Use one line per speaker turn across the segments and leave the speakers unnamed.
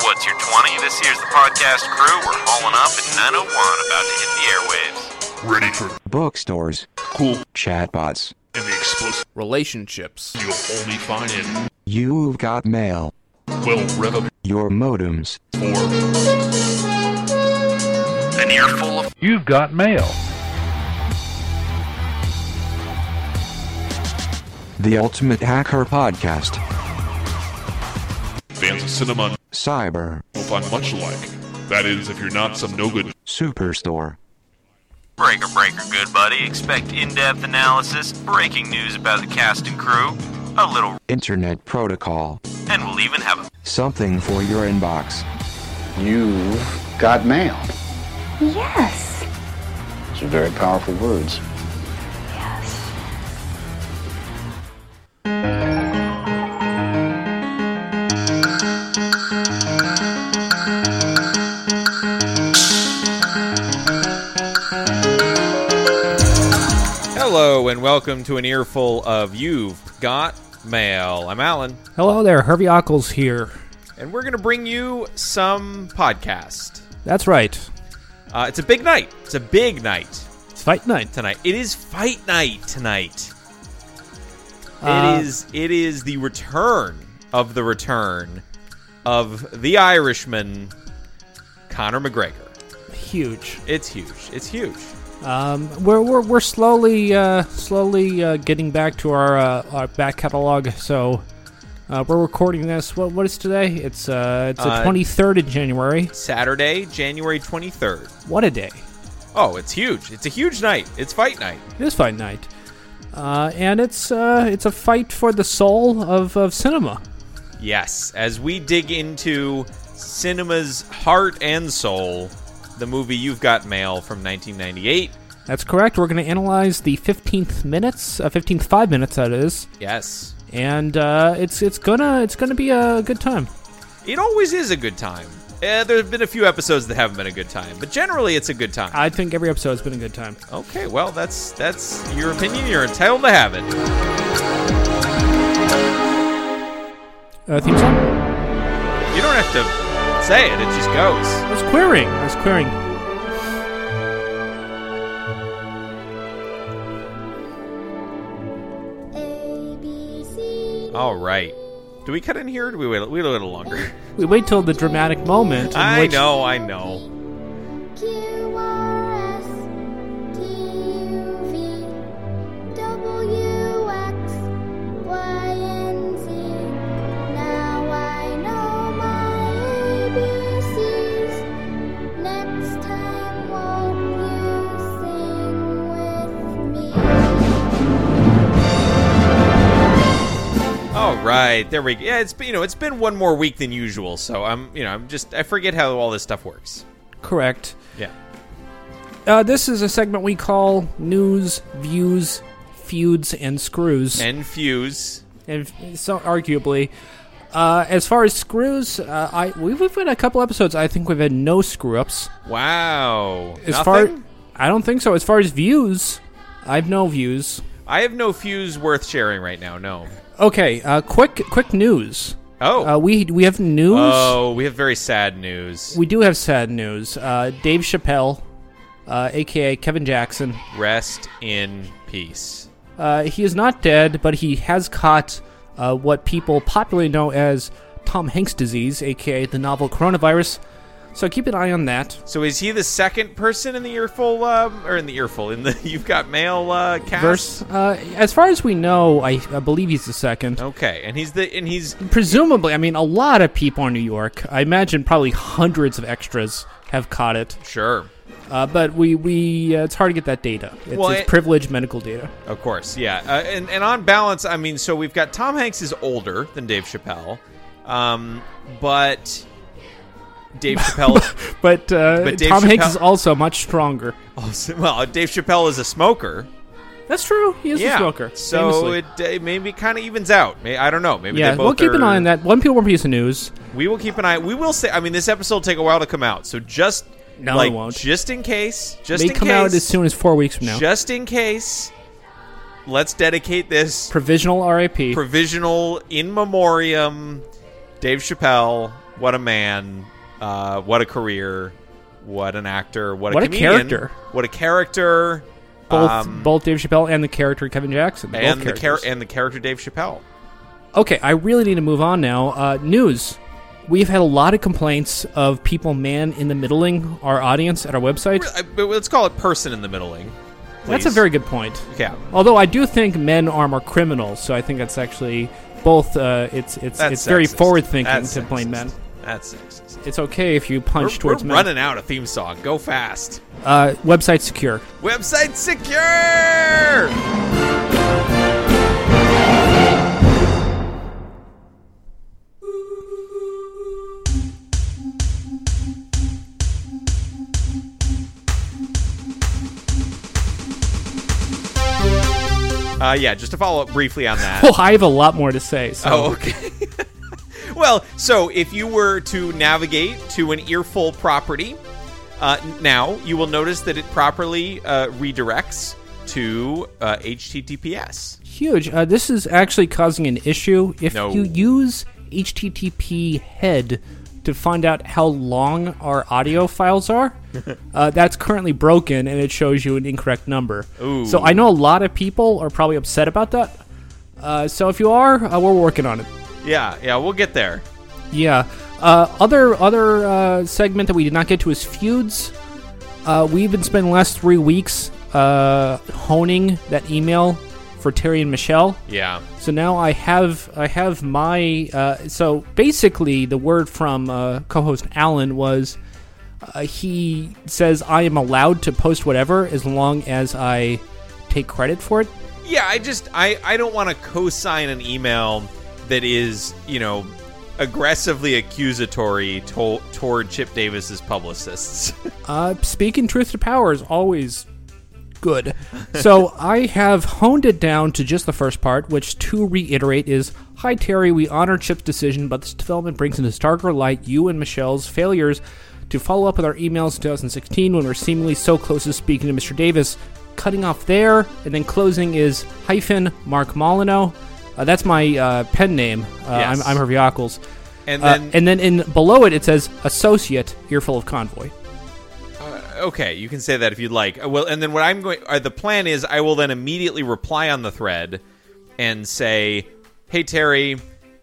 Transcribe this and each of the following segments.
What's Your 20? This here's the podcast crew. We're hauling up at 901, about to hit the airwaves.
ready for
bookstores,
cool
chatbots.
and the explosive
relationships,
you'll only find in
You've got mail.
well rev up
Your modems.
for
An earful of
You've got mail.
The Ultimate Hacker Podcast.
fans of cinema
Cyber.
will find much alike. That is, if you're not some no good
Superstore.
Breaker Breaker, good buddy. Expect in depth analysis, breaking news about the cast and crew, a little,
Internet Protocol.
and we'll even have a
Something for your inbox.
You've got mail.
Yes.
These are very powerful words.
Yes.
Hello and welcome to an earful of You've Got Mail. I'm Alan,
Hello there, Hervey Ockles here.
and we're going to bring you some podcast.
That's right.
Uh, it's a big night. It's a big night
It's fight night.
tonight. It is fight night tonight.
Uh,
it is. It is the return of the return of the Irishman, Conor McGregor.
Huge.
It's huge. It's huge.
Um, we're, we're, we're slowly uh, slowly uh, getting back to our uh, our back catalog. So uh, we're recording this. What what is today? It's uh it's the
Uh,
twenty third of January.
Saturday, January twenty third.
What a day!
Oh, it's huge. It's a huge night. It's fight night.
It is fight night, uh, and it's uh, it's a fight for the soul of, of cinema.
Yes, as we dig into cinema's heart and soul, the movie You've Got Mail from 1998.
That's correct. We're going to analyze the fifteenth minutes, uh, fifteenth five minutes that is,
Yes.
and uh, it's it's gonna it's gonna be a good time.
It always is a good time. Eh, there have been a few episodes that haven't been a good time, but generally it's a good time.
I think every episode's been a good time.
Okay, well, that's that's your opinion. You're entitled to have it.
Uh, theme song?
You don't have to say it. It just goes.
That's querying. That's querying.
All right. Do we cut in here? Or do we wait? We wait a little longer.
We wait till the dramatic moment. in
I
which-
know. I know. All right, there we go. Yeah, it's been- you know it's been one more week than usual, so I'm you know I'm just I forget how all this stuff works.
Correct.
Yeah.
Uh, this is a segment we call news, views, feuds, and screws.
And fuse.
And, f so, arguably, uh, as far as screws, uh, I we've, we've had a couple episodes. I think we've had no screw ups.
Wow.
As
Nothing?
far, I don't think so. As far as views, I've no views.
I have no fuse worth sharing right now. No.
Okay. Uh, quick, quick news.
Oh.
Uh, we we have news.
oh, we have very sad news.
We do have sad news. Uh, Dave Chappelle, uh, aka Kevin Jackson,
Rest in peace.
uh, he is not dead, but he has caught uh, what people popularly know as Tom Hanks disease, aka the novel coronavirus. So keep an eye on that.
So is he the second person in the earful um, or in the earful in the you've got mail uh, cast?
Verse, uh, as far as we know, I, I believe he's the second.
Okay, and he's the and he's
Presumably, I mean, a lot of people in New York. I imagine probably hundreds of extras have caught it.
sure.
Uh, but we we uh, it's hard to get that data. It's,
Well,
it's
it-
privileged medical data.
Of course, yeah. Uh, and, and on balance, I mean, so we've got Tom Hanks is older than Dave Chappelle, um, but Dave Chappelle
But, uh,
But Dave
Tom Hanks
Chappelle-
is also much stronger.
also, well, Dave Chappelle is a smoker.
That's true. He is
yeah.
a smoker.
So
famously.
it, it maybe kind of evens out. May, I don't know. Maybe
yeah,
they both
we'll keep an
are-
eye on that. One people, one piece of news.
We will keep an eye. We will say. I mean, this episode will take a while to come out, so just
No, it
like,
won't.
Just in case. Just
May
in
come
case,
out as soon as four weeks from now.
Just in case. Let's dedicate this
Provisional RIP.
provisional in memoriam, Dave Chappelle, What a man. Uh, what a career. What an actor. What a,
What a
comedian,
character.
What a character.
Both
um,
both Dave Chappelle and the character Kevin Jackson. both
and the char-
characters.
and the character Dave Chappelle.
Okay, I really need to move on now. Uh, news. We've had a lot of complaints of people man in the middling our audience at our website.
I- but let's call it person in the middling.
That's a
please.
very good point.
yeah.
Although I do think men are more criminals, so I think that's actually both. Uh, it's it's
That's
it's very
sexist.
forward thinking
That's
to blame
sexist.
men.
That's sexist.
It's okay if you
We're,
punch towards
we're
men.
running out of theme song. Go fast.
Uh, website secure.
Website secure. Uh, yeah, just to follow up briefly on that.
Oh, I have a lot more to say. So.
Oh, okay. well, so if you were to navigate to an earful property, uh, n- now you will notice that it properly uh, redirects to uh, HTTPS.
huge. Uh, this is actually causing an issue. If
No.
you use HTTP head to find out how long our audio files are, uh, that's currently broken and it shows you an incorrect number.
Ooh.
So I know a lot of people are probably upset about that. Uh, so if you are, uh, we're working on it.
Yeah, yeah, we'll get there.
Yeah. Uh, other other uh, segment that we did not get to is feuds. Uh, we've been spending the last three weeks uh, honing that email for Terry and Michelle.
Yeah.
So now I have I have my uh, so basically the word from uh, co-host Alan was uh, he says I am allowed to post whatever as long as I take credit for it.
Yeah, I just I I don't want to co-sign an email that is you know aggressively accusatory to- toward Chip Davis's publicists.
Uh, speaking truth to power is always good. so I have honed it down to just the first part, which to reiterate is Hi, Terry. We honor Chip's decision, but this development brings into starker light you and Michelle's failures to follow up with our emails in 2016 when we're seemingly so close to speaking to Mr. Davis. Cutting off there, and then closing is hyphen Mark Molyneux. Uh, that's my uh, pen name. Uh,
Yes.
I'm, I'm Hervey Ockles.
And
Uh,
then
and then in below it, it says associate, earful of convoy.
Okay, you can say that if you'd like. Uh, Well, and then what I'm going, uh, the plan is, I will then immediately reply on the thread and say, "Hey Terry,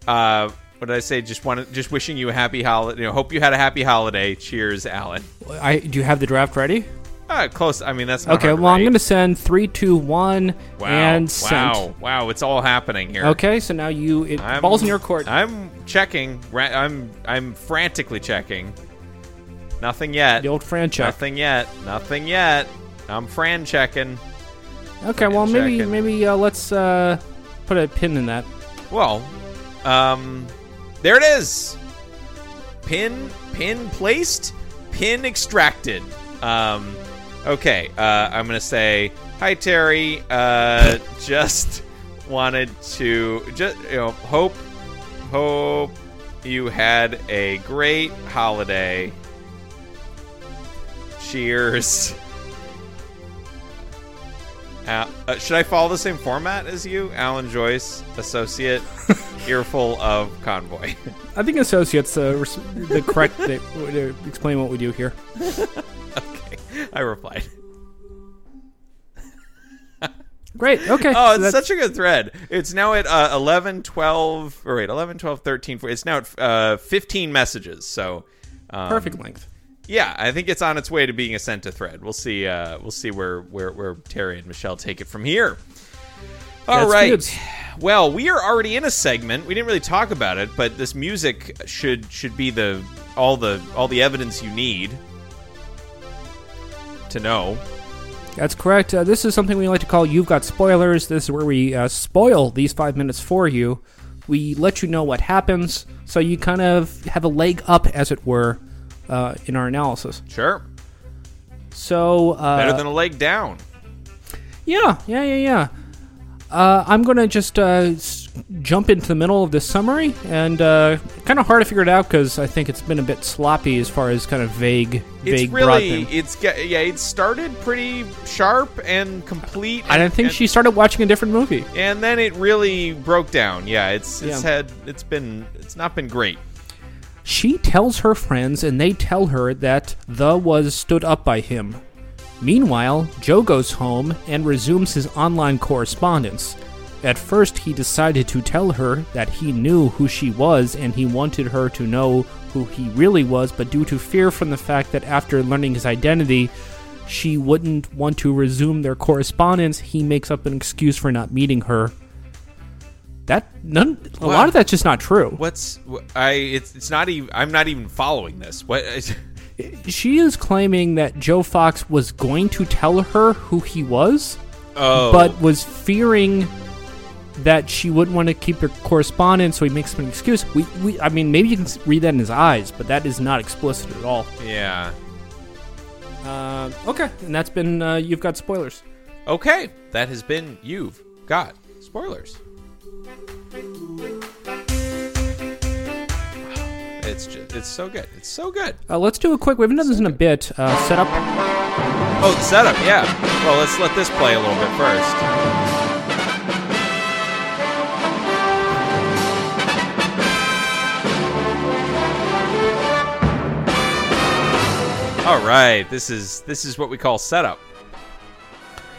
uh, what did I say? Just want, just wishing you a happy holiday. You know, hope you had a happy holiday. Cheers, Alan."
I do you have the draft ready?
Ah, close. I mean, that's not
Okay,
hard to
well I'm
rate.
gonna send three, two, one,
wow,
and
wow,
sent.
wow, it's all happening here.
Okay, so now you it
I'm-
balls in your court.
I'm checking. Ra- I'm I'm frantically checking. Nothing yet.
the old franchise.
Nothing yet. Nothing yet. I'm fran checking.
Okay, well maybe
checking.
maybe uh, let's uh, put a pin in that.
Well, um, there it is. Pin, pin placed, pin extracted. Um, okay, uh, I'm gonna say hi, Terry. Uh, just wanted to just you know hope hope you had a great holiday. Cheers. Uh, uh, should I follow the same format as you, Alan Joyce, associate, earful of convoy?
I think associates uh, res- the correct way to explain what we do here.
okay, I replied.
Great. Okay.
Oh,
so
it's
that's-
such a good thread. It's now at uh, 11, 12, or wait, 11, 12, 13, 14. It's now at uh, 15 messages. So, um,
perfect length.
Yeah, I think it's on its way to being a sent to thread. We'll see. Uh, we'll see where, where where Terry and Michelle take it from here. All
That's
right.
good.
Well, we are already in a segment. We didn't really talk about it, but this music should should be the all the all the evidence you need to know.
That's correct. Uh, this is something we like to call You've Got Spoilers. This is where we uh, spoil these five minutes for you. We let you know what happens, so you kind of have a leg up, as it were, uh, in our analysis.
Sure.
So, uh,
Better than a leg down.
yeah, yeah, yeah, yeah. Uh, I'm going to just uh, s- jump into the middle of this summary, and uh, kind of hard to figure it out because I think it's been a bit sloppy as far as kind of vague, vague,
it's
broad
really
thing.
it's ge- yeah, it started pretty sharp and complete.
I don't
and-
think
and-
she started watching a different movie.
and then it really broke down. Yeah, it's it's
Yeah.
had it's been it's not been great.
She tells her friends, and they tell her that the was stood up by him. Meanwhile, Joe goes home and resumes his online correspondence. At first, he decided to tell her that he knew who she was and he wanted her to know who he really was, but due to fear from the fact that after learning his identity, she wouldn't want to resume their correspondence, he makes up an excuse for not meeting her. That none, a
Wow.
lot of that's just not true.
What's wh- I? It's it's not even. I'm not even following this. What? is-
She is claiming that Joe Fox was going to tell her who he was,
Oh,
but was fearing that she wouldn't want to keep her correspondence, so he makes up an excuse. We, we, I mean, maybe you can s- read that in his eyes, but that is not explicit at all.
yeah.
Uh, okay, and that's been uh, you've got spoilers.
Okay, that has been you've got spoilers. It's just it's so good. It's so good.
Uh, let's do a quick. We haven't done this in a bit. Uh, set up.
Oh, the setup. Yeah. Well, let's let this play a little bit first. All right. This is this is what we call setup.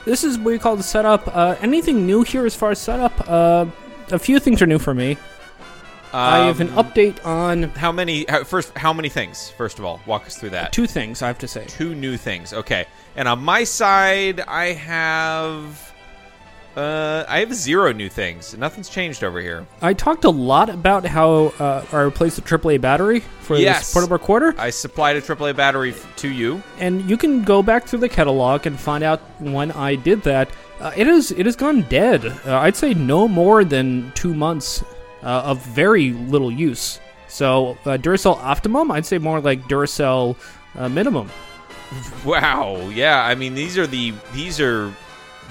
This is what we call the setup. Uh, anything new here as far as setup? Uh, a few things are new for me. I have an
Um,
update on
How many? How, first, how many things? First of all, walk us through that.
two things. I have to say.
two new things. Okay. And on my side, I have uh I have zero new things. Nothing's changed over here.
I talked a lot about how uh, I replaced the AAA battery for
Yes.
this portable recorder,
I supplied a AAA battery f- to you.
and you can go back through the catalog and find out when I did that. Uh, it is it has gone dead. Uh, I'd say no more than two months uh, of very little use. So uh, Duracell Optimum, I'd say more like Duracell uh, Minimum.
Wow. Yeah, I mean these are the these are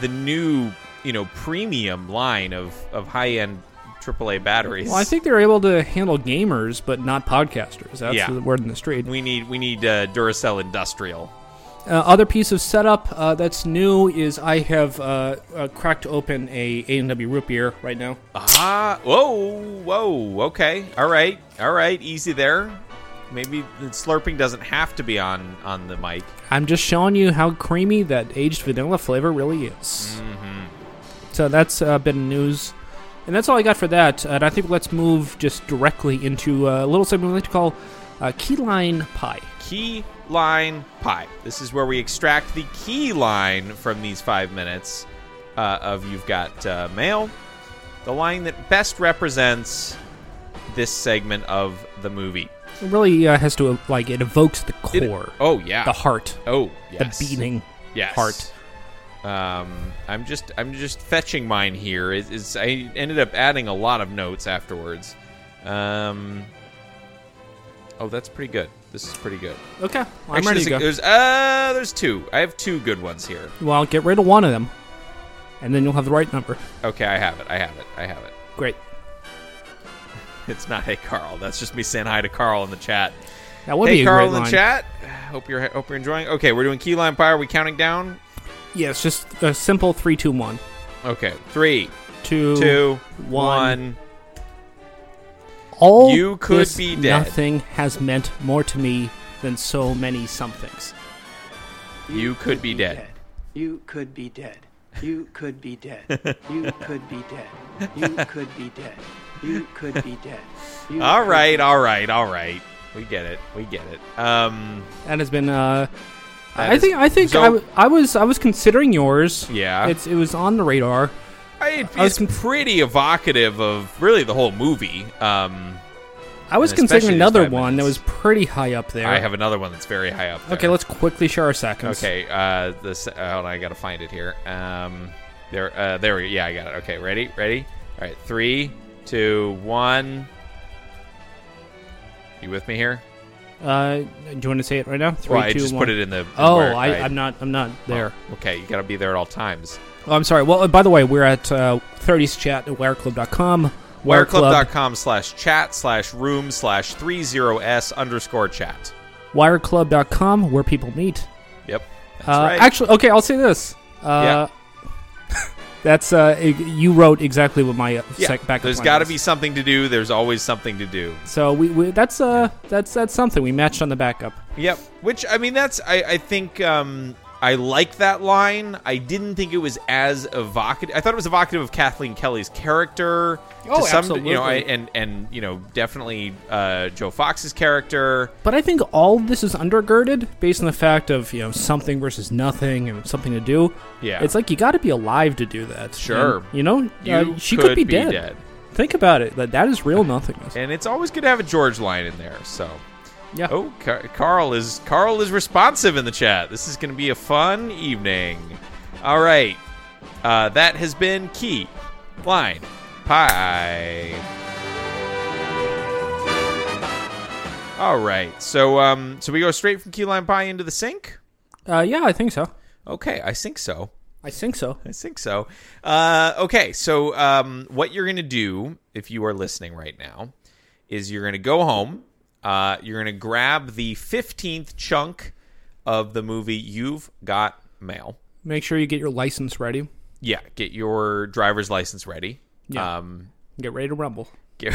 the new, you know, premium line of of high-end AAA batteries.
Well, I think they're able to handle gamers, but not podcasters. That's
Yeah.
the word in the street.
we need we need uh, Duracell Industrial.
Uh, other piece of setup uh, that's new is I have uh, uh, cracked open a A&W root beer right now.
Ah, whoa, whoa, okay, all right, all right, easy there. Maybe the slurping doesn't have to be on on the mic.
I'm just showing you how creamy that aged vanilla flavor really is.
Mm-hmm.
So that's uh, been news. And that's all I got for that. And I think let's move just directly into a little segment we like to call uh, Key Line Pie.
Key line pie. This is where we extract the key line from these five minutes uh, of you've got uh, mail. The line that best represents this segment of the movie.
It really uh, has to, like, it evokes the
It-
core,
oh yeah.
the heart,
Oh yes.
the beating
Yes.
heart.
Um, I'm just I'm just fetching mine here. Is is I ended up adding a lot of notes afterwards. Um, oh, that's pretty good. This is pretty good.
Okay, well, I'm ready
Actually, there's
to
a-
go.
There's uh, there's two. I have two good ones here.
Well, get rid of one of them, and then you'll have the right number.
Okay, I have it. I have it. I have it.
Great.
It's not hey Carl. That's just me saying hi to Carl in the chat.
That would be
hey
a
Carl
great
in the
line.
chat. Hope you're hope you're enjoying. Okay, we're doing key lime pie. Are we counting down?
Yeah, it's just a simple three, two, one,
Okay, three,
two,
two, one.
one. All
You could
this
be dead.
Nothing has meant more to me than so many somethings.
You could be dead.
You could be dead. You could be dead. You could be dead. You could be dead. You could be dead. You
All
could-
right, all right, all right. We get it. We get it. Um,
That has been. Uh,
That
I
is-
think. I think.
so-
I, w- I was. I was considering yours.
Yeah.
It's. It was on the radar.
I, it's
I was conf-
pretty evocative of really the whole movie. Um,
I was
And especially
considering
these
another
five
one that was
minutes.
pretty high up there.
I have another one that's very high up. There.
Okay, let's quickly share our seconds.
Okay, uh, this. Uh, hold on, I gotta find it here. Um, there, uh, there we. Yeah, I got it. Okay, ready, ready. All right, three, two, one. You with me here?
Uh, do you want to say it right now? Three,
well, I
two,
just
one.
put it in the.
Oh,
where
I, I'm not. I'm not there.
Okay, you gotta be there at all times.
Oh, I'm sorry. Well, uh, by the way, we're at uh, 30s chat at wireclub.com.
wireclub.com slash chat slash room slash 30s underscore chat
wireclub.com, where people meet.
yep that's
Uh,
right
Actually, okay, I'll say this. Uh, That's uh, e- you wrote exactly what my uh,
Yeah,
sec- backup.
there's
plan
got to
was.
be something to do. There's always something to do.
So we, we that's uh that's that's something we matched on the backup.
Yep. Which I mean, that's I I think um, I like that line. I didn't think it was as evocative. I thought it was evocative of Kathleen Kelly's character.
Oh,
to some, You know,
absolutely.
I, and and you know, definitely uh, Joe Fox's character.
But I think all of this is undergirded based on the fact of you know something versus nothing and something to do.
Yeah.
it's like you got to be alive to do that.
Sure.
And, you know, uh,
You
she could, be, dead.
dead.
Think about it. That that is real nothingness.
And it's always good to have a George line in there. So.
Yeah.
Oh, Car- Carl is Carl is responsive in the chat. This is going to be a fun evening. All right. Uh, that has been key line pie. All right. So um so we go straight from key lime pie into the sink?
Uh, yeah, I think so.
Okay, I think so.
I think so.
I think so. Uh, okay, so um, what you're going to do if you are listening right now is you're going to go home. Uh, you're going to grab the 15th chunk of the movie You've Got Mail.
Make sure you get your license ready.
Yeah, get your driver's license ready.
Yeah.
Um,
Get ready to rumble.
get,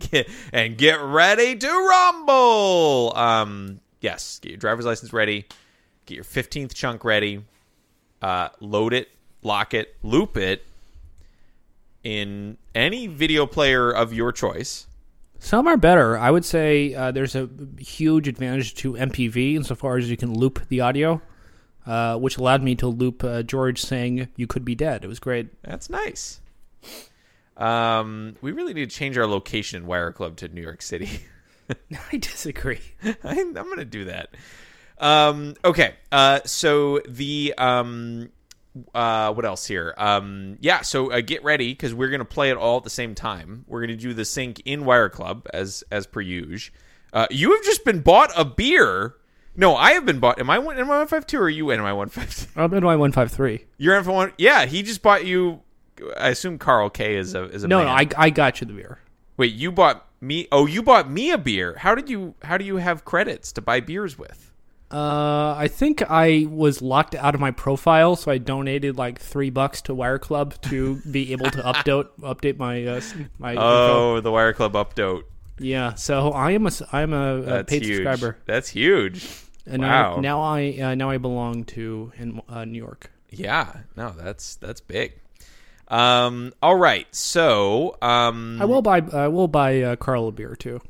get and get ready to rumble. Um, yes, get your driver's license ready. Get your fifteenth chunk ready. Uh, load it, lock it, loop it in any video player of your choice.
Some are better. I would say uh, there's a huge advantage to MPV insofar as you can loop the audio, uh, which allowed me to loop uh, George saying "You could be dead." It was great.
That's nice. Um, we really need to change our location in Wire Club to New York City.
I disagree.
I, I'm gonna do that. Um, okay. Uh, so the um, uh, what else here? Um, yeah. So uh, get ready because we're gonna play it all at the same time. We're gonna do the sync in Wire Club as as per usual. Uh, you have just been bought a beer. No, I have been bought. Am I one? Am I one five two? Or are you in? Am I one five two?
I'm in Uh, one five three.
You're in for one. Yeah, he just bought you. I assume Carl K is a is a
No,
man.
no, I, I got you the beer.
wait. You bought me. Oh, you bought me a beer. How did you? How do you have credits to buy beers with?
Uh, I think I was locked out of my profile, so I donated like three bucks to Wire Club to be able to update update my uh, s- my. info.
Oh, the Wire Club updote.
yeah. So I am a s- I am a, uh
That's
paid
huge.
subscriber,
That's huge.
and
wow.
I, now I uh, now I belong to in uh, New York.
yeah. No, that's that's big. Um. All right. So. Um.
I will buy I will buy uh, Carl a beer too.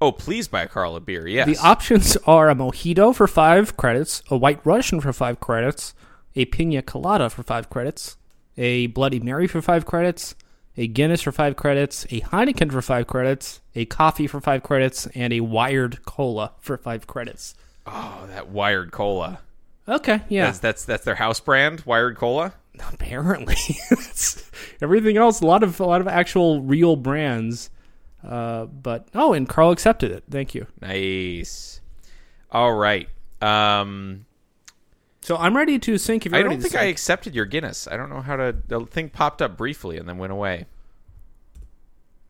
Oh, please buy Carl a beer. Yes.
The options are a mojito for five credits, a white Russian for five credits, a pina colada for five credits, a Bloody Mary for five credits, a Guinness for five credits, a Heineken for five credits, a coffee for five credits, and a wired cola for five credits.
oh, that Wired Cola.
Okay, yeah.
That's that's that's their house brand, Wired Cola.
Apparently, It's- everything else a lot of a lot of actual real brands. Uh, but oh, and Carl accepted it. Thank you.
Nice. All right. Um.
So I'm ready to sync. If you're
I
ready
don't
to
think
sync.
I accepted your Guinness. I don't know how to. The thing popped up briefly and then went away.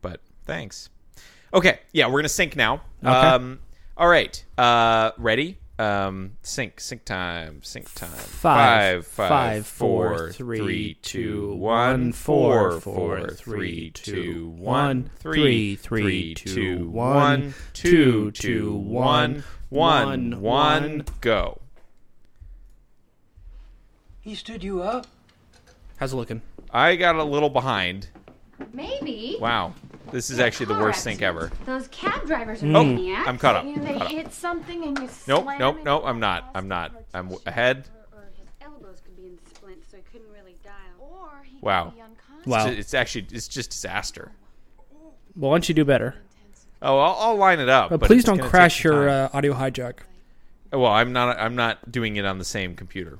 But thanks. Okay. Yeah, we're gonna sync now. Um, all right. Uh, ready? Um, sync. Sync time. Sync time.
Five,
five,
five,
four,
four,
three,
three,
two,
two,
one,
one,
four,
four,
four,
four, three,
three, two,
two,
one,
one, three,
three,
three,
three, two,
two,
one,
one,
two,
two,
two, one,
one,
one,
one,
one,
one.
go.
He stood you up.
How's it looking?
I got a little behind.
Maybe.
Wow. This is actually the
car
worst sync ever.
accident. Those cab drivers are
Oh,
maniacs.
I'm caught up.
You know, they
Caught up.
hit something and you
Nope,
slam
nope,
into
nope, I'm
the
not.
glass
I'm not. I'm w-
partition.
ahead.
Or, or his elbows could be in splints, so he couldn't really dial. Or he could
Wow.
be unconscious.
Wow.
It's, ju- it's actually it's just disaster.
Well, why don't you do better?
Oh, I'll, I'll line it up.
But
but
please
it's
don't
gonna take
crash
some
your
time.
uh, audio hijack.
Oh, well, I'm not. I'm not doing it on the same computer.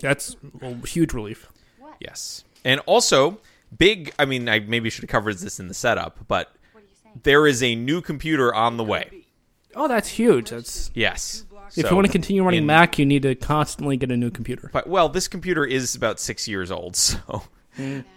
That's a huge relief.
Yes, and also big. I mean, I maybe should have covered this in the setup, but there is a new computer on the way.
Oh, that's huge. That's
Yes.
if
So,
you want to continue running
in-
Mac, you need to constantly get a new computer.
But well, this computer is about six years old, so.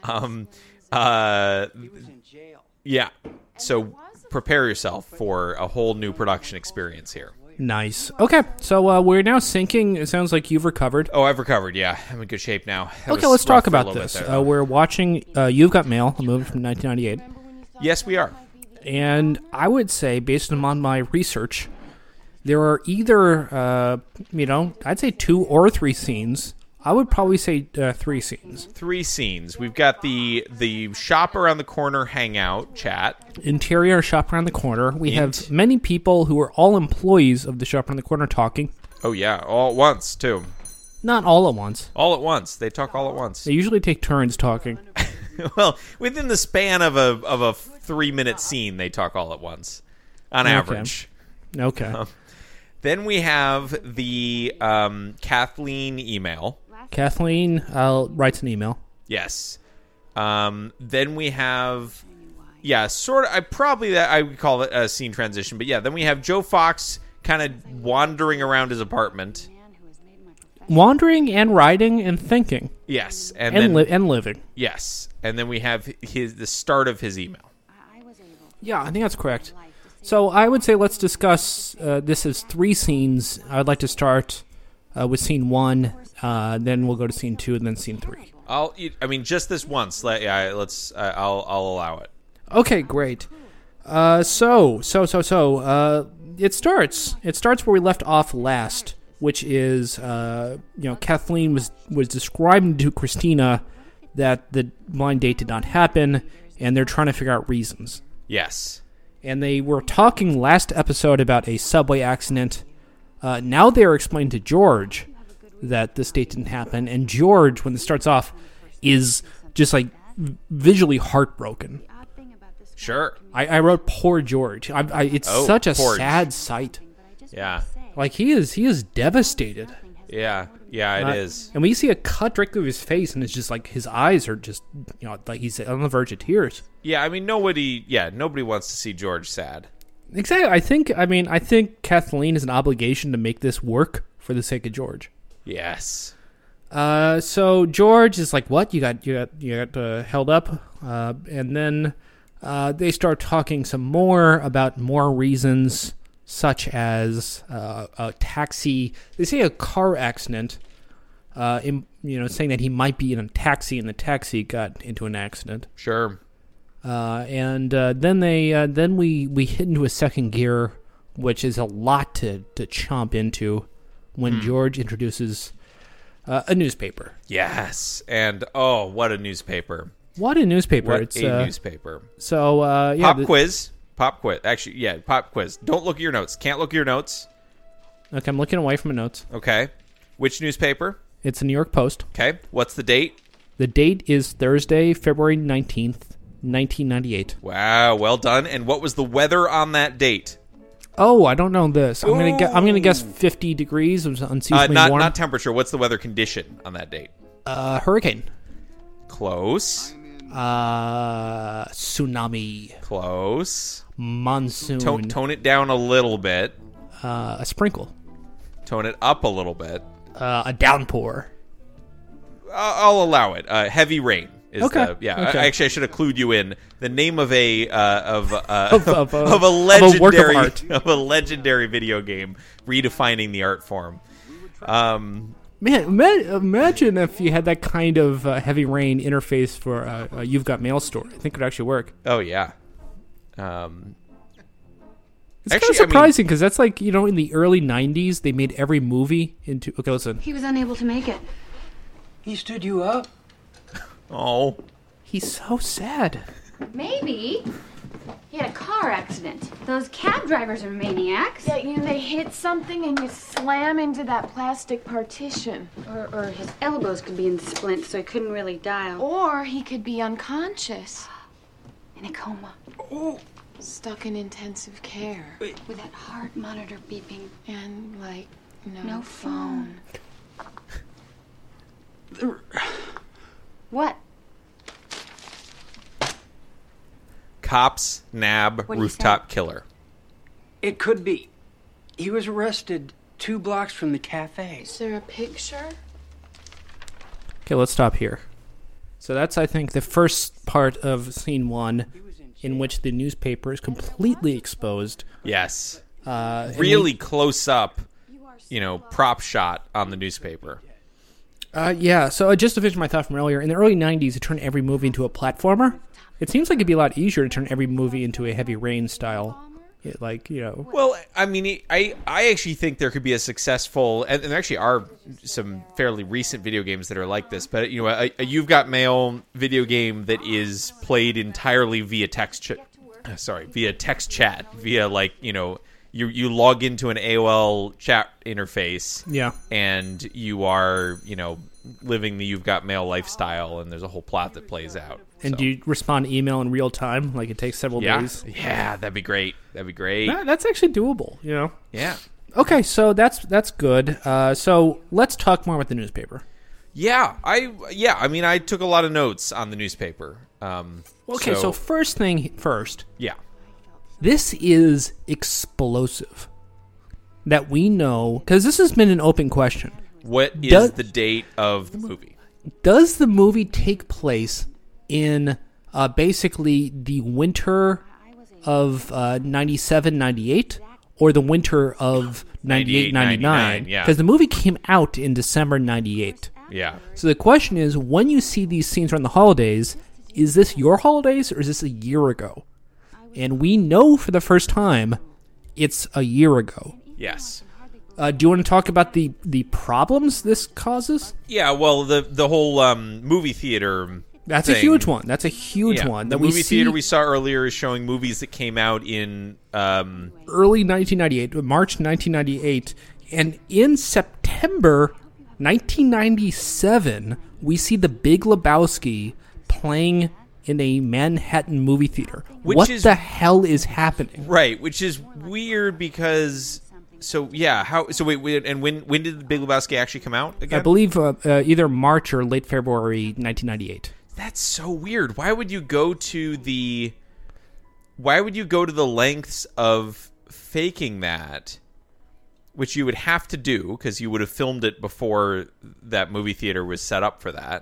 um. Uh.
Hmm. He was in jail.
Yeah. So prepare yourself for a whole new production experience here.
Nice. Okay, so uh, we're now syncing. It sounds like you've recovered.
Oh, I've recovered. Yeah, I'm in good shape now. That
Okay,
was
let's talk
rough for a
about
little bit
this.
there,
Uh,
though.
we're watching uh, You've Got Mail, a movie from 1998.
yes, we are.
and I would say, based on my research, there are either, uh, you know, I'd say two or three scenes. I would probably say uh, three scenes.
Three scenes. We've got the the shop around the corner hangout chat.
Interior shop around the corner. We
Int.
have many people who are all employees of the shop around the corner talking.
Oh yeah, all at once too.
Not all at once.
All at once. They talk all at once.
They usually take turns talking.
well, within the span of a of a three minute scene, they talk all at once, on
Okay.
average.
Okay.
Then we have the um, Kathleen email.
Kathleen uh, writes an email.
Yes. Um, then we have, yeah, sort of. I probably that I would call it a scene transition, but yeah. Then we have Joe Fox kind of wandering around his apartment.
Wandering and writing and thinking
Yes, and,
and,
then
li- and living.
yes, and then we have his the start of his email.
Yeah, I think that's correct. So I would say let's discuss. Uh, this is three scenes. I would like to start uh, with scene one, uh, then we'll go to scene two, and then scene three.
I'll, I mean, just this once. Let, yeah, let's. Uh, I'll, I'll allow it.
Okay, great. Uh, so, so, so, so, uh, it starts. It starts where we left off last, which is, uh, you know, Kathleen was was describing to Christina that the blind date did not happen, and they're trying to figure out reasons.
Yes.
and they were talking last episode about a subway accident. Uh, now they are explaining to George that this date didn't happen, and George, when this starts off, is just like v- visually heartbroken.
Sure.
I, I wrote poor George. I, I, it's
Oh,
such a
George.
sad sight.
Yeah.
Like he is, he is devastated.
Yeah. Yeah.
Uh,
It is.
and we see a cut directly through his face, and it's just like his eyes are just, you know, like he's on the verge of tears.
Yeah. I mean, nobody. Yeah. Nobody wants to see George sad.
Exactly. I think. I mean, I think Kathleen has an obligation to make this work for the sake of George.
Yes.
Uh, so George is like, "What you got? You got you got uh, held up?" Uh, and then uh, they start talking some more about more reasons, such as uh, a taxi. They say a car accident. Uh, in, you know, saying that he might be in a taxi, and the taxi got into an accident.
Sure.
Uh, and uh, then they uh, then we we hit into a second gear, which is a lot to to chomp into when George introduces uh, a newspaper.
Yes. And oh, what a newspaper.
What a newspaper!
What
it's
a
uh,
newspaper.
so uh, yeah.
pop
th-
quiz. Pop quiz. Actually, yeah, pop quiz. Don't look at your notes. Can't look at your notes.
Okay, I'm looking away from my notes.
Okay. Which newspaper?
It's the New York Post.
Okay. What's the date?
The date is Thursday, February nineteenth, nineteen ninety-eight.
Wow, well done. And what was the weather on that date?
Oh, I don't know this. I'm gonna gu- I'm gonna guess fifty degrees. It was
Uh,
unseasonably
not
warm.
not temperature. What's the weather condition on that date?
uh, hurricane.
Close.
Uh, tsunami.
Close.
Monsoon.
Tone tone it down a little bit.
uh, a sprinkle,
Tone it up a little bit.
uh, a downpour.
I'll, I'll allow it. Uh, heavy rain is
Okay,
the yeah. I-
okay.
I, actually, I should have clued you in. The name of a uh, of, uh,
Of-
of,
of a-
a
of a work of
legendary of,
art.
a legendary video game redefining the art form. Um,
Man, ma- imagine if you had that kind of uh, heavy rain interface for uh, uh, you've got mail store. I think it would actually work.
oh yeah. Um,
It's kind
Actually,
of
I mean-
surprising because that's like you know in the early '90s they made every movie into. Okay, listen.
He was unable to make it.
He stood you up.
oh,
He's so sad.
Maybe he had a car accident. Those cab drivers are maniacs.
Yeah, you know, they hit something and you slam into that plastic partition.
Or, or his elbows could be in splints, so he couldn't really dial.
Oh.
Or he could be unconscious,
In a coma,
stuck in intensive care,
with that heart monitor beeping.
and like no,
No
phone.
What?
cops nab
What do you
rooftop killer.
It could be. He was arrested two blocks from the cafe.
Is there a picture?
Okay, let's stop here. So that's I think the first part of scene one, in which the newspaper is completely exposed
Yes.
Uh, and we-
really close up, you know, prop shot on the newspaper.
Uh, yeah, so uh, just to finish my thought from earlier, in the early 90s, to turn every movie into a platformer, it seems like it'd be a lot easier to turn every movie into a heavy rain style. Yeah, Like, you know.
Well, I mean, I I actually think there could be a successful, and, and there actually are some fairly recent video games that are like this. But you know, a, a you've got mail video game that is played entirely via text. Ch- uh, sorry, via text chat, via like you know, you you log into an AOL chat interface.
Yeah.
and you are you know living the you've got mail lifestyle, and there's a whole plot that plays out.
And
So-
do you respond to email in real time? Like, it takes several
yeah,
days.
yeah, that'd be great. That'd be great.
Nah, that's actually doable, you know?
Yeah.
Okay, so that's that's good. Uh, so let's talk more about the newspaper.
Yeah, I yeah, I mean, I took a lot of notes on the newspaper. Um,
Okay, so, first thing first,
yeah,
this is explosive. That we know, because this has been an open question.
what is
Does-
the date of the movie?
Does the movie take place in uh, basically the winter of uh, 97, 98, or the winter of 98, 99?
98, yeah.
Because the movie came out in December 98.
Yeah,
So the question is, when you see these scenes around the holidays, is this your holidays or is this a year ago? And we know for the first time, it's a year ago.
yes,
Uh, do you want to talk about the the problems this causes?
yeah. Well, the the whole um, movie theater.
That's a
thing-
huge one. That's a huge
yeah,
one.
The
That we
movie theater
see
we saw earlier is showing movies that came out in um,
early 1998, March 1998, and in September 1997, we see the Big Lebowski playing in a Manhattan movie theater.
Which
what
is-
the hell is happening?
right, which is weird because. So yeah, how? So wait, wait, and when when did the Big Lebowski actually come out again?
I believe uh, uh, either March or late February 1998.
That's so weird. Why would you go to the why would you go to the lengths of faking that which you would have to do cuz you would have filmed it before that movie theater was set up for that.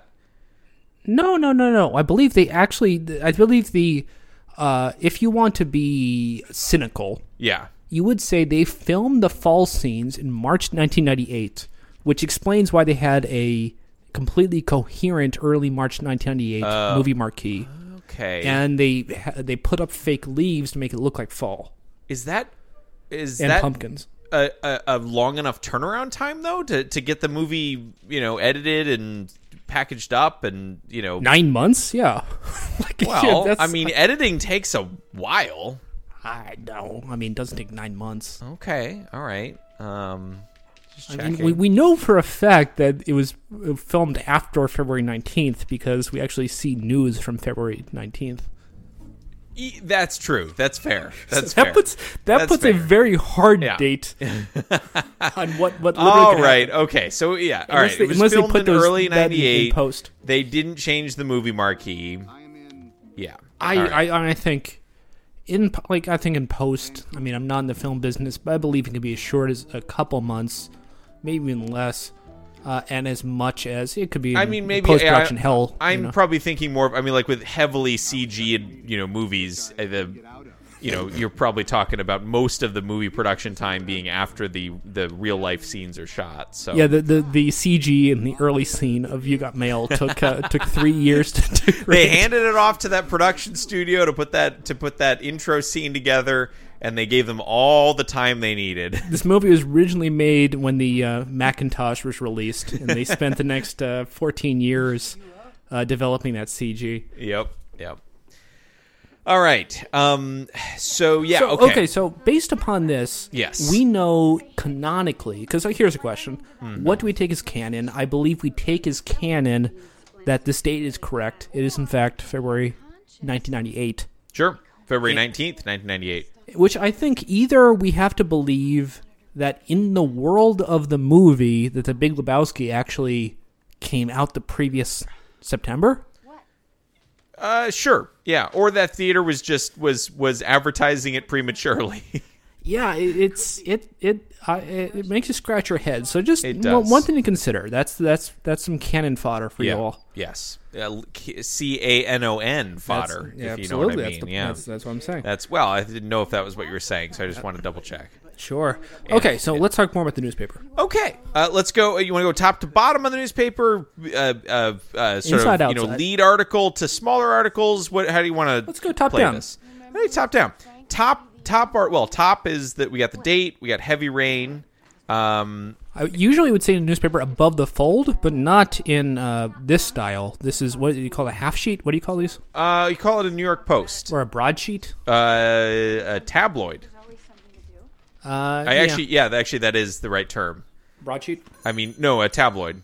No, no, no, no. I believe they actually. I believe the. Uh, if you want to be cynical,
Yeah.
you would say they filmed the fall scenes in March 1998, which explains why they had a completely coherent early March 1998
Oh.
movie marquee,
Okay.
and they ha- they put up fake leaves to make it look like fall
is that is
and
that
pumpkins.
a, a, a long enough turnaround time though to to get the movie, you know, edited and packaged up and, you know,
Nine months, yeah. Like, yeah,
well, I
that's-
mean, editing takes a while.
I know. I mean, it doesn't take nine months.
Okay, all right. Um, just
I
checking.
mean, we, we know for a fact that it was uh, filmed after February 19th because we actually see news from February 19th.
E- that's true. That's fair. That's
that
fair.
puts that
That's
puts a
fair.
very hard
Yeah.
date on what what literally
All
could
right.
happen.
Okay. So yeah. All
Unless
right.
they-
it was
unless they
filmed
put
in
those-
early
that in- in
'98.
post.
They didn't change the movie marquee. Yeah.
I,
All right.
I I think in po- like I think in post. I mean, I'm not in the film business, but I believe it can be as short as a couple months, maybe even less, uh, and as much as it could be.
I
in
mean, maybe
post production
I,
hell.
I'm
you know.
probably thinking more. Of, I mean, like with heavily CG and you know movies, uh, the you know you're probably talking about most of the movie production time being after the the real life scenes are shot. So
yeah, the, the the CG in the early scene of You Got Mail took uh, took three years to. to
they
create.
handed it off to that production studio to put that to put that intro scene together and they gave them all the time they needed
This movie was originally made when the uh, Macintosh was released, and they spent the next uh, 14 years uh, developing that CG.
yep yep all right um so yeah
So,
okay.
so based upon this,
Yes.
we know canonically, because here's a question
Mm-hmm.
What do we take as canon? I believe we take as canon that this date is correct. It is, in fact, February 1998.
sure february 19th 1998
which I think either we have to believe that in the world of the movie that the Big Lebowski actually came out the previous September.
uh sure yeah or that theater was just was was advertising it prematurely
Yeah, it, it's it it, I it it makes you scratch your head. So just
It
one-
does.
one thing to consider. That's that's that's some cannon fodder for
yeah
you all.
yes Uh, c-a-n-o-n
That's-
fodder
yeah,
if you know
absolutely.
what i mean
that's the-
yeah
that's, that's what I'm saying.
That's well, I didn't know if that was what you were saying, so I just want to double check.
Sure. Okay, so let's talk more about the newspaper.
Okay, uh, let's go. You want to go top to bottom on the newspaper, uh, uh, uh, sort
Inside,
of, you know,
outside.
lead article to smaller articles. What? How do you want to?
Let's go top
play
down.
This? Hey, top down. Top top art. Well, top is that we got the date. We got heavy rain. Um,
I usually would say in the newspaper above the fold, but not in uh, this style. This is what do you call it, a half sheet? What do you call these?
uh, you call it a New York Post,
Or a broadsheet?
uh, a tabloid.
Uh,
I actually, yeah, th- actually, that is the right term.
broadsheet.
I mean, no, a tabloid.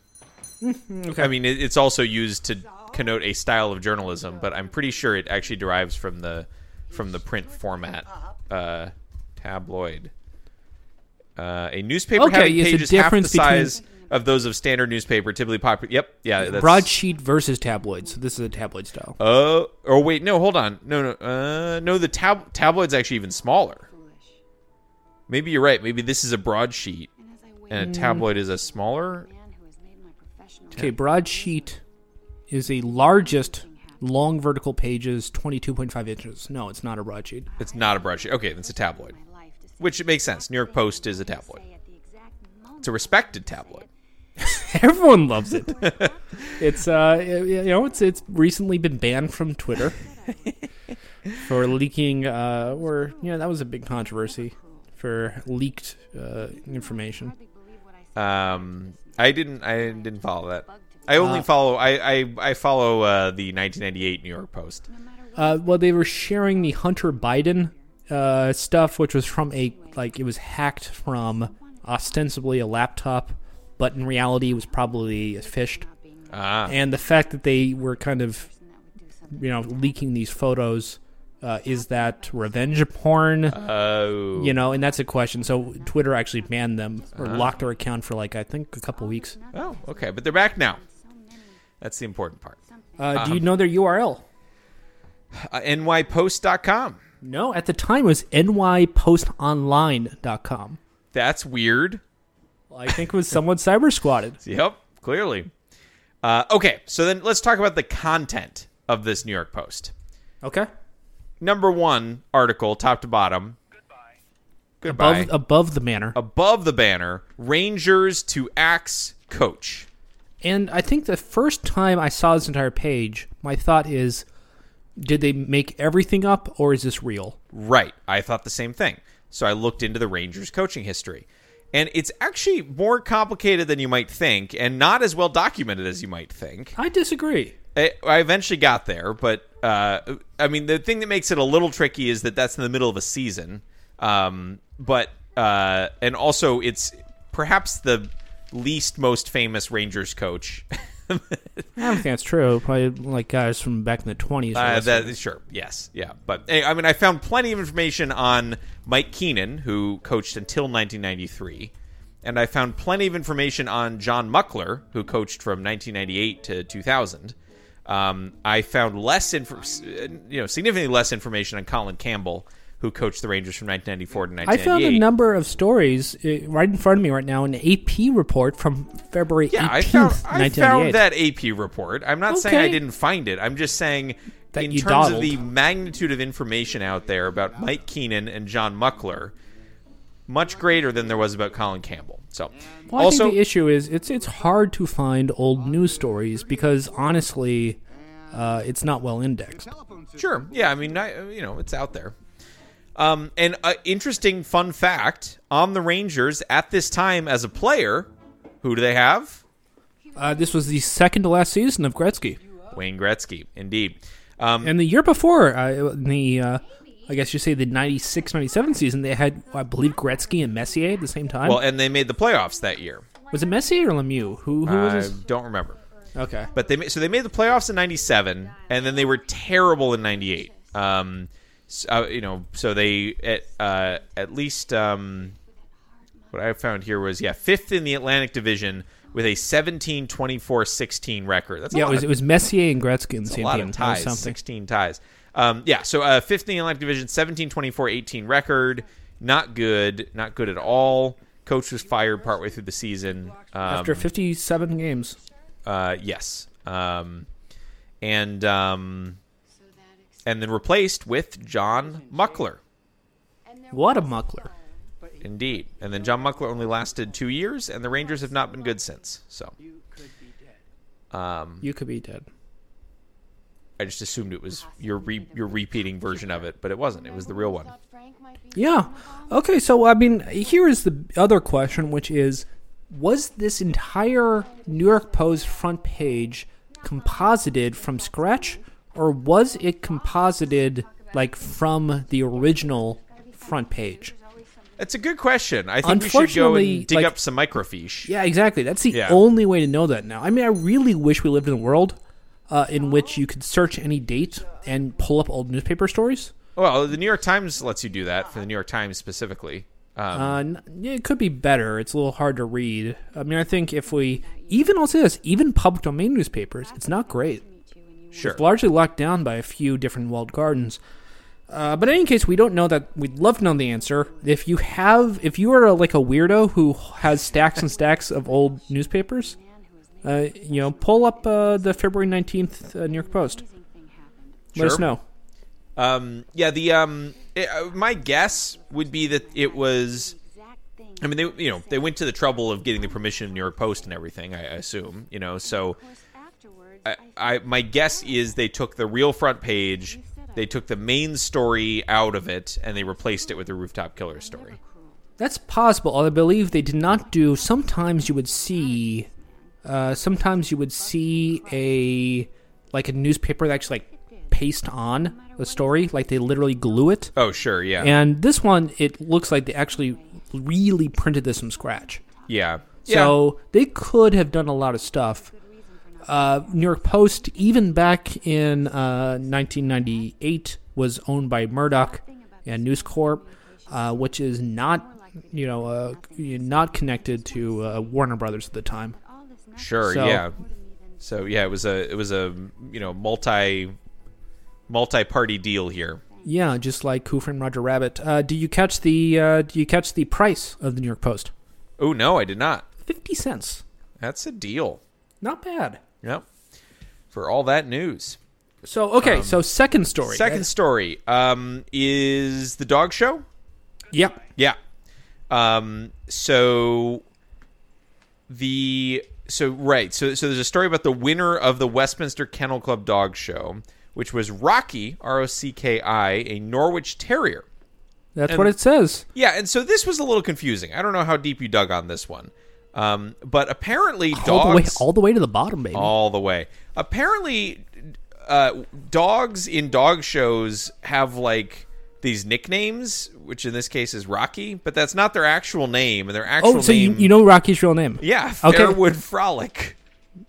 I mean, it, it's also used to connote a style of journalism, but I'm pretty sure it actually derives from the from the print format. Uh, tabloid. Uh, a newspaper
Okay,
having
it's a
pages half the
difference between-
size of those of standard newspaper, typically popular. Yep, yeah, that's
Broadsheet versus tabloid. So this is a tabloid style.
Oh, or wait, no, hold on, no, no, uh, no. The tab tabloid's actually even smaller. Maybe you're right. Maybe this is a broadsheet, and
Mm.
a tabloid is a smaller
Okay, broadsheet is the largest long vertical pages, 22.5 inches. No, it's not a broadsheet.
It's not a broadsheet. Okay, then it's a tabloid, which it makes sense. New York Post is a tabloid. It's a respected tabloid.
Everyone loves it. it's uh, you know, it's it's recently been banned from Twitter for leaking uh, or you know, that was a big controversy for leaked uh, information.
Um, I didn't. I didn't follow that. I only follow. I I, I follow uh, the 1998 New York Post.
Uh, well, they were sharing the Hunter Biden uh, stuff, which was from a like it was hacked from ostensibly a laptop, but in reality, it was probably fished.
Ah,
and the fact that they were kind of you know leaking these photos uh, is that revenge porn
oh, Ah.
you know and that's a question so twitter actually banned them or locked their account for like i think a couple weeks
oh, okay. But they're back now. That's the important part.
uh,
Ah.
do you know their url
Uh, nypost.com.
no at the time it was nypostonline.com
That's weird.
i think it was someone cyber squatted
Yep, clearly. Uh, okay, so then let's talk about the content of this New York Post.
okay
number one article, top to bottom. Goodbye.
above,
Above,
above the manor
the banner, Rangers to axe coach.
And I think the first time I saw this entire page, my thought is, did they make everything up or is this real?
Right. I thought the same thing. So I looked into the Rangers coaching history. And it's actually more complicated than you might think and not as well documented as you might think.
I disagree.
I, I eventually got there, but uh, I mean, the thing that makes it a little tricky is that that's in the middle of a season. Um, but uh, and also, it's perhaps the least most famous Rangers coach.
I don't think that's true. Probably like guys from back in the 20s. or
Uh,
something.
that, sure, yes, yeah. But eh, I mean, I found plenty of information on Mike Keenan, who coached until 1993, and I found plenty of information on John Muckler, who coached from 1998 to 2000. Um, I found less, infor- s- eh, you know, significantly less information on Colin Campbell, who coached the Rangers from 1994 to
I found
1998.
a number of stories uh, right in front of me right now, an AP report from February
Yeah,
18th,
I found, I
1998.
found that AP report. I'm not saying I
Okay.
didn't find it. I'm just saying,
That
in
you
terms of
dawdled.
the magnitude of information out there about Mike Keenan and John Muckler, much greater than there was about Colin Campbell. So,
Well, I
also,
think the issue is it's it's hard to find old news stories because honestly, uh, it's not well indexed.
Sure. Yeah, I mean, I, you know, it's out there. Um, and uh, interesting fun fact on the Rangers at this time as a player, who do they have?
Uh, this was the second to last season of Gretzky.
Wayne Gretzky, indeed. Um,
And the year before, uh, in the uh, I guess you say the 96 97 season, they had, I believe, Gretzky and Messier at the same time.
well, and they made the playoffs that year.
was it Messier or Lemieux? Who, who was
I
this?
don't remember.
Okay.
Uh, But they ma- so they made the playoffs in '97, and then they were terrible in '98. Um, so, uh, you know, so they at uh, at least um, what I found here was yeah, fifth in the Atlantic Division with a 17-24-16 record. That's a
Yeah, it
lot
was,
of-
it was Messier and Gretzky in the
a
same
lot
team.
of
That was
ties,
something.
16 ties. Um, yeah, so uh, fifth in the Atlantic Division, 17 24 18 record. Not good, not good at all. Coach was fired partway through the season. Um,
After 57 games.
uh, yes. Um, and um, and then replaced with John Muckler.
What a muckler.
Indeed. And then John Muckler only lasted two years, and the Rangers have not been good since. So
You could be dead.
I just assumed it was your re- your repeating version of it, but it wasn't. It was the real one.
Yeah. Okay, so I mean, here is the other question, which is was this entire New York Post front page composited from scratch, or was it composited like from the original front page?
That's a good question. I think we should go
Unfortunately,
and dig
like-
up some microfiche.
Yeah, exactly. That's the
Yeah.
only way to know that now. I mean, I really wish we lived in a world uh, in which you could search any date and pull up old newspaper stories.
Well, the New York Times lets you do that for the New York Times specifically. Um,
Uh, n- yeah, it could be better. It's a little hard to read. I mean, I think if we even I'll say this, even public domain newspapers, it's not great.
sure.
It's largely locked down by a few different walled gardens. Uh, but in any case, we don't know that. We'd love to know the answer. If you have, if you are a, like a weirdo who has stacks and stacks of old newspapers, uh, you know, pull up uh, the February nineteenth uh, New York Post. Let us
Sure.
know.
Um, yeah, the um, it, uh, my guess would be that it was. I mean, they you know they went to the trouble of getting the permission of New York Post and everything. I assume you know. So, I, I my guess is they took the real front page, they took the main story out of it, and they replaced it with the rooftop killer story.
That's possible. although I believe they did not do. Sometimes you would see, uh, sometimes you would see a like a newspaper that actually like paste on the story, like they literally glue it.
Oh, sure, yeah,
And this one, it looks like they actually really printed this from scratch.
yeah.
So they could have done a lot of stuff. Uh, New York Post, even back in uh, 1998, was owned by Murdoch and News Corp, uh, which is not, you know, uh, not connected to uh, Warner Brothers at the time.
yeah, sure,
so-
yeah. So yeah, it was a it was a you know multi multi party deal here.
Yeah, just like Who Framed Roger Rabbit. Uh, do you catch the uh, Do you catch the price of the New York Post?
Oh no, I did not.
Fifty cents.
That's a deal.
Not bad.
Yep. For all that news.
So okay, so second story.
Um, Second story um, is the dog show.
Yep.
Yeah. Um, so the so right so so there's a story about the winner of the Westminster Kennel Club Dog Show, which was Rocky R O C K I, a Norwich Terrier.
That's what it says.
Yeah, and so this was a little confusing. I don't know how deep you dug on this one, um, but apparently dogs
All the way, all the way to the bottom, baby.
all the way. Apparently, uh, dogs in dog shows have like these nicknames, which in this case is Rocky, but that's not their actual name. And their actual
oh, so you,
name,
you know Rocky's real name?
yeah,
Okay.
Fairwood Frolic.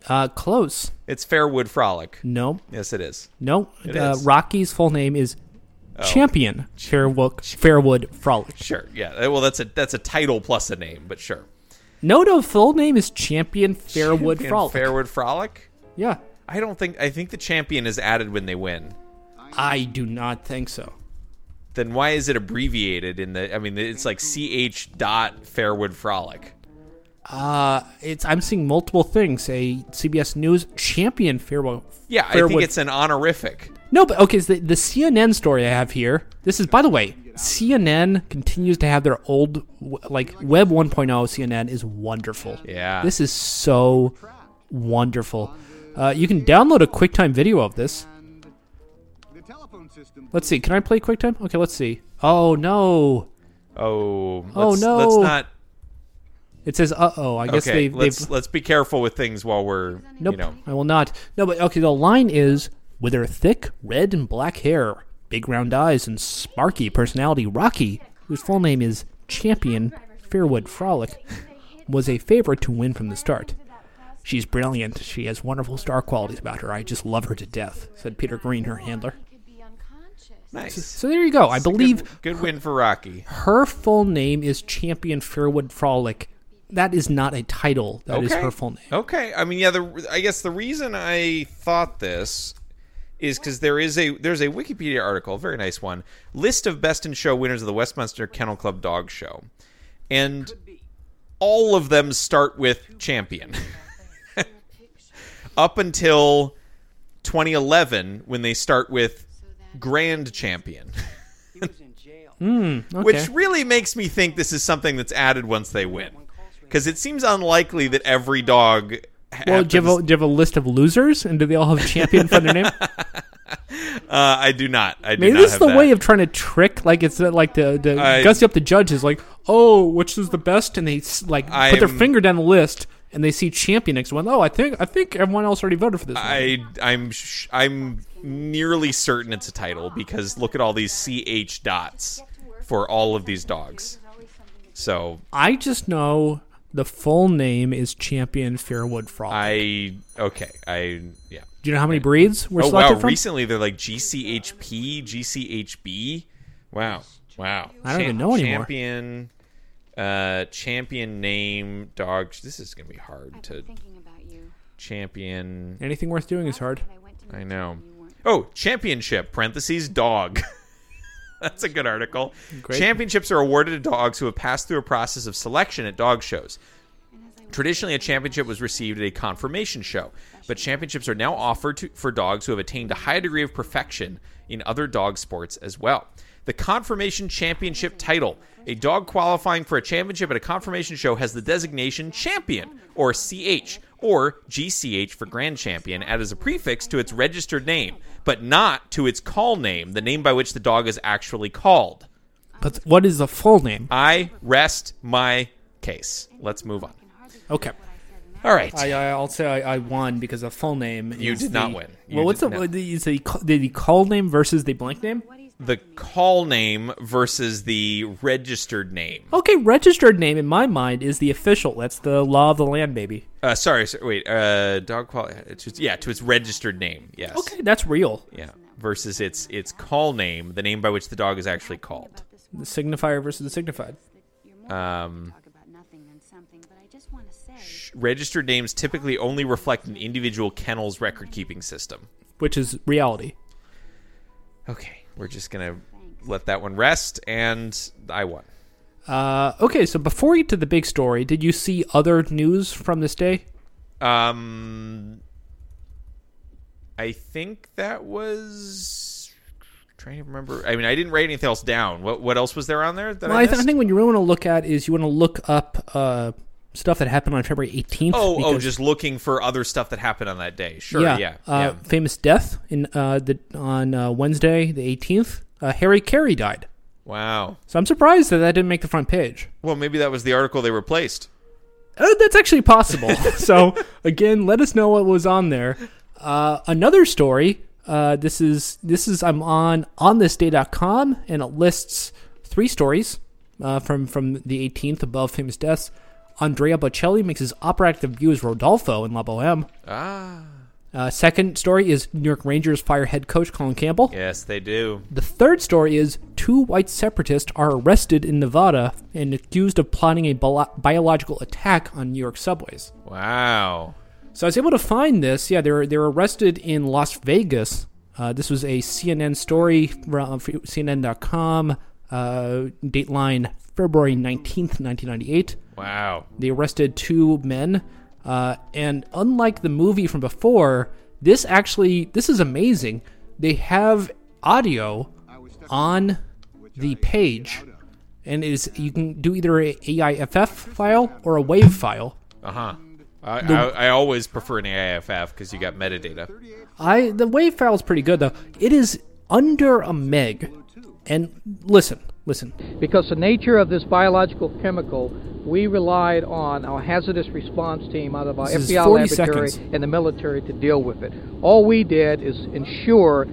Uh, close.
It's Fairwood Frolic.
No,
Yes, it is.
no.
It
Uh,
is. Oh.
Rocky's full name is Champion Fairwood, Fairwood Frolic.
Sure. Yeah. Uh, Well, that's a that's a title plus a name, but sure.
No, no. Full name is Champion Fairwood
Champion
Frolic.
Fairwood Frolic.
yeah,
I don't think I think the champion is added when they win.
I do not think so.
Then why is it abbreviated in the? I mean, it's like C H dot Fairwood Frolic.
It's I'm seeing multiple things. A CBS News Champion Fairwood.
Yeah, I think
Fairwood-
it's an honorific.
No, but okay, so the, the CNN story I have here. This is, by the way, CNN continues to have their old, w- like, Web 1.0 CNN is wonderful.
Yeah.
This is so wonderful. Uh, you can download a QuickTime video of this. Let's see. Can I play QuickTime? Okay, let's see. Oh, no.
Oh, let's,
Oh, no.
Let's not.
It says, uh oh. I guess
Okay,
they've.
let's
they've
let's be careful with things while we're
nope,
you know.
I will not. No, but okay, the line is with her thick red and black hair, big round eyes, and sparky personality, Rocky, whose full name is Champion Fairwood Frolic, was a favorite to win from the start. She's brilliant. She has wonderful star qualities about her. I just love her to death, said Peter Green, her handler.
Nice.
So there you go. I believe
Good, good win for Rocky.
her full name is Champion Fairwood Frolic. That is not a title. That is
Okay.
her full name.
Okay. I mean, yeah. The I guess the reason I thought this is because there is a there's a Wikipedia article, very nice one, list of best in show winners of the Westminster Kennel Club Dog Show, and all of them start with champion. Up until 2011, when they start with grand champion.
jail.
Okay.
Which really makes me think this is something that's added once they win. Because it seems unlikely that every dog.
well,
Happens.
do you, have a, do you have a list of losers, and do they all have champion for their name?
uh, I do not. I do
Maybe
not
this is
have
the
that.
way of trying to trick, like it's uh, like the, the
I-
gussy up the judges, like oh, which is the best, and they s- like
I
put their
am-
finger down the list, and they see champion next to one. Oh, I think I think everyone else already voted for this. one.
I I'm sh- I'm nearly certain it's a title because look at all these CH dots for all of these dogs. So
I just know the full name is Champion Fairwood Frog.
I okay I yeah.
do you know how many breeds were
Oh
selected
wow!
from?
Recently they're like GCHP, GCHB. Wow, wow!
I don't
Cha-
even know anymore.
Champion, uh, champion name dog. This is gonna be hard to
Thinking about you.
champion.
Anything worth doing is hard.
I went to
I know. Oh, championship parentheses dog. That's a good article. Championships are awarded to dogs who have passed through a process of selection at dog shows. Traditionally, a championship was received at a confirmation show, but championships are now offered to, for dogs who have attained a high degree of perfection in other dog sports as well. The confirmation championship title. A dog qualifying for a championship at a confirmation show has the designation champion, or CH, or GCH for grand champion, added as a prefix to its registered name, but not to its call name, the name by which the dog is actually called.
But what is the full name?
I rest my case. Let's move on.
Okay.
All right.
I, I, I'll say I, I won because the full name.
You
is
did
the-
not win. You
well, what's
did
the,
not.
the, is the ca- the call name versus the blank name?
the call name versus the registered name.
Okay, registered name in my mind is the official. That's the law of the land, baby.
Uh, sorry, sorry, wait. Uh, dog quality. yeah, to its registered name. Yes.
Okay, that's real.
Yeah. Versus its its call name, the name by which the dog is actually called.
The signifier versus the signified.
Um,
talk about nothing than something, but I just want to say.
registered names typically only reflect an individual kennel's record keeping system.
which is reality.
Okay, we're just gonna let that one rest, and I won.
Uh, okay, so before we get to the big story, did you see other news from this day?
Um, I think that was trying to remember. I mean, I didn't write anything else down. What what else was there on there? That
Well,
I,
I, th- I
missed?
think what you really want to look at is you want to look up uh, stuff that happened on February 18th.
Oh, oh,
because-
just looking for other stuff that happened on that day. Sure, yeah,
yeah,
yeah.
uh, famous death in uh, the on uh, Wednesday the 18th. Uh, Harry Carey died,
Wow.
so I'm surprised that that didn't make the front page.
Well, maybe that was the article they replaced.
Uh, that's actually possible. so again, let us know what was on there. Uh, another story. Uh, this is this is I'm on onthisday.com and it lists three stories uh, from from the 18th above famous deaths. Andrea Bocelli makes his operatic debut as Rodolfo in La Boheme. Ah. Uh, second story is New York Rangers fire head coach Colin Campbell.
Yes, they do.
The third story is two white separatists are arrested in Nevada and accused of plotting a bio- biological attack on New York subways.
Wow.
So I was able to find this. Yeah, they were they were arrested in Las Vegas. Uh, this was a CNN story from uh, CNN.com, uh, dateline February 19th, 1998.
Wow.
They arrested two men, uh, and unlike the movie from before, this actually this is amazing. They have audio on the page, and it is you can do either a AIFF file or a WAV file.
Uh huh. I, I, I always prefer an AIFF because you got metadata.
I the WAV file is pretty good though. It is under a meg, and listen, listen.
Because the nature of this biological chemical, we relied on our hazardous response team out of our
This is
FBI
40
laboratory
seconds.
and the military to deal with it. All we did is ensure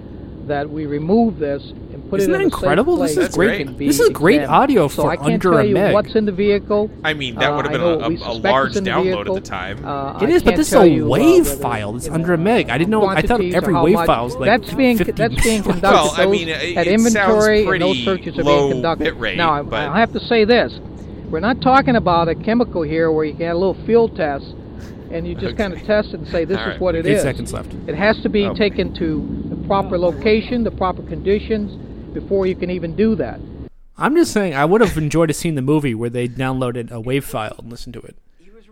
that we remove this and put
Isn't
it in
that
a safe
incredible?
place
This is
where it
great.
can be
This is great
examined.
audio
so
for
I can't
under
tell
a
you
meg.
What's in the vehicle?
I mean, that
Uh,
would've
I
been
know
a-
what we
a- a
suspect
large
is in the
download at
vehicle.
the time.
Uh,
It
I
is, but
can't
this is
tell
a
you, uh,
wave
whether
file. It's
in
under a meg. I didn't know- I thought
quantities
every
or how
wave
much.
file is like
that's being
50
that's being
Well,
conducted.
I
those
mean, it-
at
it sounds
inventory and
pretty
those searches are
low
being conducted.
bit rate,
now I,
but-
I have to say this: we're not talking about a chemical here where you get a little field test and you just
Okay.
kind of test it and say this
All
is
right.
what it
Eight
is.
seconds left.
It has to be
Oh.
taken to the proper location, the proper conditions before you can even do that.
I'm just saying I would have enjoyed to seen the movie where they downloaded a WAV file and listened to it.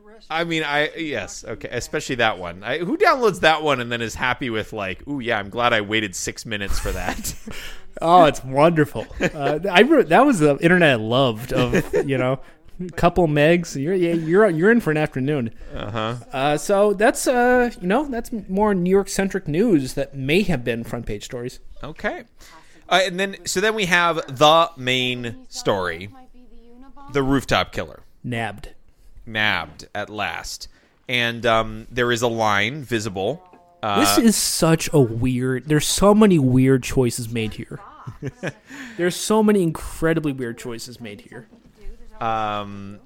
rest.
I mean, I yes, okay, especially that one. I, who downloads that one and then is happy with like, ooh, yeah, I'm glad I waited six minutes for that.
Oh, it's wonderful. Uh, I re- that was the internet I loved of you know, couple megs. You're yeah, you're you're in for an afternoon.
uh-huh.
Uh, so that's uh you know that's more New York centric news that may have been front page stories.
Okay. Uh, and then, so then we have the main story, the rooftop killer.
Nabbed.
nabbed at last. And um, there is a line visible. Uh,
This is such a weird. There's so many weird choices made here. there's so many incredibly weird choices made here.
um,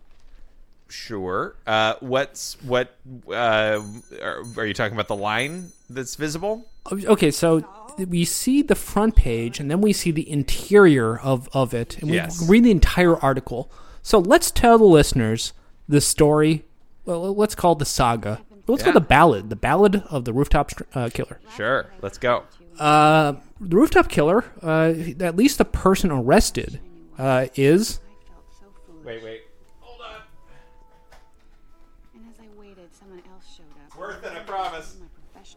sure. Uh, what's what? Uh, are, are you talking about the line that's visible?
Okay, so we see the front page, and then we see the interior of of it, and we
Yes.
read the entire article. So let's tell the listeners the story. Well, let's call it the saga. Let's
Yeah.
call the ballad, the ballad of the rooftop str- uh, killer.
Sure. Let's go.
Uh, the rooftop killer, uh, at least the person arrested, uh, is
Wait, wait. Hold on.
And as I waited, someone else showed up.
Worth it, I promise.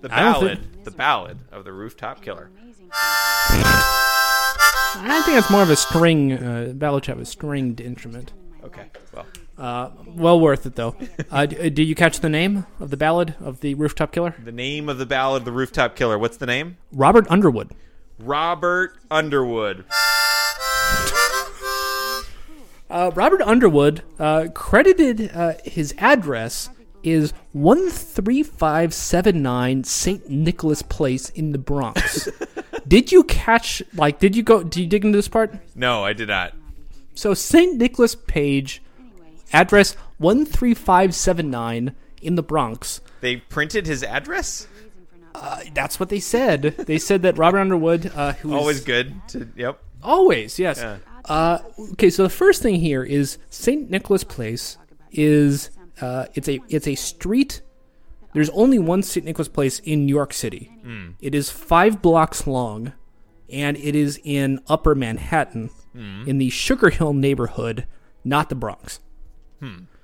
The
I don't
ballad, the ballad of the rooftop killer.
I think it's more of a string. Uh, ballad have a stringed instrument.
Okay. Well,
Uh, well worth it though. Uh, d- uh, do you catch the name of the ballad of the rooftop killer?
the name of the ballad, the rooftop killer. What's the name?
Robert Underwood.
Robert Underwood.
Uh, Robert Underwood uh, credited uh, his address is 13579 St. Nicholas Place in the Bronx. did you catch like did you go do you dig into this part?
No, I did not.
So St. Nicholas Page address 13579 in the Bronx. Uh,
They printed his address.
That's what they said. They said that Robert Underwood uh, who is
Always good. To, yep.
Always, yes. Uh, okay, so the first thing here is St. Nicholas Place is uh, it's a it's a street. There's only one St. Nicholas Place in New York City. It is five blocks long, and it is in Upper Manhattan, in the Sugar Hill neighborhood, not the Bronx.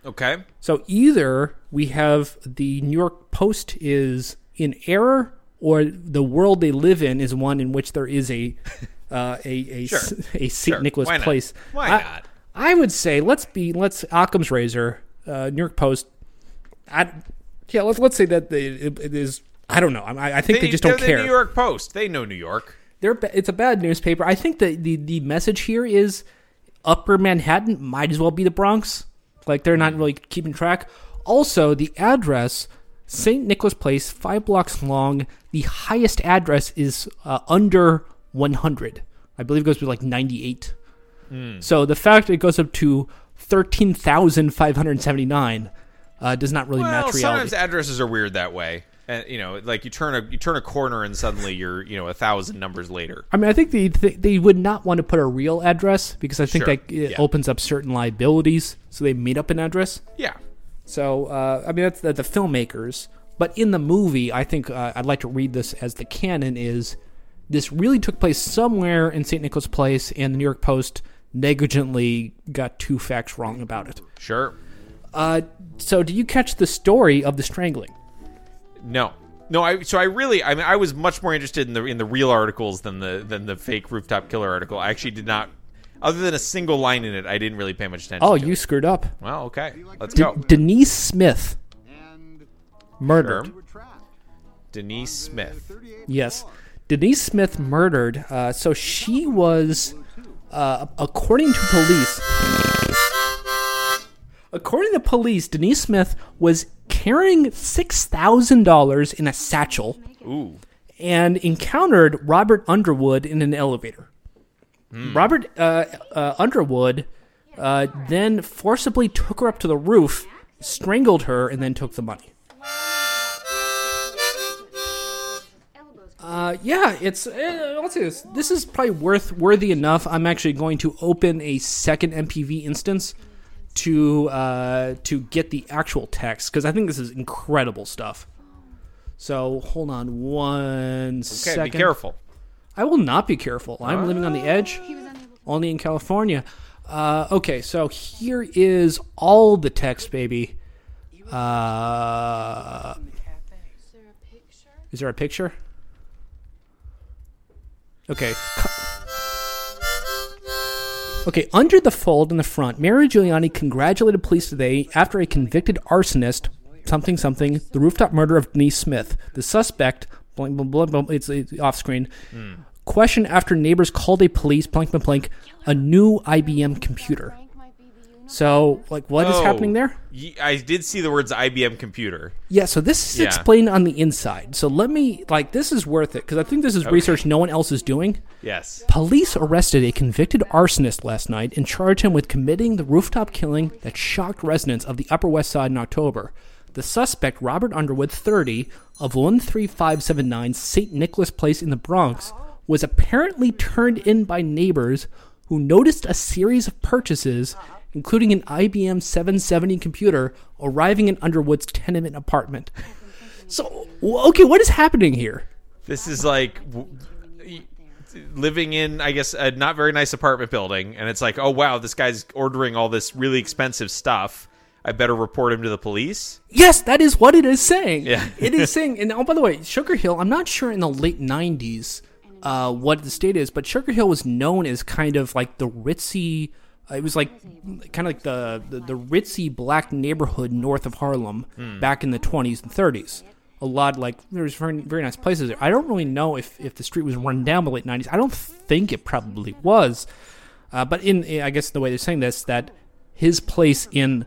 Okay.
So either we have the New York Post is in error, or the world they live in is one in which there is a uh, a a,
Sure.
s- a St.
Sure.
Nicholas
Why not?
Place.
Why
I,
not?
I would say let's be let's Occam's Razor, uh, New York Post. I yeah let's let's say that they, it, it is. I don't know. I, I think they, just
they're
don't
the
care.
New York Post. They know New York.
They're ba- it's a bad newspaper. I think the, the the message here is Upper Manhattan might as well be the Bronx. Like they're
Mm.
not really keeping track. Also, the address St. Nicholas Place, five blocks long. The highest address is uh, under 100. I believe it goes to like 98.
Hmm.
So the fact it goes up to 13,579 uh, does not really
Well,
match
sometimes
reality.
addresses are weird that way. And you know, like you turn a you turn a corner and suddenly you're you know a thousand numbers later.
I mean, I think they th- they would not want to put a real address because I think
Sure.
that it
Yeah.
opens up certain liabilities. So they made up an address.
Yeah.
So uh, I mean, that's the, the filmmakers. But in the movie, I think uh, I'd like to read this as the canon is this really took place somewhere in St. Nicholas Place, and the New York Post negligently got two facts wrong about it.
Sure.
Uh, so did you catch the story of the strangling?
No. No. I so I really I mean I was much more interested in the in the real articles than the than the fake rooftop killer article. I actually did not. Other than a single line in it, I didn't really pay much attention.
Oh,
to
you
It.
screwed up.
Well, okay. Let's
De-
go.
Denise Smith murdered.
Sure. Denise Smith.
Yes. Denise Smith murdered. Uh, so she was, uh, according to police, according to police, Denise Smith was carrying six thousand dollars in a satchel
Ooh.
and encountered Robert Underwood in an elevator. Robert uh, uh, Underwood uh, then forcibly took her up to the roof, strangled her, and then took the money. Uh, yeah, it's. Uh, I'll say this. This is probably worth worthy enough. I'm actually going to open a second MPV instance to uh, to get the actual text because I think this is incredible stuff. So hold on one
Okay.
second.
Be careful.
I will not be careful. I'm living on the edge, only in California. Uh, okay, so here is all the text, baby. Uh, is there a picture? Okay. Okay, under the fold in the front, Mary Giuliani congratulated police today after a convicted arsonist, something something, the rooftop murder of Denise Smith. The suspect, blank, blank, blank, blank it's, it's off screen,
Hmm.
questioned after neighbors called a police, blank, blank, blank, a new IBM computer. So, like, what is
Oh,
happening there?
ye- I did see the words IBM computer.
Yeah, so this is
Yeah.
explained on the inside. So let me, like, this is worth it because I think this is
Okay.
research no one else is doing.
Yes.
Police arrested a convicted arsonist last night and charged him with committing the rooftop killing that shocked residents of the Upper West Side in October. The suspect, Robert Underwood, 30, of 13579 St. Nicholas Place in the Bronx, was apparently turned in by neighbors who noticed a series of purchases, including an IBM 770 computer, arriving in Underwood's tenement apartment. So, w- okay, what is happening here?
This is like w- y- living in, I guess, a not very nice apartment building, and it's like, oh wow, this guy's ordering all this really expensive stuff. I better report him to the police.
Yes, that is what it is saying.
Yeah.
it is saying. And oh, by the way, Sugar Hill. I'm not sure in the late '90s uh, what the state is, but Sugar Hill was known as kind of like the ritzy. uh, It was like kind of like the, the the ritzy black neighborhood north of Harlem
Hmm.
back in the 20s and 30s. A lot like there's very, very nice places there. I don't really know if, if the street was run down by late 90s. I don't think it probably was, uh, but in I guess the way they're saying this that his place in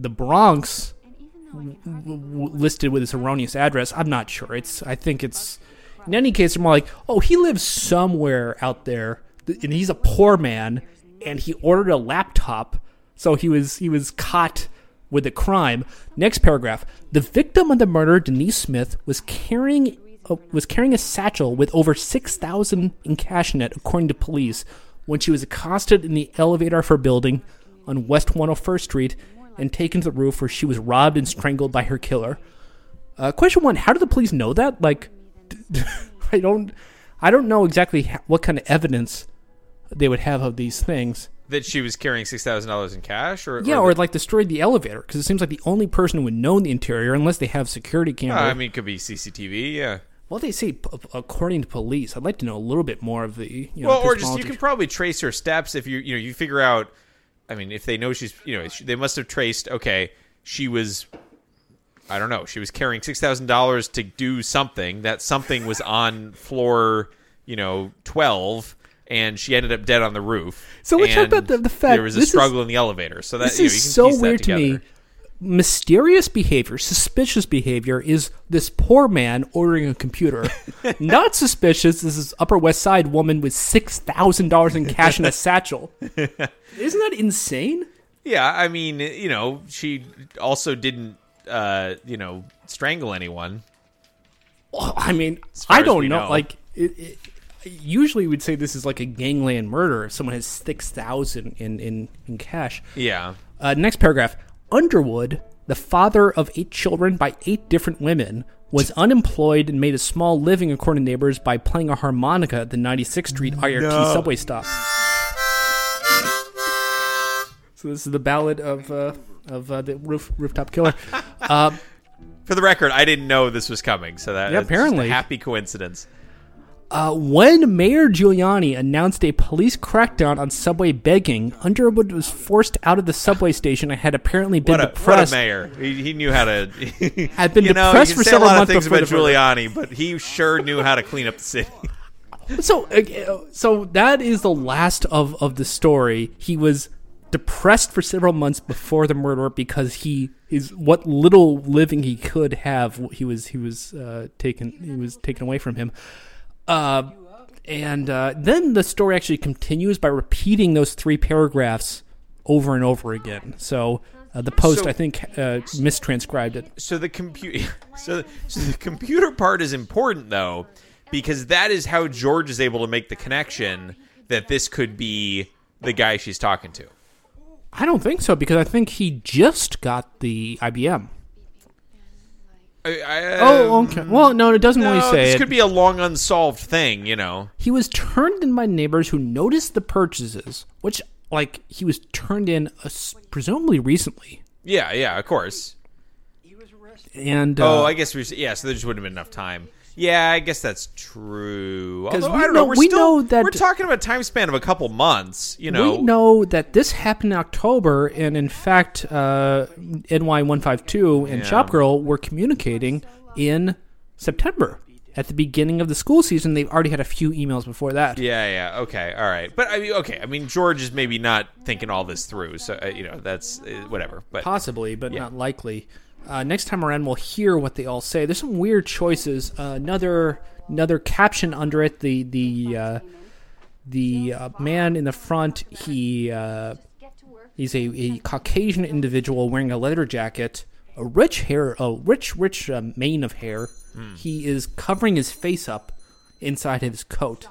the Bronx w- w- listed with his erroneous address. I'm not sure. It's I think it's in any case they're more like, oh, he lives somewhere out there, th- and he's a poor man, and he ordered a laptop, so he was he was caught with a crime. Next paragraph: the victim of the murder, Denise Smith, was carrying. uh, Was carrying a satchel with over six thousand in cash in it, according to police, when she was accosted in the elevator of her building on West 101st Street and taken to the roof where she was robbed and strangled by her killer. Uh, question one: How do the police know that? Like, d- I don't, I don't know exactly ho- what kind of evidence they would have of these things.
That she was carrying six thousand dollars in cash, or
Yeah,
or
or like destroyed the elevator because it seems like the only person who would know the interior, unless they have security
Uh,
cameras.
I mean, it could be CCTV. Yeah.
well, they say p- according to police. I'd like to know a little bit more of the you know,
well, or just you
epistemology.
can probably trace her steps if you you know you figure out. I mean, if they know she's you know she, they must have traced. Okay, she was. I don't know. She was carrying six thousand dollars to do something. That something was on floor, you know, twelve, and she ended up dead on the roof.
So let's talk
And
about the- the fact-
there was a
this is-
struggle in the elevator. So that
this
you know,
is
you can
so
piece that
weird to me.
together.
Mysterious behavior, suspicious behavior is this poor man ordering a computer. Not suspicious is this Upper West Side woman with six thousand dollars in cash in a satchel. Isn't that insane?
Yeah, I mean, you know, she also didn't, uh, you know, strangle anyone.
Well, Oh, I mean,
As far
I
as we
don't know.
know.
Like, it, it, usually we'd say this is like a gangland murder if someone has six thousand in in in cash.
Yeah.
Uh, next paragraph. Underwood, the father of eight children by eight different women, was unemployed and made a small living, according to neighbors, by playing a harmonica at the 96th Street IRT
No.
subway stop. So this is the ballad of uh, of uh, the roof rooftop killer. Uh,
For the record, I didn't know this was coming, so that
Yeah,
that's just a
apparently.
happy coincidence.
Uh, when Mayor Giuliani announced a police crackdown on subway begging, Underwood was forced out of the subway station and had apparently been
What a, what a
depressed.
mayor! He, he knew how to.
I've been
you know,
depressed
you
for
can say
several
a lot
months
of things
before
about
the-
Giuliani, but he sure knew how to clean up the city.
so, uh, so that is the last of of the story. He was depressed for several months before the murder because he is what little living he could have. He was he was uh, taken he was taken away from him. Uh, and uh, then the story actually continues by repeating those three paragraphs over and over again. So uh, the post,
So-
I think, uh, mistranscribed it.
So the computer, so, so the computer part is important though, because that is how George is able to make the connection that this could be the guy she's talking to.
I don't think so because I think he just got the IBM.
I- I-
Oh, okay. Well, no, it doesn't really
Um, no,
say
This
it.
could be a long unsolved thing, you know.
He was turned in by neighbors who noticed the purchases, which, like, he was turned in uh, s- presumably recently.
Yeah, yeah, of course.
And
oh,
uh,
I guess we should, yeah. So there just wouldn't have been enough time. Yeah, I guess that's true.
'Cause
Although
we
I don't
know-
know, we're
we
still,
know that-
we're talking about a time span of a couple months. You know,
we know that this happened in October, and in fact, uh, NY152 and
Yeah.
Shopgirl were communicating in September at the beginning of the school season. They've already had a few emails before that.
Yeah, yeah, okay, all right. But I mean, okay, I mean, George is maybe not thinking all this through, so uh, you know that's uh, whatever. But
Possibly, but not likely. Uh, next time around, we'll hear what they all say. There's some weird choices. Uh, another another caption under it. The the uh, the uh, man in the front. He uh, he's a, a Caucasian individual wearing a leather jacket, a rich hair, a rich rich uh, mane of hair.
Hmm.
He is covering his face up inside his coat.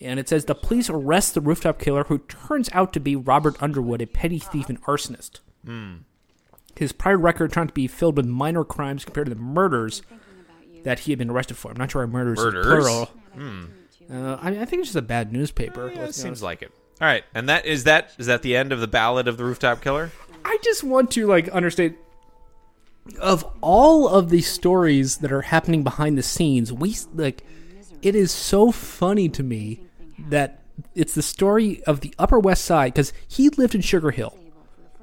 And it says the police arrest the rooftop killer, who turns out to be Robert Underwood, a petty thief and arsonist.
Hmm.
His prior record turned out to be filled with minor crimes compared to the murders that he had been arrested for. I'm not sure why murders, is
Murders?
plural.
Hmm.
Uh, I, I think it's just a bad newspaper.
Yeah, it seems like it. All right, and that is that is that the end of the ballad of the rooftop killer?
I just want to like understate. Of all of these stories that are happening behind the scenes, we s- like it is so funny to me that it's the story of the Upper West Side because he lived in Sugar Hill,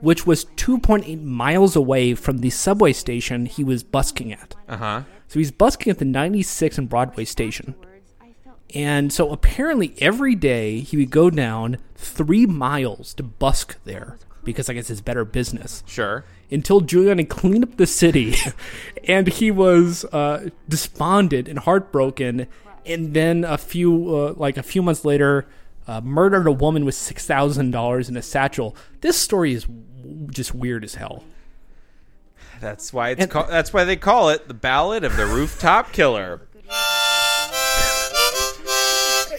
which was 2.8 miles away from the subway station he was busking at.
Uh huh.
So he's busking at the 96 and Broadway station. And so apparently every day he would go down three miles to busk there because I guess it's better business.
Sure.
Until Giuliani cleaned up the city and he was uh, despondent and heartbroken. And then a few, uh, like a few months later, uh, murdered a woman with $6,000 in a satchel. This story is w- just weird as hell.
That's why it's called. That's why they call it the ballad of the rooftop killer.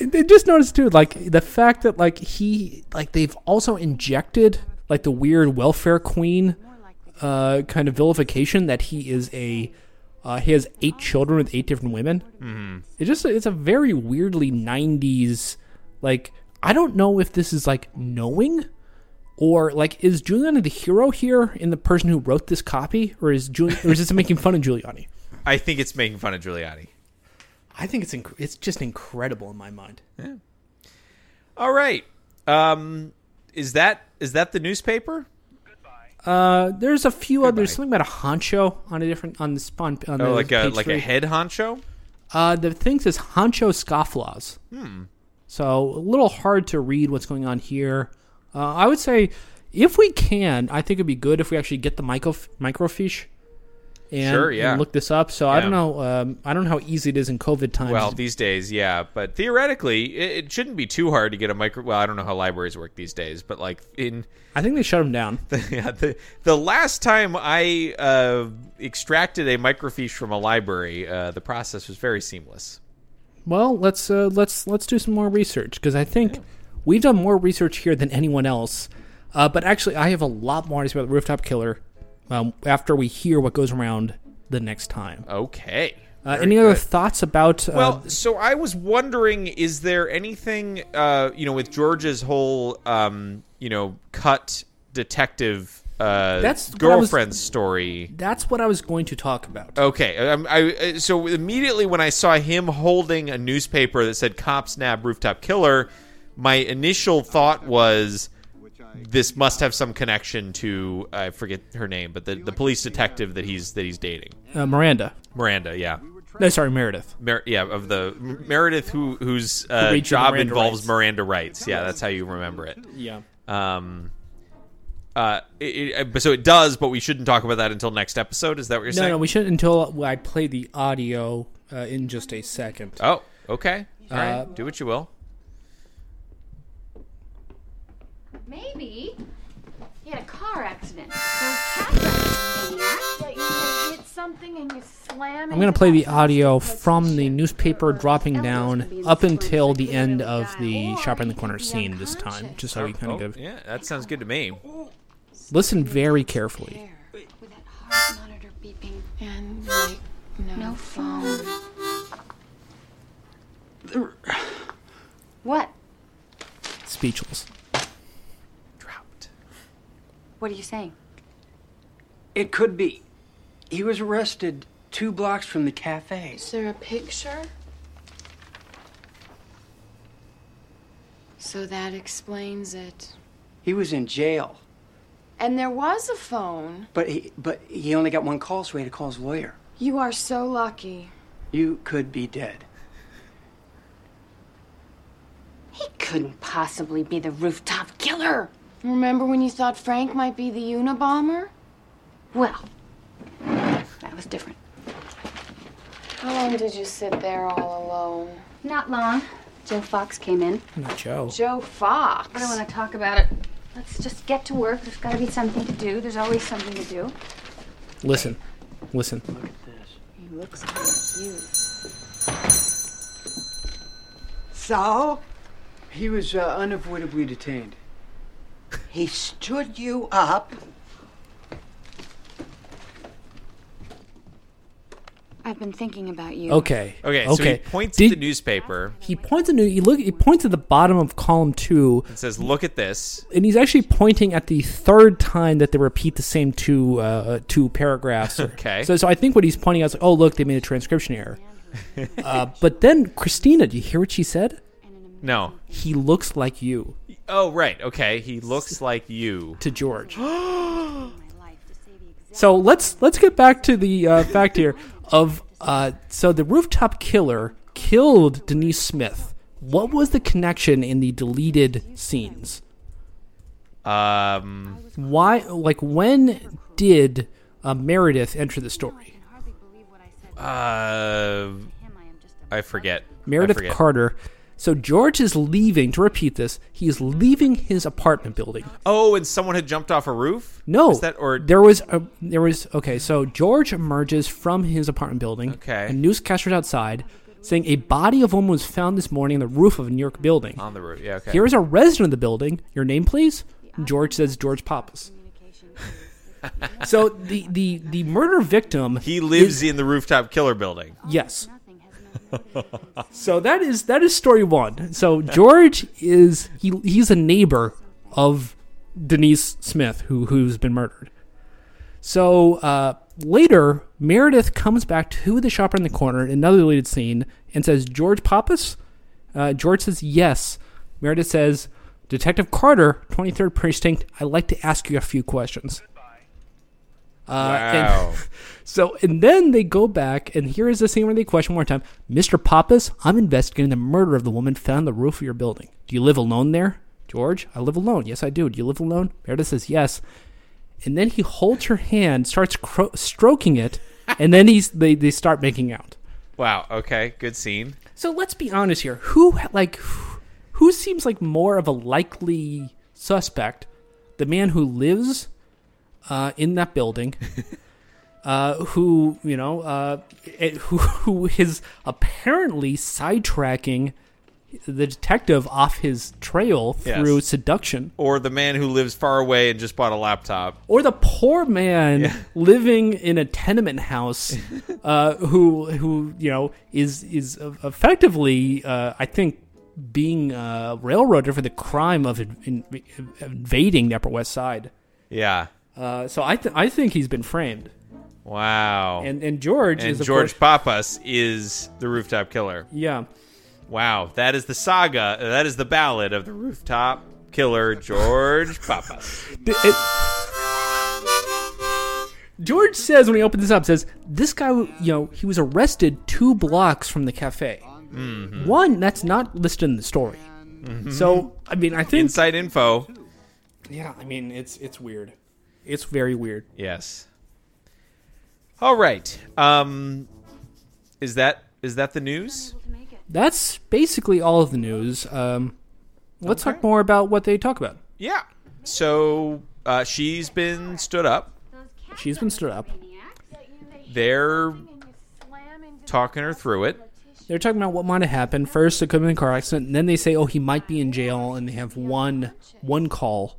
they just noticed too, like the fact that like he like they've also injected like the weird welfare queen uh kind of vilification that he is a uh, he has eight children with eight different women.
Mhm.
It just it's a very weirdly '90s like I don't know if this is like knowing or like is Giuliani the hero here in the person who wrote this copy or is Giul- or is this making fun of Giuliani?
I think it's making fun of Giuliani.
I think it's inc- it's just incredible in my mind.
Yeah. All right. Um, is that is that the newspaper?
Uh, there's a few others. Something about a honcho on a different on the spawn. On
Oh,
the
like a
page
like
three.
a head honcho.
Uh, the thing says honcho scofflaws.
Hmm.
So a little hard to read what's going on here. Uh, I would say if we can, I think it'd be good if we actually get the micro microfiche. And,
Sure, yeah.
and look this up. So I don't
Yeah.
know. Um, I don't know how easy it is in COVID times.
Well, these days, yeah, but theoretically, it, it shouldn't be too hard to get a micro. Well, I don't know how libraries work these days, but like in
I think they shut them down.
yeah, the the last time I uh, extracted a microfiche from a library, uh, the process was very seamless.
Well, let's uh, let's let's do some more research because I think we've done more research here than anyone else. Uh, but actually, I have a lot more to say about the rooftop killer um, after we hear what goes around the next time.
Okay.
Uh,
Very
any other
good.
thoughts about? Uh,
Well, so I was wondering, is there anything, uh, you know, with George's whole, um, you know, cut detective uh,
That's what I was-
girlfriend story?
that's what I was going to talk about.
Okay, um, I, I so immediately when I saw him holding a newspaper that said "Cop Snap Rooftop Killer," my initial thought was, "This must have some connection to I forget her name, but the, the police detective that he's that he's dating,
Uh, Miranda.
Miranda, yeah,
No, sorry, Meredith.
Mer- yeah, of the M- Meredith who whose uh,
Who reads you the
job
Miranda
involves
rights.
Miranda rights. Yeah, that's how you remember it.
Yeah.
Um. Uh, it, it, but so it does, but we shouldn't talk about that until next episode. Is that what you're
No,
saying?
no, we shouldn't until I play the audio uh, in just a second.
Oh, okay. All right.
Uh,
Do what you will.
Maybe he had a car accident. Those cab drivers are maniacs.
That you like, hit something and you slam
I'm going to play the audio from the newspaper dropping down up until the end of the Shop in the Corner scene this time, just so we kind
Oh,
of give.
yeah, that sounds good to me.
Listen very carefully.
monitor beeping.
And like no, phone.
What?
Speechless.
Dropped.
What are you saying?
It could be. He was arrested two blocks from the cafe.
Is there a picture? So that explains it.
He was in jail,
And there was a phone.
but he but he only got one call, so he had to call his lawyer.
You are so lucky.
You could be dead.
He couldn't possibly be the rooftop killer.
Remember when you thought Frank might be the Unabomber?
Well, that was different.
How long did you sit there all alone?
Not long. Joe Fox came in.
Not Joe.
Joe Fox.
I don't want to talk about it. Let's just get to work. There's got to be something to do. There's always something to do.
Listen. Listen.
He looks kind of cute.
So,
He was uh, unavoidably detained.
he stood you up.
I've been thinking about you.
Okay.
Okay, so he
Okay.
points
Did-
at the newspaper
He points at he look he points at the bottom of column two,
and says, "Look at this."
and he's actually pointing at the third time that they repeat the same two uh, two paragraphs.
Okay.
So so I think what he's pointing out is like, oh look, they made a transcription error. uh, but then Christina, do you hear what she said?
No.
He looks like you
Oh, right. Okay. He looks like you.
to George. so let's let's get back to the uh, fact here of uh, so the rooftop killer killed Denise Smith. What was the connection in the deleted scenes?
Um.
Why, like, when did uh, Meredith enter the story?
Uh. I forget. I
Meredith
forget.
Carter. So George is leaving. To repeat this, he is leaving his apartment building.
Oh, and someone had jumped off a roof.
No,
Is that or
there was a, there was okay. So George emerges from his apartment building.
Okay.
and newscasters outside saying a body of woman was found this morning on the roof of a New York building.
on the roof? Yeah. Okay.
Here is a resident of the building. Your name, please. George says George Pappas. so the, the the murder victim
he lives in the rooftop killer building.
Yes. so that is that is story one. So George is he he's a neighbor of Denise Smith who who's been murdered. So uh, later Meredith comes back to the shop in the corner in another deleted scene and says George Pappas. Uh, George says yes. Meredith says Detective Carter, twenty third precinct. I'd like to ask you a few questions. Uh, and-
wow.
so, and then they go back, and here is the scene where they question one more time Mr. Pappas, I'm investigating the murder of the woman found on the roof of your building. Do you live alone there? George, I live alone. Yes, I do. Do you live alone? Meredith says, yes. And then he holds her hand, starts cro- stroking it, and then he's, they, they start making out.
wow. Okay. Good scene.
So let's be honest here. Who, like, who seems like more of a likely suspect? The man who lives uh, in that building, uh, who you know, uh, eh, who who is apparently sidetracking the detective off his trail
Yes.
through seduction,
Or the man who lives far away and just bought a laptop.
or the poor man living in a tenement house, uh, who who you know is is effectively, uh, I think. Being uh, railroaded for the crime of in, in, invading the Upper West Side,
Yeah.
uh, so I th- I think he's been framed.
Wow.
and and George
And
is of
George
course-
Pappas is the rooftop killer.
yeah.
Wow, that is the saga. That is the ballad of the rooftop killer George Pappas.
D- it- George says when he opened this up, says this guy, you know, he was arrested two blocks from the cafe. One that's not listed in the story. So I mean, I think
Inside info.
yeah, I mean, it's it's weird. It's very weird.
Yes. All right. Um, is that is that the news?
That's basically all of the news. Um, let's talk more about what they talk about.
Yeah. So uh, she's been stood up.
She's been stood up.
They're talking her through it.
They're talking about what might have happened. First, it could have been a car accident, and then they say, "Oh, he might be in jail," and they have one one call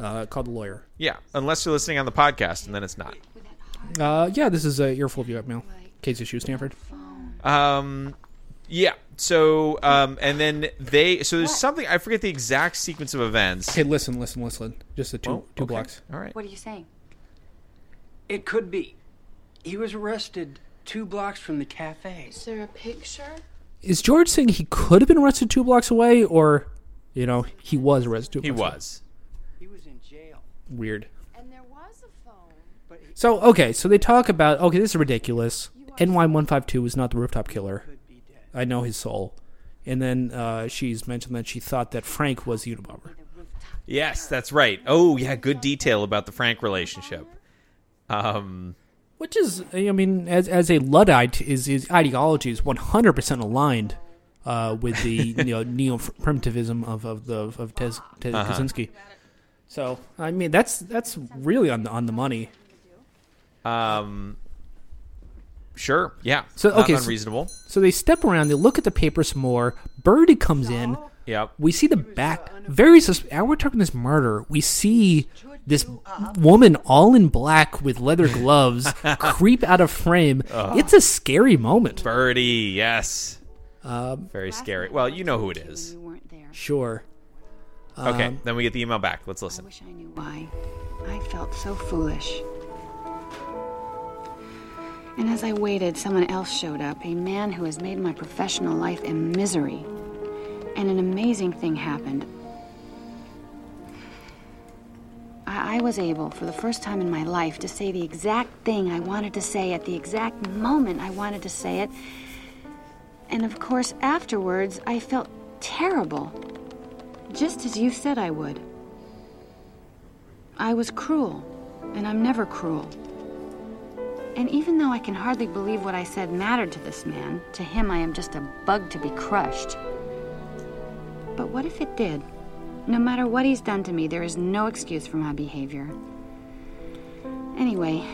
uh, called the lawyer.
Yeah, unless you're listening on the podcast, and then it's not.
Uh, yeah, this is a earful of your mail. Case issue, Stanford.
Um, yeah. So um, and then they. So there's something I forget the exact sequence of events.
Okay, listen, listen, listen. Just the two two blocks.
All right.
What are you saying?
It could be.
He was arrested two blocks from the cafe.
Is there a picture?
Is George saying he could have been arrested two blocks away, or, you know, he was arrested two
He
blocks away?
was.
Weird. So, okay, so they talk about, okay, this is ridiculous. NY152 was not the rooftop killer. I know his soul. And then uh, she's mentioned that she thought that Frank was the Unabomber.
Yes, that's right. Oh, yeah, good detail about the Frank relationship. Um,
Which is, I mean, as as a luddite, is his ideology is one hundred percent aligned uh, with the you know, neo primitivism of of the of Tez, Tez
Uh-huh.
Kaczynski. So I mean, that's that's really on the on the money.
um, sure. Yeah.
So
Not
okay, so-
unreasonable.
So, they step around, they look at the paper some more. Birdie comes in.
Yep.
We see the back. Very sus- now we're talking this murder. We see this woman all in black with leather gloves creep out of frame.
Ugh.
It's a scary moment.
Birdie. Yes.
Um,
Very scary. Well, you know who it is.
Sure.
Okay.
Um,
then we get the email back. Let's listen.
Why? I felt so foolish. And as I waited, someone else showed up a man who has made my professional life a misery. And an amazing thing happened. I, I was able, for the first time in my life, to say the exact thing I wanted to say at the exact moment I wanted to say it. And of course, afterwards, I felt terrible. Just as you said I would. I was cruel, and I'm never cruel. And even though I can hardly believe what I said mattered to this man, to him I am just a bug to be crushed. But what if it did? No matter what he's done to me, there is no excuse for my behavior. Anyway,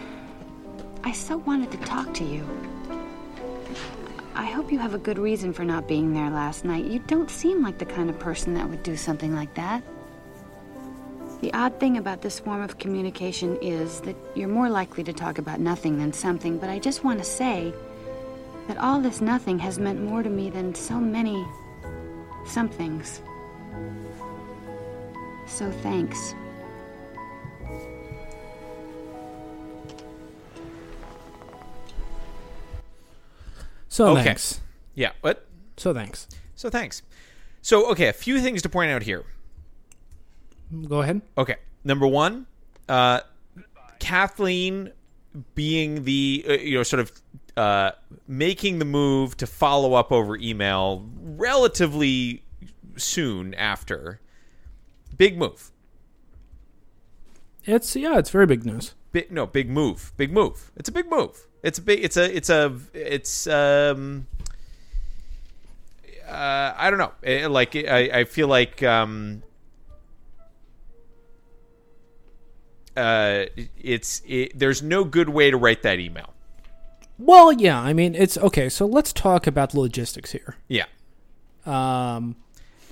I so wanted to talk to you. I hope you have a good reason for not being there last night. You don't seem like the kind of person that would do something like that. The odd thing about this form of communication is that you're more likely to talk about nothing than something, but I just want to say that all this nothing has meant more to me than so many somethings. So thanks.
So
okay.
thanks.
Yeah. What?
So thanks.
So thanks. So okay, a few things to point out here.
Go ahead.
Okay. Number one, uh, Kathleen being the, uh, you know, sort of uh, making the move to follow up over email relatively soon after. Big move.
It's yeah, it's very big news.
Big, no, big move. Big move. It's a big move. It's a big, it's a, it's a, it's, um, uh, I don't know. Eh, like, I, I feel like, um, uh, it's it, there's no good way to write that email.
Well, yeah, I mean it's okay. So let's talk about the logistics here.
Yeah.
Um,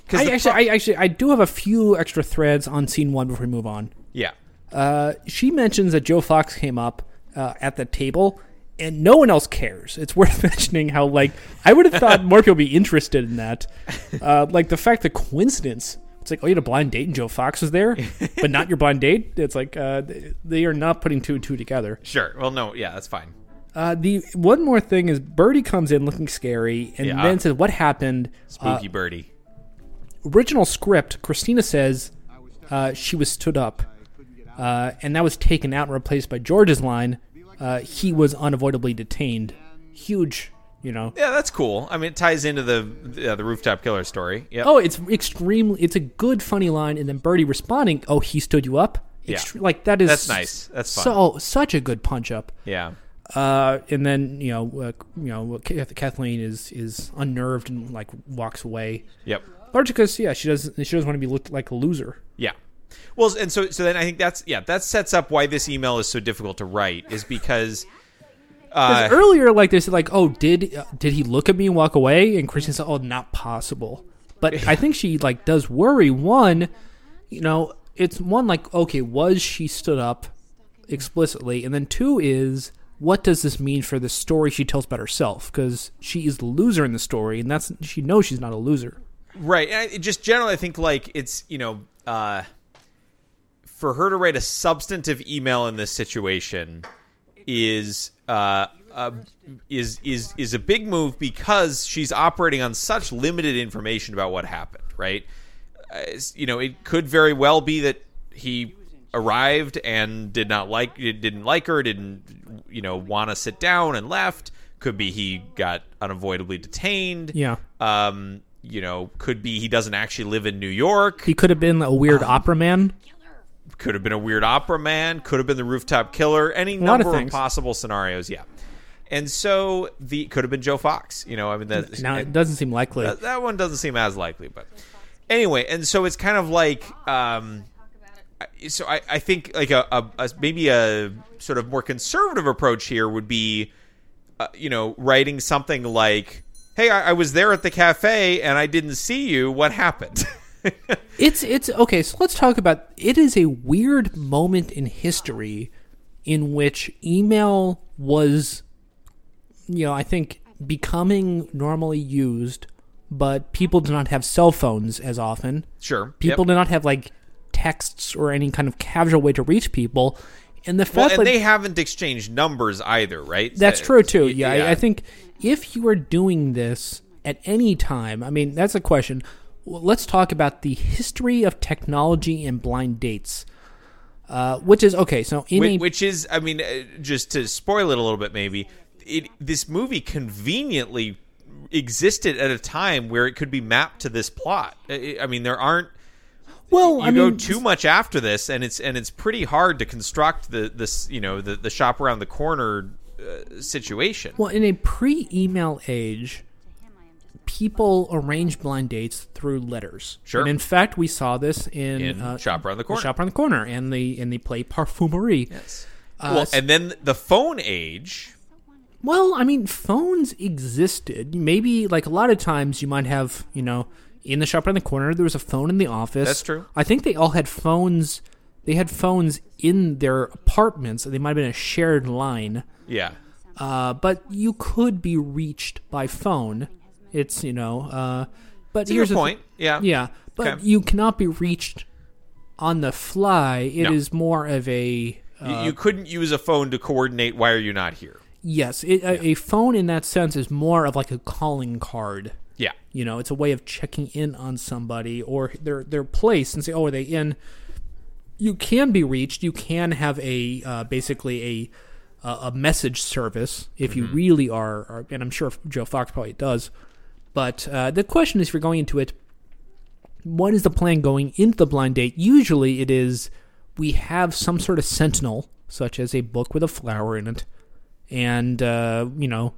'Cause
I
the
actually, I actually, I do have a few extra threads on scene one before we move on.
Yeah.
Uh, she mentions that Joe Fox came up uh, at the table, and no one else cares. It's worth mentioning how, like, I would have thought more people would be interested in that. Uh, like the fact, the coincidence. It's like, oh, you had a blind date and Joe Fox was there, but not your blind date. It's like uh, they- they are not putting two and two together.
Sure. Well, no. Yeah, that's fine.
Uh, the one more thing is Birdie comes in looking scary and
Yeah.
then says, "What happened?" Uh,
Spooky birdie.
original script, Christina says uh, she was stood up, uh, and that was taken out and replaced by George's line. Uh, he was unavoidably detained. Huge, you know.
Yeah, that's cool. I mean, it ties into the uh, the rooftop killer story. Yeah.
Oh, it's extremely. It's a good, funny line, and then Birdie responding, "Oh, he stood you up."
Yeah.
like that is
That's nice. That's fun.
so such a good punch up.
Yeah.
Uh, and then you know, uh, you know, Kath- Kathleen is is unnerved and like walks away.
Yep.
Largely because yeah, she doesn't she doesn't want to be looked like a loser.
Yeah. Well, and so so then I think that's yeah that sets up why this email is so difficult to write is because
'Cause
uh,
earlier, like they said, like oh, did uh, did he look at me and walk away? And Christian said, oh, not possible. But I think she like does worry. One, you know, it's one like okay, was she stood up explicitly? And then two is what does this mean for the story she tells about herself? Because she is the loser in the story, and that's she knows she's not a loser.
right and I, it just generally I think like it's you know uh, for her to write a substantive email in this situation is uh, uh, is is is a big move because she's operating on such limited information about what happened. Right? Uh, it's- you know, it could very well be that he arrived and did not like didn't like her, didn't you know want to sit down and left. Could be he got unavoidably detained.
Yeah.
Um. You know, could be he doesn't actually live in New York
He could have been a weird
Ah.
opera man.
could have been a weird opera man, could have been the rooftop killer, any
lot of
number of,
things.
possible scenarios, yeah. And so the could have been Joe Fox, you know, I mean that
Now it doesn't seem likely.
that, that one doesn't seem as likely, but anyway, and so it's kind of like um I- so I, I think like a, a, a maybe a sort of more conservative approach here would be uh, you know writing something like hey I, I was there at the cafe and i didn't see you what happened
It's it's okay. So let's talk about. It is a weird moment in history, in which email was, you know, I think becoming normally used, but people did not have cell phones as often.
Sure.
People
Yep.
did not have like texts or any kind of casual way to reach people, and the
well,
fact
and
that
they haven't exchanged numbers either, right?
That's
Uh,
true too.
y-
Yeah, I, I think if you are doing this at any time, I mean, that's a question. Well, let's talk about the history of technology and blind dates, uh, which is okay. So in
Whi-
a-
which is, I mean, uh, just to spoil it a little bit, maybe it this movie conveniently existed at a time where it could be mapped to this plot. I I mean, there aren't.
Well,
you
I
go
mean,
too much after this, and it's and it's pretty hard to construct the this you know the the shop around the corner uh, situation.
well, in a pre-email age, people arrange blind dates through letters.
Sure.
And in fact, we saw this in, uh,
In Shop Around the Corner.
Shop around the corner, and the in the play Parfumerie. Yes.
well, and then the phone age.
Well, I mean, phones existed. Maybe like a lot of times you might have, you know, in the shop around the corner there was a phone in the office.
That's true.
I think they all had phones. They had phones in their apartments. They might have been a shared line.
Yeah.
Uh, but you could be reached by phone. It's you know, uh, but
It's a
here's
good
the
point. Yeah.
yeah, but
Okay.
you cannot be reached on the fly. It is
No.
more of a
You-
uh,
you couldn't use a phone to coordinate why are you not here.
Yes, it, a, a phone in that sense is more of like a calling card.
Yeah.
you know, it's a way of checking in on somebody or their their place and say, oh, are they in? You can be reached. You can have a uh, basically a uh, a message service if you really are, are, and I'm sure Joe Fox probably does. But uh, the question is, if you're going into it, what is the plan going into the blind date? Usually it is we have some sort of sentinel, such as a book with a flower in it, and, uh, you know,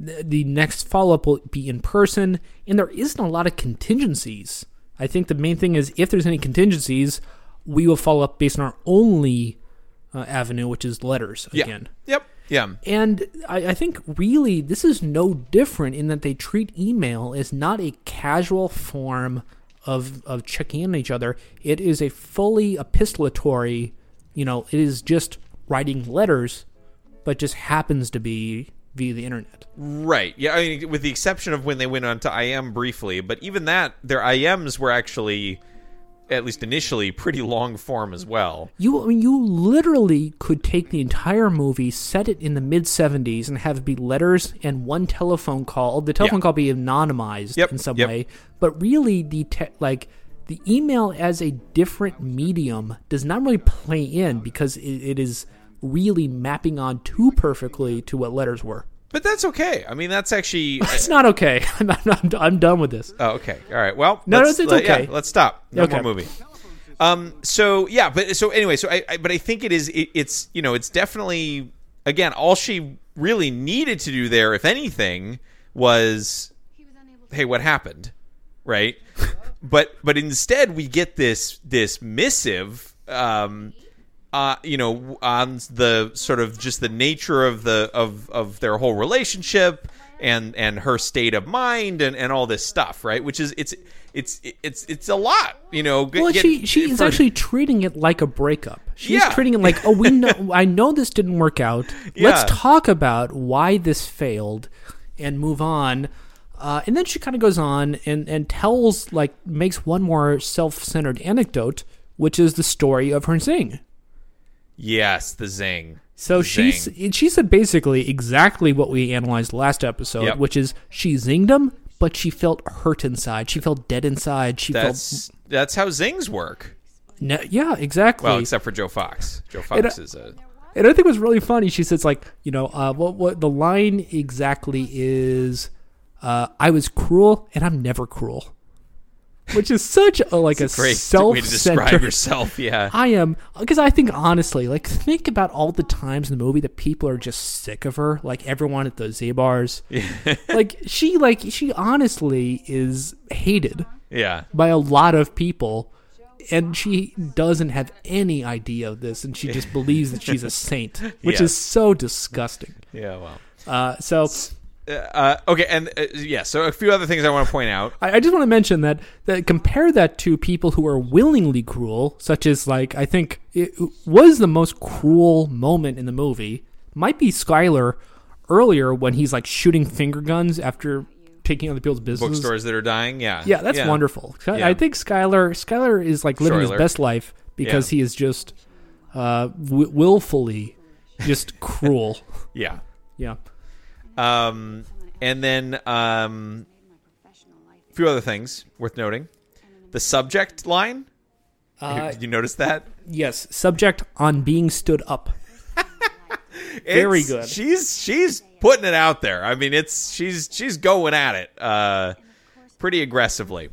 the, the next follow up will be in person, and there isn't a lot of contingencies. I think the main thing is if there's any contingencies, we will follow up based on our only uh, avenue, which is letters
Yeah.
again.
Yep. Yeah.
And I, I think really this is no different in that they treat email as not a casual form of of checking in on each other. It is a fully epistolatory, you know, it is just writing letters, but just happens to be via the internet.
Right. Yeah. I mean, with the exception of when they went on to IM briefly, but even that, their IMs were actually, at least initially, pretty long form as well.
You I mean, you literally could take the entire movie, set it in the mid seventies, and have it be letters and one telephone call. The telephone
Yeah.
call be anonymized in some
yep.
way, but really the te- like the email as a different medium does not really play in because it, it is really mapping on too perfectly to what letters were.
But that's okay. I mean, that's actually.
It's not okay. I'm, I'm, I'm done with this.
oh, okay. All right. Well,
No, no,
let's-
it's
let- yeah,
okay.
let's stop. No
Okay.
more movie. Um. So yeah, but so anyway, so I, I but I think it is. It, it's you know, it's definitely again all she really needed to do there, if anything, was, hey, what happened, right? but but instead we get this this missive. Um, uh, you know, on the sort of just the nature of the of of their whole relationship and and her state of mind and and all this stuff, right? Which is it's it's it's it's a lot, you know. g-
Well,
get-
she she is
for-
actually treating it like a breakup. She's
Yeah.
treating it like, oh, we know, I know this didn't work out.
Yeah.
Let's talk about why this failed, and move on. Uh, and then she kind of goes on and and tells like makes one more self centered anecdote, which is the story of her zing.
yes, the zing.
So she
Zing.
s- she said basically exactly what we analyzed last episode,
Yep.
which is she zinged him, but she felt hurt inside. She felt dead inside. She
That's that's how zings work.
felt no, yeah, exactly.
Well, except for Joe Fox. Joe
uh,
Fox is a
And I think it was really funny. She says like, you know, uh, what what the line exactly is? Uh, I was cruel, and I'm never cruel, which is such a like
it's
a,
a great
self
way to describe yourself. Yeah.
I am because I think honestly, like think about all the times in the movie that people are just sick of her, like everyone at those Z bars. like she, like she honestly is hated
Yeah.
by a lot of people, and she doesn't have any idea of this, and she just believes that she's a saint, which
Yes.
is so disgusting.
Yeah. Well.
Uh, so
Uh, uh, okay. And uh, yeah. So a few other things I want to point out.
I, I just want to mention that that compare that to people who are willingly cruel, such as like I think it was the most cruel moment in the movie. Might be Skyler earlier when he's like shooting finger guns after taking other people's business.
Bookstores that are dying. Yeah.
Yeah, that's wonderful. Sky-
Yeah.
I think Skylar Skylar is like living
Schuyler.
his best life because he is just uh, w- willfully just cruel.
Yeah.
Yeah.
Um, and then um, a few other things worth noting. The subject line.
Uh,
Did you notice that?
Yes. Subject on being stood up. Very
It's-
good.
She's she's putting it out there. I mean, it's she's she's going at it uh, pretty aggressively.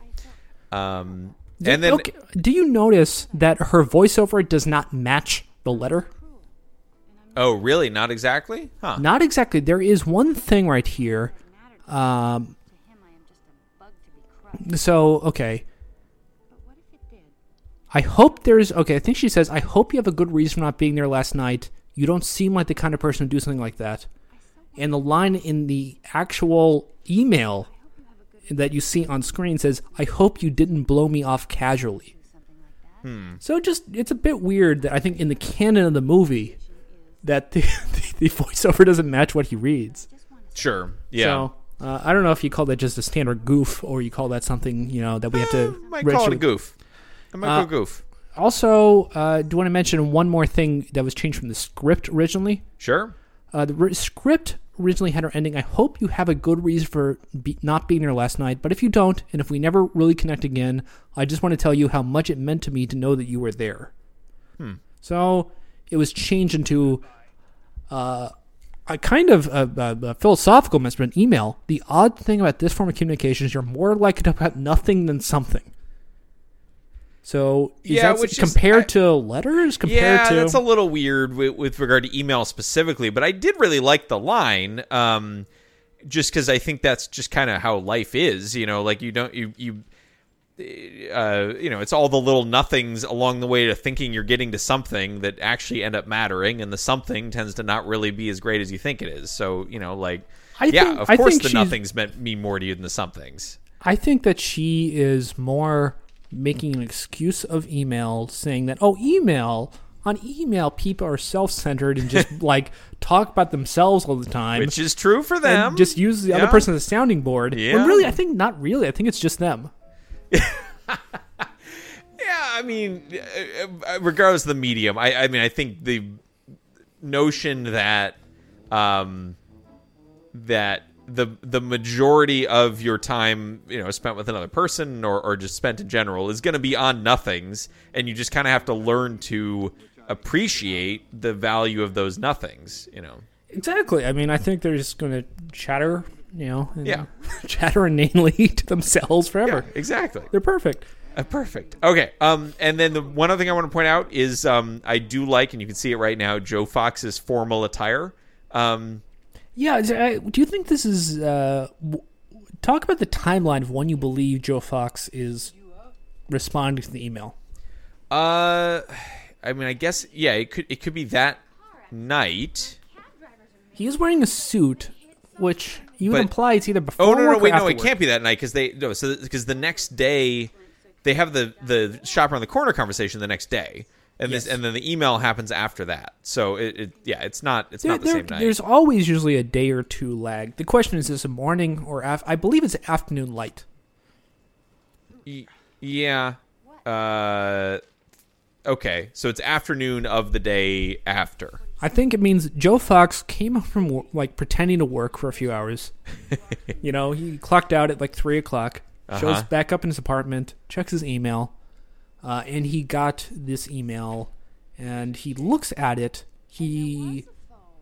Um, and then
Okay, do you notice that her voiceover does not match the letter?
oh, really? Not exactly? Huh?
Not exactly. There is one thing right here. Um, so okay. I hope there's okay. I think she says, "I hope you have a good reason for not being there last night. You don't seem like the kind of person to do something like that." And the line in the actual email that you see on screen says, "I hope you didn't blow me off casually."
Hmm.
So just it's a bit weird that I think in the canon of the movie that the the, voiceover doesn't match what he reads.
Sure. Yeah.
So uh, I don't know if you call that just a standard goof or you call that something you know that we have to.
I Eh, might call it a
register.
goof. I might
Uh,
go goof.
Also, uh, do want to mention one more thing that was changed from the script originally.
Sure.
Uh, the ri script originally had her ending. I hope you have a good reason for be- not being there last night, but if you don't, and if we never really connect again, I just want to tell you how much it meant to me to know that you were there.
Hmm.
So it was changed into uh, a kind of a, a, a philosophical message, an email. The odd thing about this form of communication is you're more likely to have nothing than something. So is
Yeah,
that
which is-
compared to letters? Compared
yeah,
to
that's a little weird with, with regard to email specifically, but I did really like the line, um, just because I think that's just kind of how life is. You know, like you don't you you. Uh, you know, it's all the little nothings along the way to thinking you're getting to something that actually end up mattering, and the something tends to not really be as great as you think it is. So, you know, like,
I
yeah,
think-
of
I
course
think
the
she's-
nothings meant mean more to you than the somethings.
I think that she is more making an excuse of email, saying that, oh, email. On email, people are self centered and just like talk about themselves all the time.
Which is true for them.
And just use the
Yeah.
other person as a sounding board. When
Yeah.
really, I think not really. I think it's just them.
Yeah, I mean, uh, uh, regardless of the medium, I, I mean, I think the notion that um, that the the majority of your time, you know, spent with another person or, or just spent in general is going to be on nothings, and you just kind of have to learn to appreciate the value of those nothings, you know.
Exactly. I mean, I think they're just going to chatter, you know, and
Yeah.
chatter inanely to themselves forever.
exactly.
They're perfect.
Uh, perfect. Okay. Um, and then the one other thing I want to point out is um, I do like, and you can see it right now, Joe Fox's formal attire. Um,
Yeah. is- I- Do you think this is. Uh, w- talk about the timeline of when you believe Joe Fox is responding to the email.
uh, I mean, I guess yeah, it could it could be that night.
He is wearing a suit, which you would
But-
imply it's either before
Oh no, no,
work
no
or
wait, no,
after
it
work.
can't be that night because they no, so because the next day they have the the shop around the corner conversation the next day, and this
Yes.
and then the email happens after that. So it, it yeah, it's not it's
There-
not the
there-
same night.
There's always usually a day or two lag. The question is, is this a morning or af- I believe it's afternoon light.
Y- yeah. Uh, okay, so it's afternoon of the day after.
I think it means Joe Fox came up from wor- like pretending to work for a few hours. you know, he clocked out at like three o'clock. Shows
Uh-huh.
back up in his apartment, checks his email, uh, and he got this email. And he looks at it. He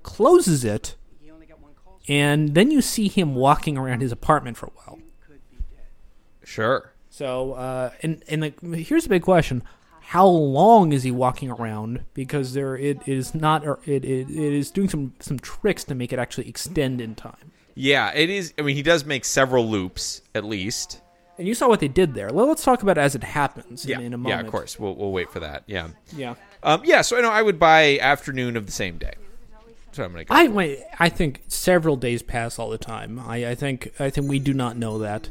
closes it, and then you see him walking around his apartment for a while.
Sure.
So, uh, and and like, here's a big question: How long is he walking around? Because there, it, it is not, or it, it it is doing some some tricks to make it actually extend in time.
Yeah, it is. I mean, he does make several loops at least.
And you saw what they did there. Well, let's talk about it as it happens in,
Yeah,
in a
yeah,
moment.
of course. We'll we'll wait for that. Yeah,
Yeah.
um, yeah. So I know I would buy afternoon of the same day. So I'm gonna go.
I wait, I think several days pass all the time. I, I think I think we do not know that.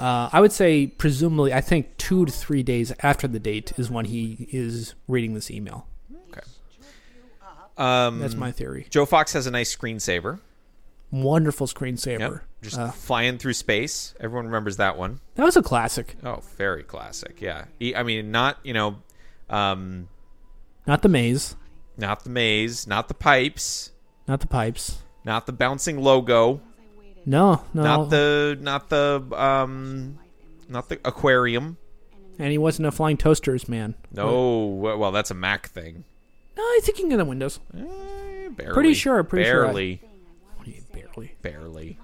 Uh, I would say presumably I think two to three days after the date is when he is reading this email.
Um,
That's my theory.
Joe Fox has a nice screensaver.
Wonderful screensaver.
Yep, just
Uh,
flying through space. Everyone remembers that one.
that was a classic.
Oh, very classic. Yeah. E- I mean, not you know, um,
Not the maze,
not the maze, not the pipes,
not the pipes.
not the bouncing logo,
No, no.
not the not the um, not the aquarium.
and he wasn't a flying toasters man.
No,
Hmm.
well, well, that's a Mac thing.
No, I think you can get on Windows.
Barely,
Pretty sure, pretty sure I-
barely,
barely,
barely.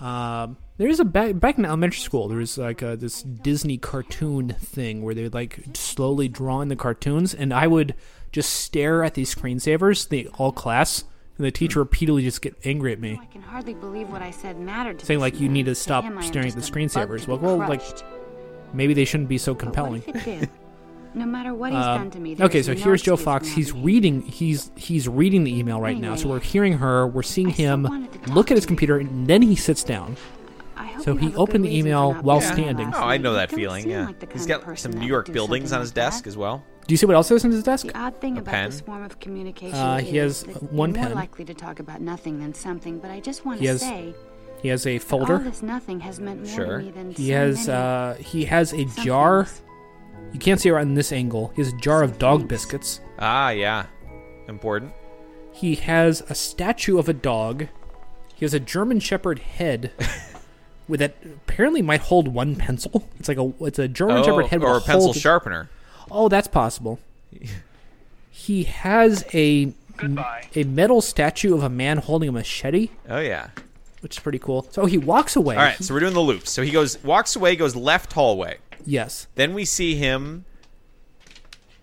Um, there is a back back in elementary school. There was like uh this Disney cartoon thing where they would like slowly draw in the cartoons, and I would just stare at these screensavers, the all class, and the teacher
Hmm.
repeatedly just get angry at me,
I can hardly believe what I said mattered to
saying
this
like, "You
man.
need to stop
him, I am
staring at the
just a bug
screensavers."
to
Well,
be
well, like
crushed.
maybe they shouldn't be so
But
compelling.
what if it did? No matter what he's
Um,
done to me. there
okay,
is
so
no
here's Joe
excuse
Fox.
now.
He's reading. He's he's reading the email right now. So we're hearing her. We're seeing him look at his computer, and then he sits down. So he opened the email while standing.
Oh, I know that feeling. Yeah, he's got some New York buildings on his desk as well.
Do you see what else is on his desk?
The odd thing about
pen?
this form of communication
Uh, he
is
has
that
one
you're more
pen.
likely to talk about nothing than something. But I just want
He
to
has
say,
He has a
all
folder.
this nothing has meant more
Sure.
to me than
He
so
has
many
uh, he has a jar. You can't see it on this angle. He has a jar of dog biscuits.
Ah, yeah, important.
He has a statue of a dog. He has a German Shepherd head. With that apparently might hold one pencil. It's like a it's a German
Oh,
Shepherd head with
or a pencil
hold-
sharpener.
Oh, that's possible. He has a a metal statue of a man holding a machete,
Oh yeah.
which is pretty cool. So he walks away.
All right, so we're doing the loops. So he goes, walks away, goes left hallway.
Yes.
Then we see him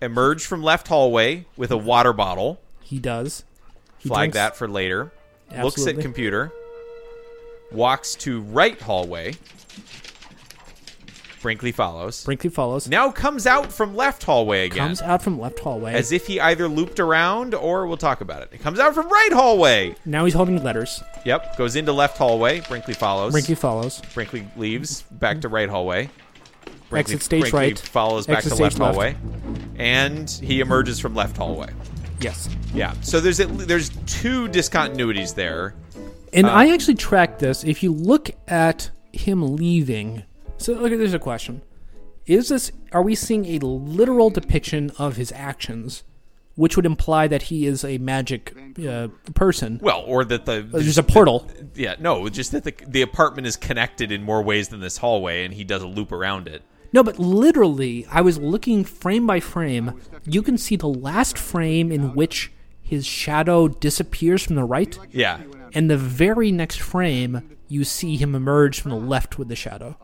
emerge from left hallway with a water bottle.
He does. He
Flag
drinks-
that for later. Looks
Absolutely.
at computer. Walks to right hallway. Brinkley follows.
Brinkley follows.
Now comes out from left hallway again.
Comes out from left hallway.
as if he either looped around or we'll talk about it. It comes out from right hallway.
now he's holding letters.
Yep, goes into left hallway. Brinkley follows.
Brinkley follows.
Brinkley leaves back to right hallway.
Exit stage
Brinkley
right.
Follows back
Exit
to
stage left.
left, hallway, and he emerges from left hallway.
Yes.
Yeah. So there's at, le- there's two discontinuities there.
And
Uh,
I actually tracked this. If you look at him leaving, so look, there's a question: Is this? Are we seeing a literal depiction of his actions, which would imply that he is a magic uh, person?
Well, or that the
Uh, there's a portal.
yeah no just that the the apartment is connected in more ways than this hallway, and he does a loop around it.
No, but literally, I was looking frame by frame. You can see the last frame in which his shadow disappears from the right.
Yeah.
And the very next frame, you see him emerge from the left with the shadow.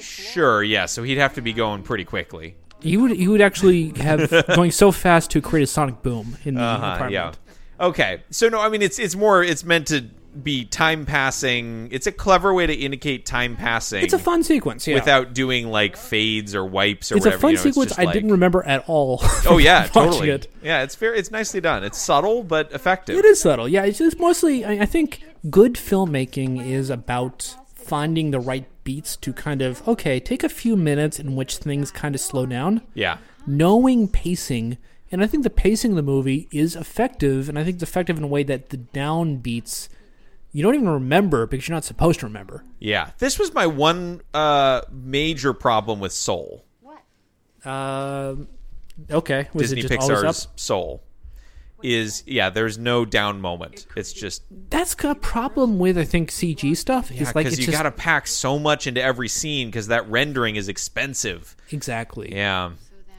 Sure. Yeah. So he'd have to be going pretty quickly.
He would he would actually have going so fast to create a sonic boom in the
Uh-huh,
apartment.
yeah. Okay. So no, I mean it's it's more it's meant to be time passing. It's a clever way to indicate time passing.
It's a fun sequence, yeah.
Without doing like fades or wipes or
it's
whatever.
a fun
you know,
sequence
It's just
I
like-
didn't remember at all.
Oh yeah,
watching
totally.
It.
Yeah, it's fair. It's nicely done. It's subtle but effective.
It is subtle, yeah. It's just mostly I, I think good filmmaking is about finding the right beats to kind of okay, take a few minutes in which things kind of slow down.
Yeah.
knowing pacing and i think the pacing of the movie is effective and i think it's effective in a way that the downbeats you don't even remember because you're not supposed to remember
Yeah. This was my one uh major problem with Soul.
um okay was
Disney
it just always up
Pixar's Soul. is yeah, there's no down moment. It's just
That's a problem with I think CG stuff. is
yeah, because
like it's
you
just,
got to pack so much into every scene because that rendering is expensive.
Exactly.
Yeah.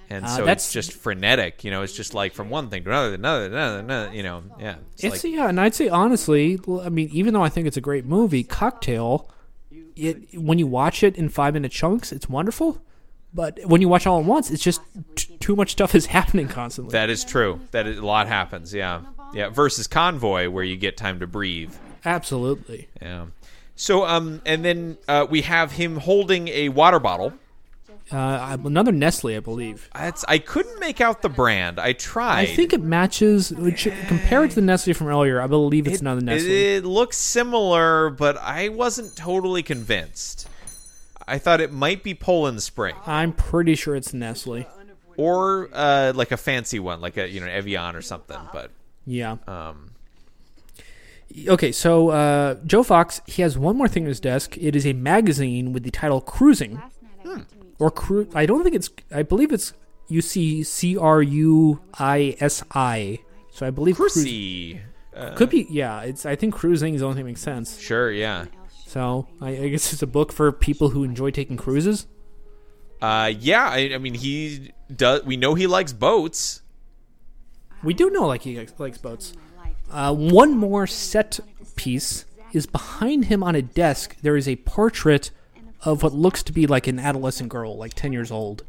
And
Uh,
so
that's-
it's just frenetic, you know. It's just like from one thing to another, to another, to another, to another, you know. Yeah, it's,
It's
like
yeah, and I'd say honestly, l- I mean, even though I think it's a great movie, Cocktail, it, when you watch it in five minute chunks, it's wonderful. But when you watch all at once, it's just t- too much stuff is happening constantly.
that is true. That is, a lot happens. Yeah, yeah. Versus convoy, where you get time to breathe.
Absolutely.
Yeah. So um, and then uh, we have him holding a water bottle.
Uh, another Nestle, I believe.
That's I couldn't make out the brand. I tried.
I think it matches. Which, compared to the Nestle from earlier, I believe it's another
it,
Nestle.
it looks similar, but I wasn't totally convinced. I thought it might be Poland Spring
I'm pretty sure it's Nestle.
or uh, like a fancy one, like a you know Evian or something. But
Yeah.
um,
Okay, so uh, Joe Fox, he has one more thing on his desk. It is a magazine with the title Cruising. Or cru- I don't think it's I believe it's you see C R U I S I. So I believe cruising
Chrissy, uh,
could be yeah, it's I think cruising is the only thing that makes sense.
sure, yeah,
So I, I guess it's a book for people who enjoy taking cruises.
uh, yeah. I, I mean, he does. We know he likes boats.
We do know like he likes- likes boats. Uh, one more set piece is behind him on a desk. There is a portrait of what looks to be like an adolescent girl, like ten years old.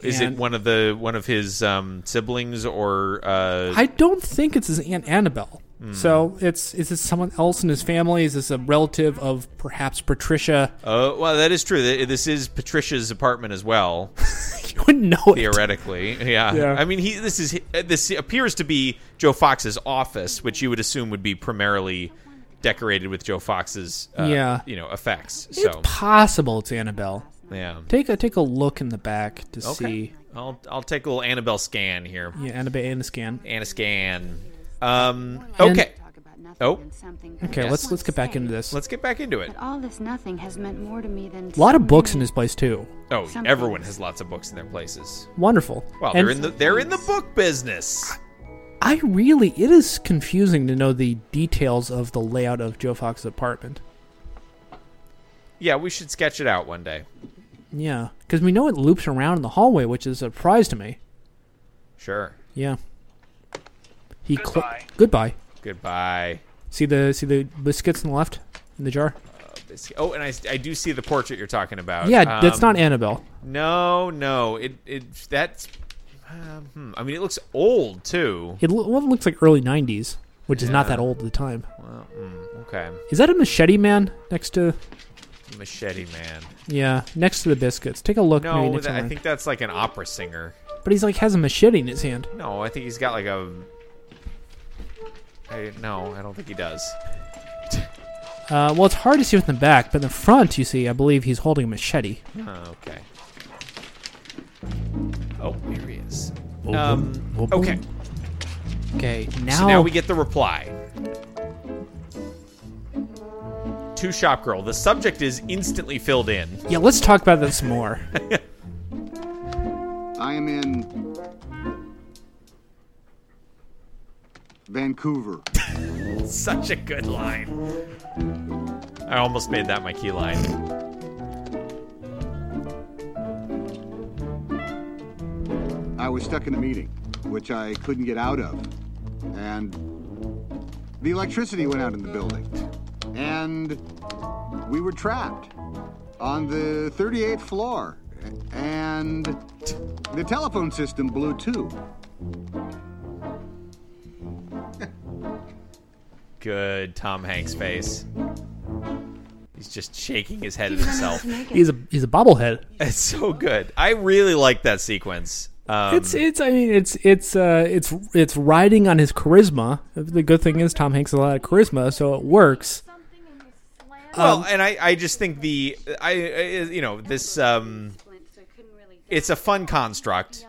Is
And-
it one of the one of his um, siblings or uh,
I don't think it's his aunt Annabelle.
Hmm.
So it's is this someone else in his family? Is this a relative of perhaps Patricia?
Oh, well, that is true. Th- This is Patricia's apartment as well,
You wouldn't know it.
theoretically. Yeah.
Yeah.
I mean, he this is hi- this appears to be Joe Fox's office, which you would assume would be primarily decorated with Joe Fox's uh,
Yeah.
you know, effects.
It's
So,
possible it's Annabelle.
yeah.
Take a take a look in the back to
Okay.
see.
I'll I'll take a little Annabelle scan here.
Yeah, Annabelle and the scan.
Anna scan. Um
And-
okay. Oh,
Okay,
Yes.
let's let's get back into this.
let's get back into it.
But all this nothing has meant more to me than
A lot of books in this place too.
Oh,
Something.
everyone has lots of books in their places.
Wonderful.
Well,
And
they're in the they're in the book business.
I really it is confusing to know the details of the layout of Joe Fox's apartment.
Yeah, we should sketch it out one day.
Yeah, because we know it loops around in the hallway, which is a surprise to me.
Sure.
Yeah. He cl- goodbye.
Goodbye.
See the see the biscuits on the left in the jar.
This- Oh, and I, I do see the portrait you're talking about.
yeah,
Um,
that's not Annabelle.
No, no, it it that's. Um, hmm. I mean, it looks old too.
It lo- well, it looks like early '90s, which is not
Yeah.
that old at the time.
Well, hmm, okay,
Is that a machete man next to?
machete man.
Yeah, next to the biscuits. Take a look. maybe
No,
next
that,
time
I
around.
think that's like an opera singer.
But he's like has a machete in his hand.
No, I think he's got like a. I, no, I don't think he does.
Uh, well, it's hard to see from the back, but in the front, you see, I believe he's holding a machete.
Oh, okay. Oh, here he is. Um, okay,
Okay, now,
so now we get the reply. To shop girl, the subject is instantly filled in.
yeah, let's talk about this some more.
I am in Vancouver.
Such a good line. I almost made that my key line.
I was stuck in a meeting, which I couldn't get out of. And the electricity went out in the building. And we were trapped on the 38th floor. And the telephone system blew too.
Good Tom Hanks face. He's just shaking his head at himself.
he's a he's a bobblehead.
It's so good. I really like that sequence. Um,
it's it's I mean it's it's uh it's it's riding on his charisma. The good thing is Tom Hanks has a lot of charisma, so it works. uh,
well, and I, I just think the I, I you know this um, it's a fun construct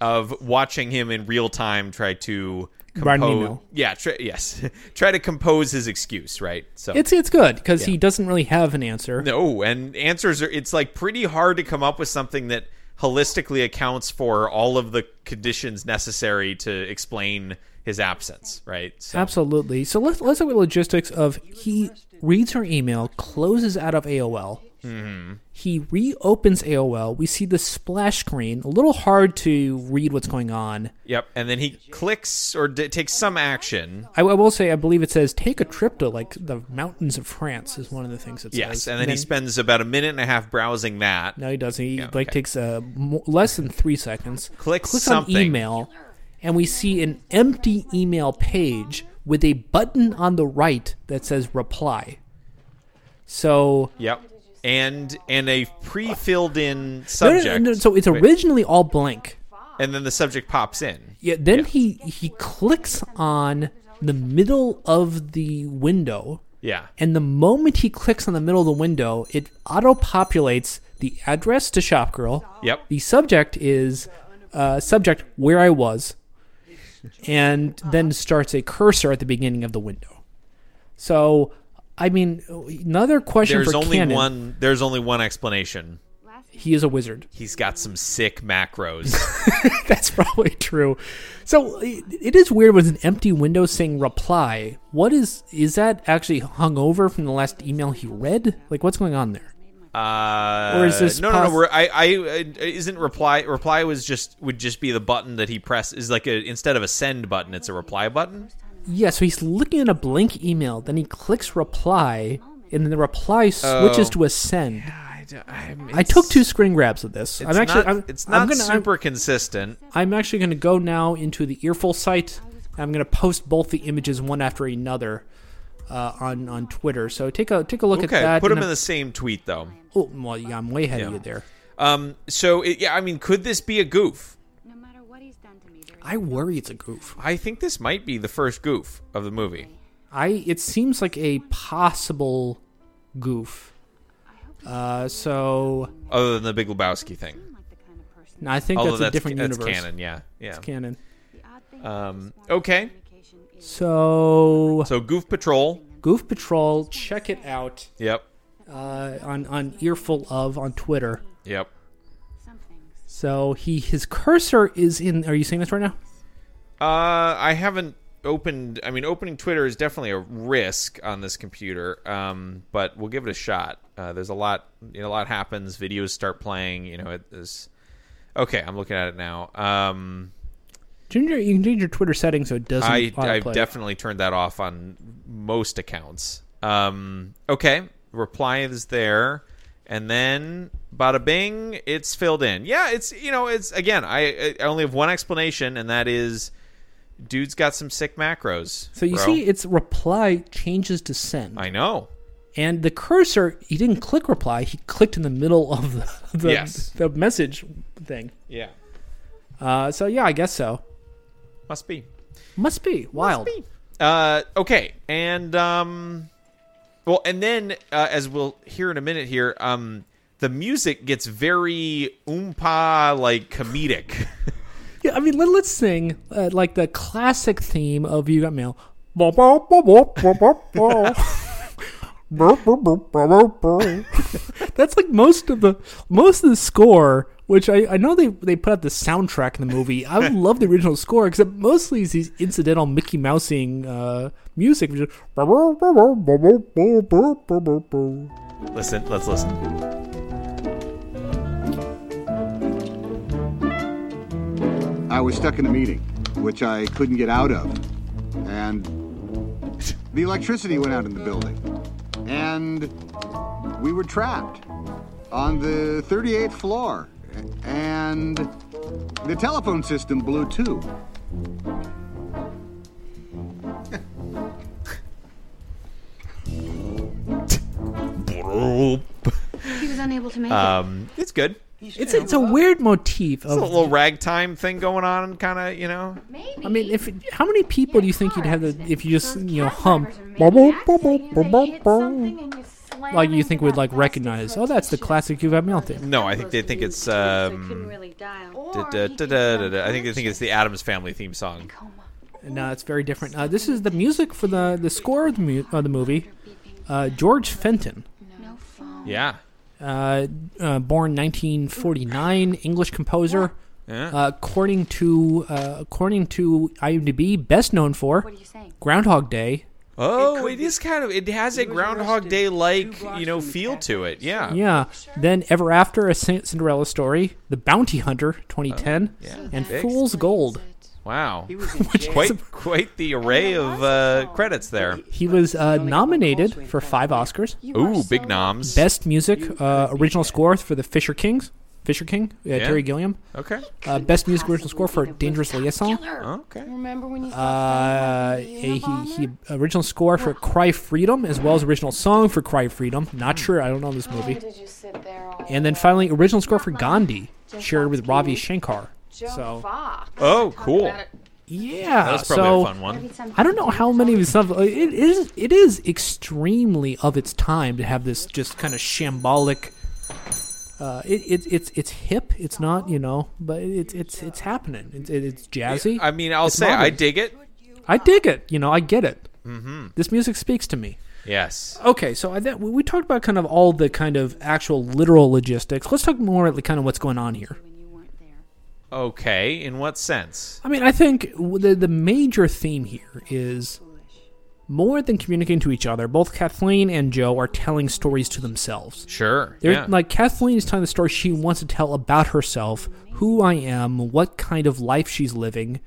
of watching him in real time try to
Write an
compose.
email.
Yeah, try, yes, try to compose his excuse. Right. So
It's it's good because
Yeah.
he doesn't really have an answer.
No, and answers are it's like pretty hard to come up with something that holistically accounts for all of the conditions necessary to explain his absence, right? So,
Absolutely. So let's let's look at logistics of he reads her email, closes out of AOL.
mhm.
He reopens AOL. We see the splash screen. A little hard to read what's going on.
Yep. And then he clicks or d- takes some action.
I, I will say, I believe it says take a trip to like the mountains of France is one of the things it
Yes.
says.
And then he spends about a minute and a half browsing that.
no, he doesn't. He like takes uh, mo- less than three seconds.
Clicks
clicks
something.
on email, and we see an empty email page with a button on the right that says reply. So
Yep. And and a pre-filled in
No, no, no,
subject.
no, so it's
Wait.
originally all blank.
And then the subject pops in.
Yeah, then he he clicks on the middle of the window.
Yeah.
And the moment he clicks on the middle of the window, it auto populates the address to Shopgirl.
Yep.
The subject is uh, subject where I was, and then starts a cursor at the beginning of the window. So, I mean, another question
There's
for
only
Canon.
one. There's only one explanation.
He is a wizard.
He's got some sick macros.
That's probably true. So it, it is weird with an empty window saying reply. What is is that actually hung over from the last email he read? Like what's going on there?
Uh,
Or is this
no, no,
pos-
no? We're, I, I, I- isn't reply. Reply was just would just be the button that he press is like a instead of a send button, it's a reply button.
Yeah, so he's looking at a blank email, then he clicks reply, and then the reply switches
Oh.
to a send.
I, I'm,
I took two screen grabs of this.
It's
I'm actually
not,
I'm,
it's not
I'm gonna, I'm-
super consistent.
I'm actually going to go now into the Earful site. I'm going to post both the images one after another uh, on on Twitter. So take a take a look
okay,
at that.
put
and
him in
I'm-
the same tweet though.
Oh, well, yeah, I'm way ahead of
Yeah.
you there.
Um, so it, yeah, I mean, could this be a goof?
I worry it's a goof.
I think this might be the first goof of the movie.
I it seems like a possible goof. Uh, so
Other than the Big Lebowski thing,
no, I think
Although
that's a different
that's
universe.
canon, yeah, yeah.
It's canon.
Um, okay,
So
so Goof Patrol.
Goof Patrol, check it out
Yep,
uh, on on earful of on Twitter.
yep.
So he his cursor is in. Are you seeing this right now?
Uh, I haven't opened. I mean, opening Twitter is definitely a risk on this computer. Um, but we'll give it a shot. Uh, there's a lot. You know, a lot happens. Videos start playing. You know, it is. Okay, I'm looking at it now. Um,
Ginger, you can change your Twitter settings so it doesn't.
I I've
autoplay.
definitely turned that off on most accounts. Um, okay, reply is there, and then bada bing, it's filled in. Yeah, it's you know, it's again. I, I only have one explanation, and that is, dude's got some sick macros.
So you
bro.
see, its reply changes to send.
I know.
And the cursor, he didn't click reply. He clicked in the middle of the the,
Yes.
the message thing.
Yeah,
Uh, so yeah, I guess so.
must be.
Must be wild.
Uh, okay, and um, well, and then uh, as we'll hear in a minute here, um, the music gets very oompa like comedic.
Yeah, I mean, let, us sing uh, like the classic theme of "You Got Mail." That's like most of the most of the score, which I, I know they they put out the soundtrack in the movie. I love the original score, except mostly it's these incidental Mickey Mousing uh, music. which is-
Listen, let's listen.
I was stuck in a meeting, which I couldn't get out of. And the electricity went out in the building. And we were trapped on the 38th floor. And the telephone system blew too.
He was unable to make
Um, it's good.
It's it's a weird motif
Oh,
It's a
of
little ragtime thing going on, kind of, you know.
I mean, if how many people do you think you'd have the, if you just you know hum like you think would like recognize? Oh, that's the classic you got mail thing.
No, I think they think it's. Um, da- da- da- da- da- da. I think they think it's the Adams Family theme song.
No, it's very different. Uh, this is the music for the the score of the, mu- of the movie. Uh, George Fenton.
Yeah,
uh, uh, born 1949, English composer.
Yeah.
Uh, according to uh, according to IMDb, best known for Groundhog Day.
Oh, it is kind of. It has a Groundhog Day like you know feel to it. Yeah.
Yeah. Then Ever After, a Cin- Cinderella Story, The Bounty Hunter, 2010,
Oh, yeah.
and
Big.
Fool's Gold.
Wow.
Which
quite
is-
quite the array of uh, credits there.
He was uh, nominated for five Oscars.
Ooh, big noms.
Best music, uh, original score for the Fisher Kings. Fisher King, uh,
Yeah.
Terry Gilliam.
Okay.
Uh, best music original score for Dangerous Liaison.
Okay.
Remember when you
Uh, he, he original score for Cry Freedom as well as original song for Cry Freedom. Not
Hmm.
sure, I don't know this movie.
did you sit there all
And then finally, original score for Gandhi, shared with Ravi Shankar.
Joe Fox.
Oh, cool.
Yeah,
That was probably
so
a fun one.
I don't know how many of his stuff. It is it is extremely of its time to have this just kind of shambolic. Uh, it, it it's it's hip. It's not you know, but it's it's it's happening. It's it's jazzy.
I mean, I'll
It's
say I
modern.
dig it.
I dig it. You know, I get it.
Mhm.
This music speaks to me.
Yes.
Okay, so I, that, we talked about kind of all the kind of actual literal logistics. Let's talk more like kind of what's going on here.
Okay. In what sense?
I mean, I think w- the the major theme here is more than communicating to each other. Both Kathleen and Joe are telling stories to themselves.
Sure.
They're
yeah.
like Kathleen is telling the story she wants to tell about herself, who I am, what kind of life she's living,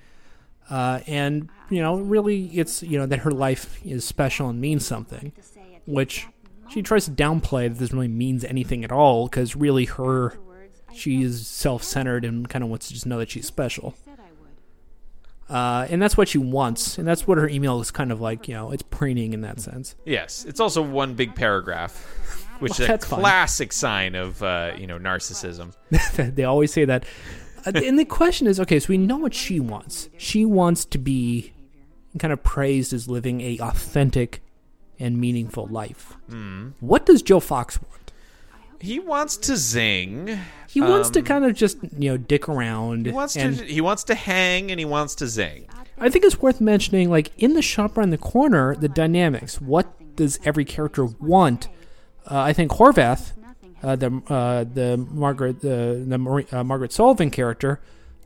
uh, and you know, really, it's you know that her life is special and means something, which she tries to downplay that this really means anything at all because really her she is self-centered and kind of wants to just know that she's special. Uh, and that's what she wants, and that's what her email is kind of like. You know, it's preening in that sense.
Yes, it's also one big paragraph, which
Well,
is a
that's fine.
classic sign of uh, you know narcissism.
they always say that. Uh, and the question is, okay, so we know what she wants. She wants to be kind of praised as living a authentic and meaningful life.
Mm.
What does Joe Fox want?
He wants to zing.
He wants to
Um,
kind of just you know dick around.
He wants
and
to. He wants to hang, and he wants to zing.
I think it's worth mentioning, like in the shop around the corner, the dynamics. What does every character want? Uh, I think Horvath, uh, the uh, the Margaret the, the Mar- uh, Margaret Sullivan character,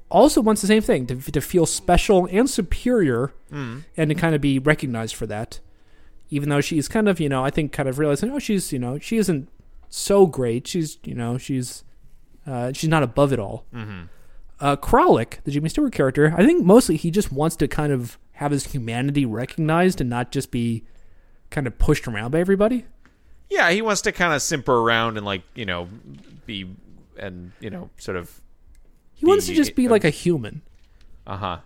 also wants the same thing to, to feel special and superior,
Mm.
and to kind of be recognized for that. Even though she's kind of you know I think kind of realizing oh she's you know she isn't so great she's you know she's uh, she's not above it all.
Mhm.
Uh, Kralik, the Jimmy Stewart character, I think mostly he just wants to kind of have his humanity recognized and not just be kind of pushed around by everybody.
Yeah, he wants to kind of simper around and like you know be and you know sort of.
He wants to just be like a human,
Uh huh.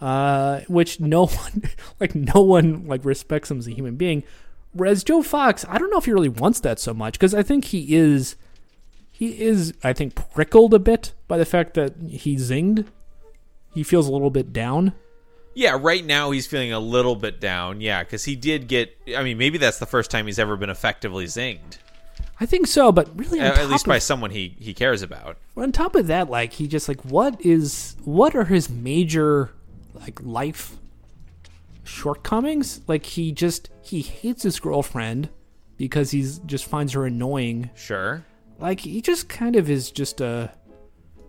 uh, which no one, like no one, like respects him as a human being. Whereas Joe Fox, I don't know if he really wants that so much because I think he is, he is, I think prickled a bit by the fact that he zinged. He feels a little bit down.
Yeah, right now he's feeling a little bit down. Yeah, because he did get. I mean, maybe that's the first time he's ever been effectively zinged.
I think so, but really, on
At, at
top
least
of
by someone he he cares about.
on top of that like he just like what is what are his major like life shortcomings like he just he hates his girlfriend because he's just finds her annoying
Sure.
like he just kind of is just a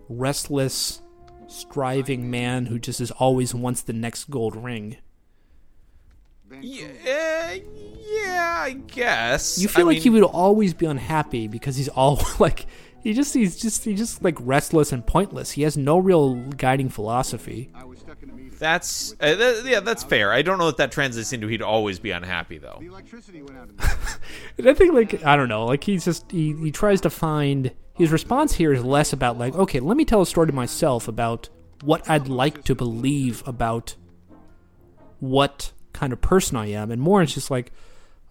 restless striving man who just is always wants the next gold ring
Yeah, uh, yeah, I guess.
you feel
I
like
mean,
he would always be unhappy because he's all like he just he's just he's just like restless and pointless he has no real guiding philosophy
That's uh, th- yeah, that's fair. I don't know if that translates into he'd always be unhappy though.
And I think like I don't know, like he's just he, he tries to find his response here is less about like, okay, let me tell a story to myself about what I'd like to believe about what kind of person I am, and more it's just like,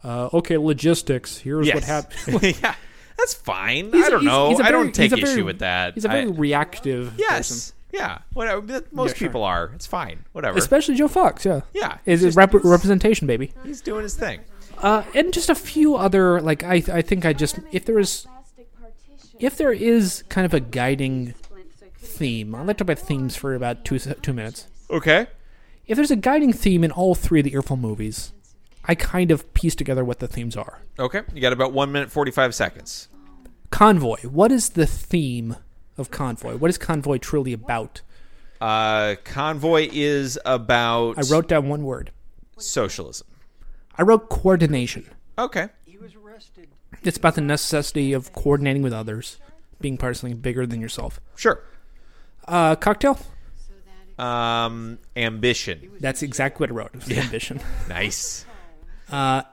uh, okay, logistics. Here's what
Yes.
happened.
yeah, that's fine.
He's-
I don't
he's-
know.
he's a
I
very-
don't take
he's a
issue
very-
with that.
He's a
I-
very reactive.
yes,
person.
yeah. Whatever. that- Most
Yeah, sure.
people are. It's fine. Whatever.
especially Joe Fox. Yeah,
Yeah,
Is
he's
it rep- representation, baby?
he's doing his thing.
Uh, and just a few other like I I think I just if there is if there is kind of a guiding theme, I'd like to talk about themes for about two se- two minutes.
Okay.
If there's a guiding theme in all three of the Earful movies, I kind of piece together what the themes are.
Okay. You got about one minute forty five seconds.
Convoy. What is the theme of Convoy? What is Convoy truly about?
Uh, convoy is about
I wrote down one word.
socialism.
I wrote coordination.
Okay.
It's about the necessity of coordinating with others, being part of something bigger than yourself.
Sure.
Uh, cocktail.
Um, ambition.
That's exactly what I wrote. It was Ambition.
Nice.
Uh,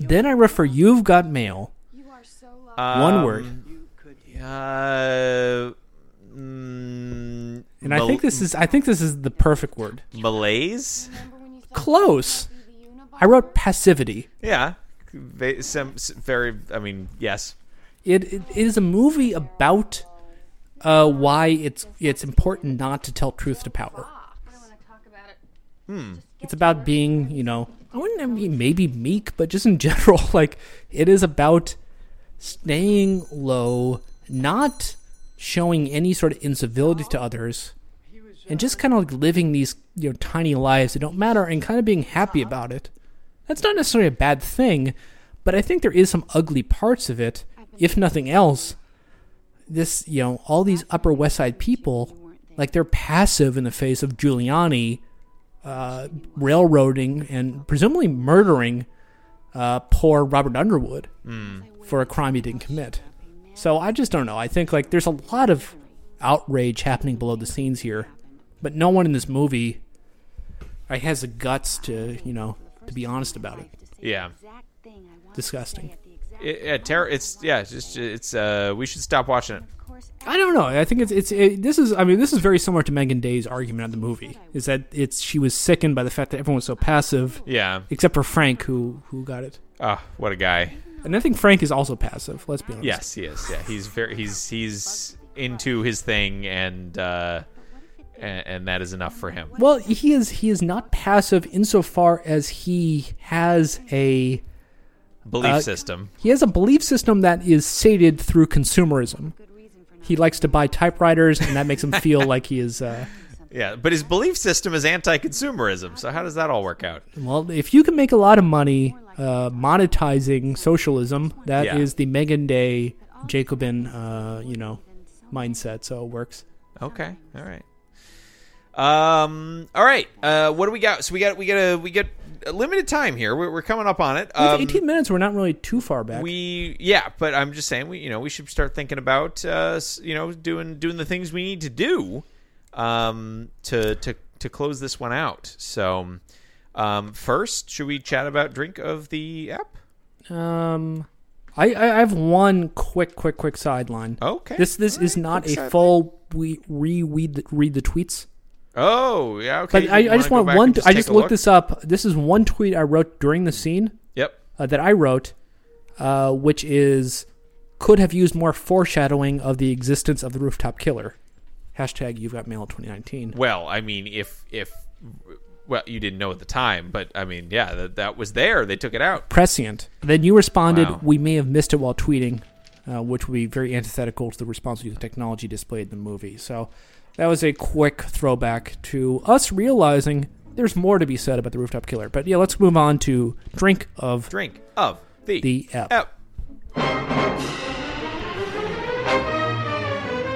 then I refer you've got mail. One word.
Uh, mm,
And I think this is I think this is the perfect word.
malaise.
Close. I wrote passivity.
Yeah, Ve- some s- very. I mean, yes.
It, it, it is a movie about uh, why it's it's important not to tell truth to power.
Hmm.
It's about being, you know, I wouldn't mean maybe meek, but just in general, like it is about staying low, not showing any sort of incivility to others, and just kind of like living these you know tiny lives that don't matter, and kind of being happy about it. That's not necessarily a bad thing, but I think there is some ugly parts of it, if nothing else. This, you know, all these Upper West Side people, like they're passive in the face of Giuliani uh, railroading and presumably murdering uh, poor Robert Underwood
Mm.
for a crime he didn't commit. So I just don't know. I think like there's a lot of outrage happening below the scenes here, but no one in this movie like, has the guts to you know to be honest about it.
Yeah.
Disgusting.
It, yeah, terror. It's yeah. It's just it's. Uh, we should stop watching it.
I don't know. I think it's it's it, this is I mean this is very similar to Megan Day's argument on the movie is that it's she was sickened by the fact that everyone was so passive.
Yeah.
Except for Frank who who got it.
Oh, what a guy.
And I think Frank is also passive. Let's be honest.
Yes, he is. Yeah, he's very. He's he's into his thing, and uh, and, and that is enough for him.
Well, he is he is not passive insofar as he has a
Belief
uh,
system.
He has a belief system that is sated through consumerism. He likes to buy typewriters, and that makes him feel like he is. Uh,
Yeah, but his belief system is anti-consumerism. So how does that all work out?
well, if you can make a lot of money uh, monetizing socialism, that is
Yeah.
the Megan Day Jacobin, uh, you know, mindset. So it works.
Okay. All right. Um. All right. Uh. What do we got? So we got we got a we got a limited time here. We're, we're coming up on it.
With
Um,
18 minutes, we're not really too far back.
we yeah, but I'm just saying we you know we should start thinking about uh s- you know doing doing the things we need to do um to to to close this one out. So um first should we chat about drink of the app?
Um, I, I I have one quick, quick, quick sideline.
Oh, Okay.
This this is not
quick
a
sideline.
full we re read the, read the tweets.
Oh yeah okay.
But I,
You
I
wanna
just
go
want
back
one.
and
I
take
just
a
looked
look?
this up. This is one tweet I wrote during the scene.
Yep.
Uh, that I wrote, uh, which is could have used more foreshadowing of the existence of the rooftop killer. Hashtag you've got mail 2019.
Well, I mean, if if well, you didn't know at the time, but I mean, yeah, that that was there. They took it out.
Prescient. Then you responded,
Wow.
we may have missed it while tweeting, uh, which would be very antithetical to the response to the technology displayed in the movie. So that was a quick throwback to us realizing there's more to be said about the rooftop killer. But yeah, let's move on to drink of
Drink Oh, of the,
the app.
app.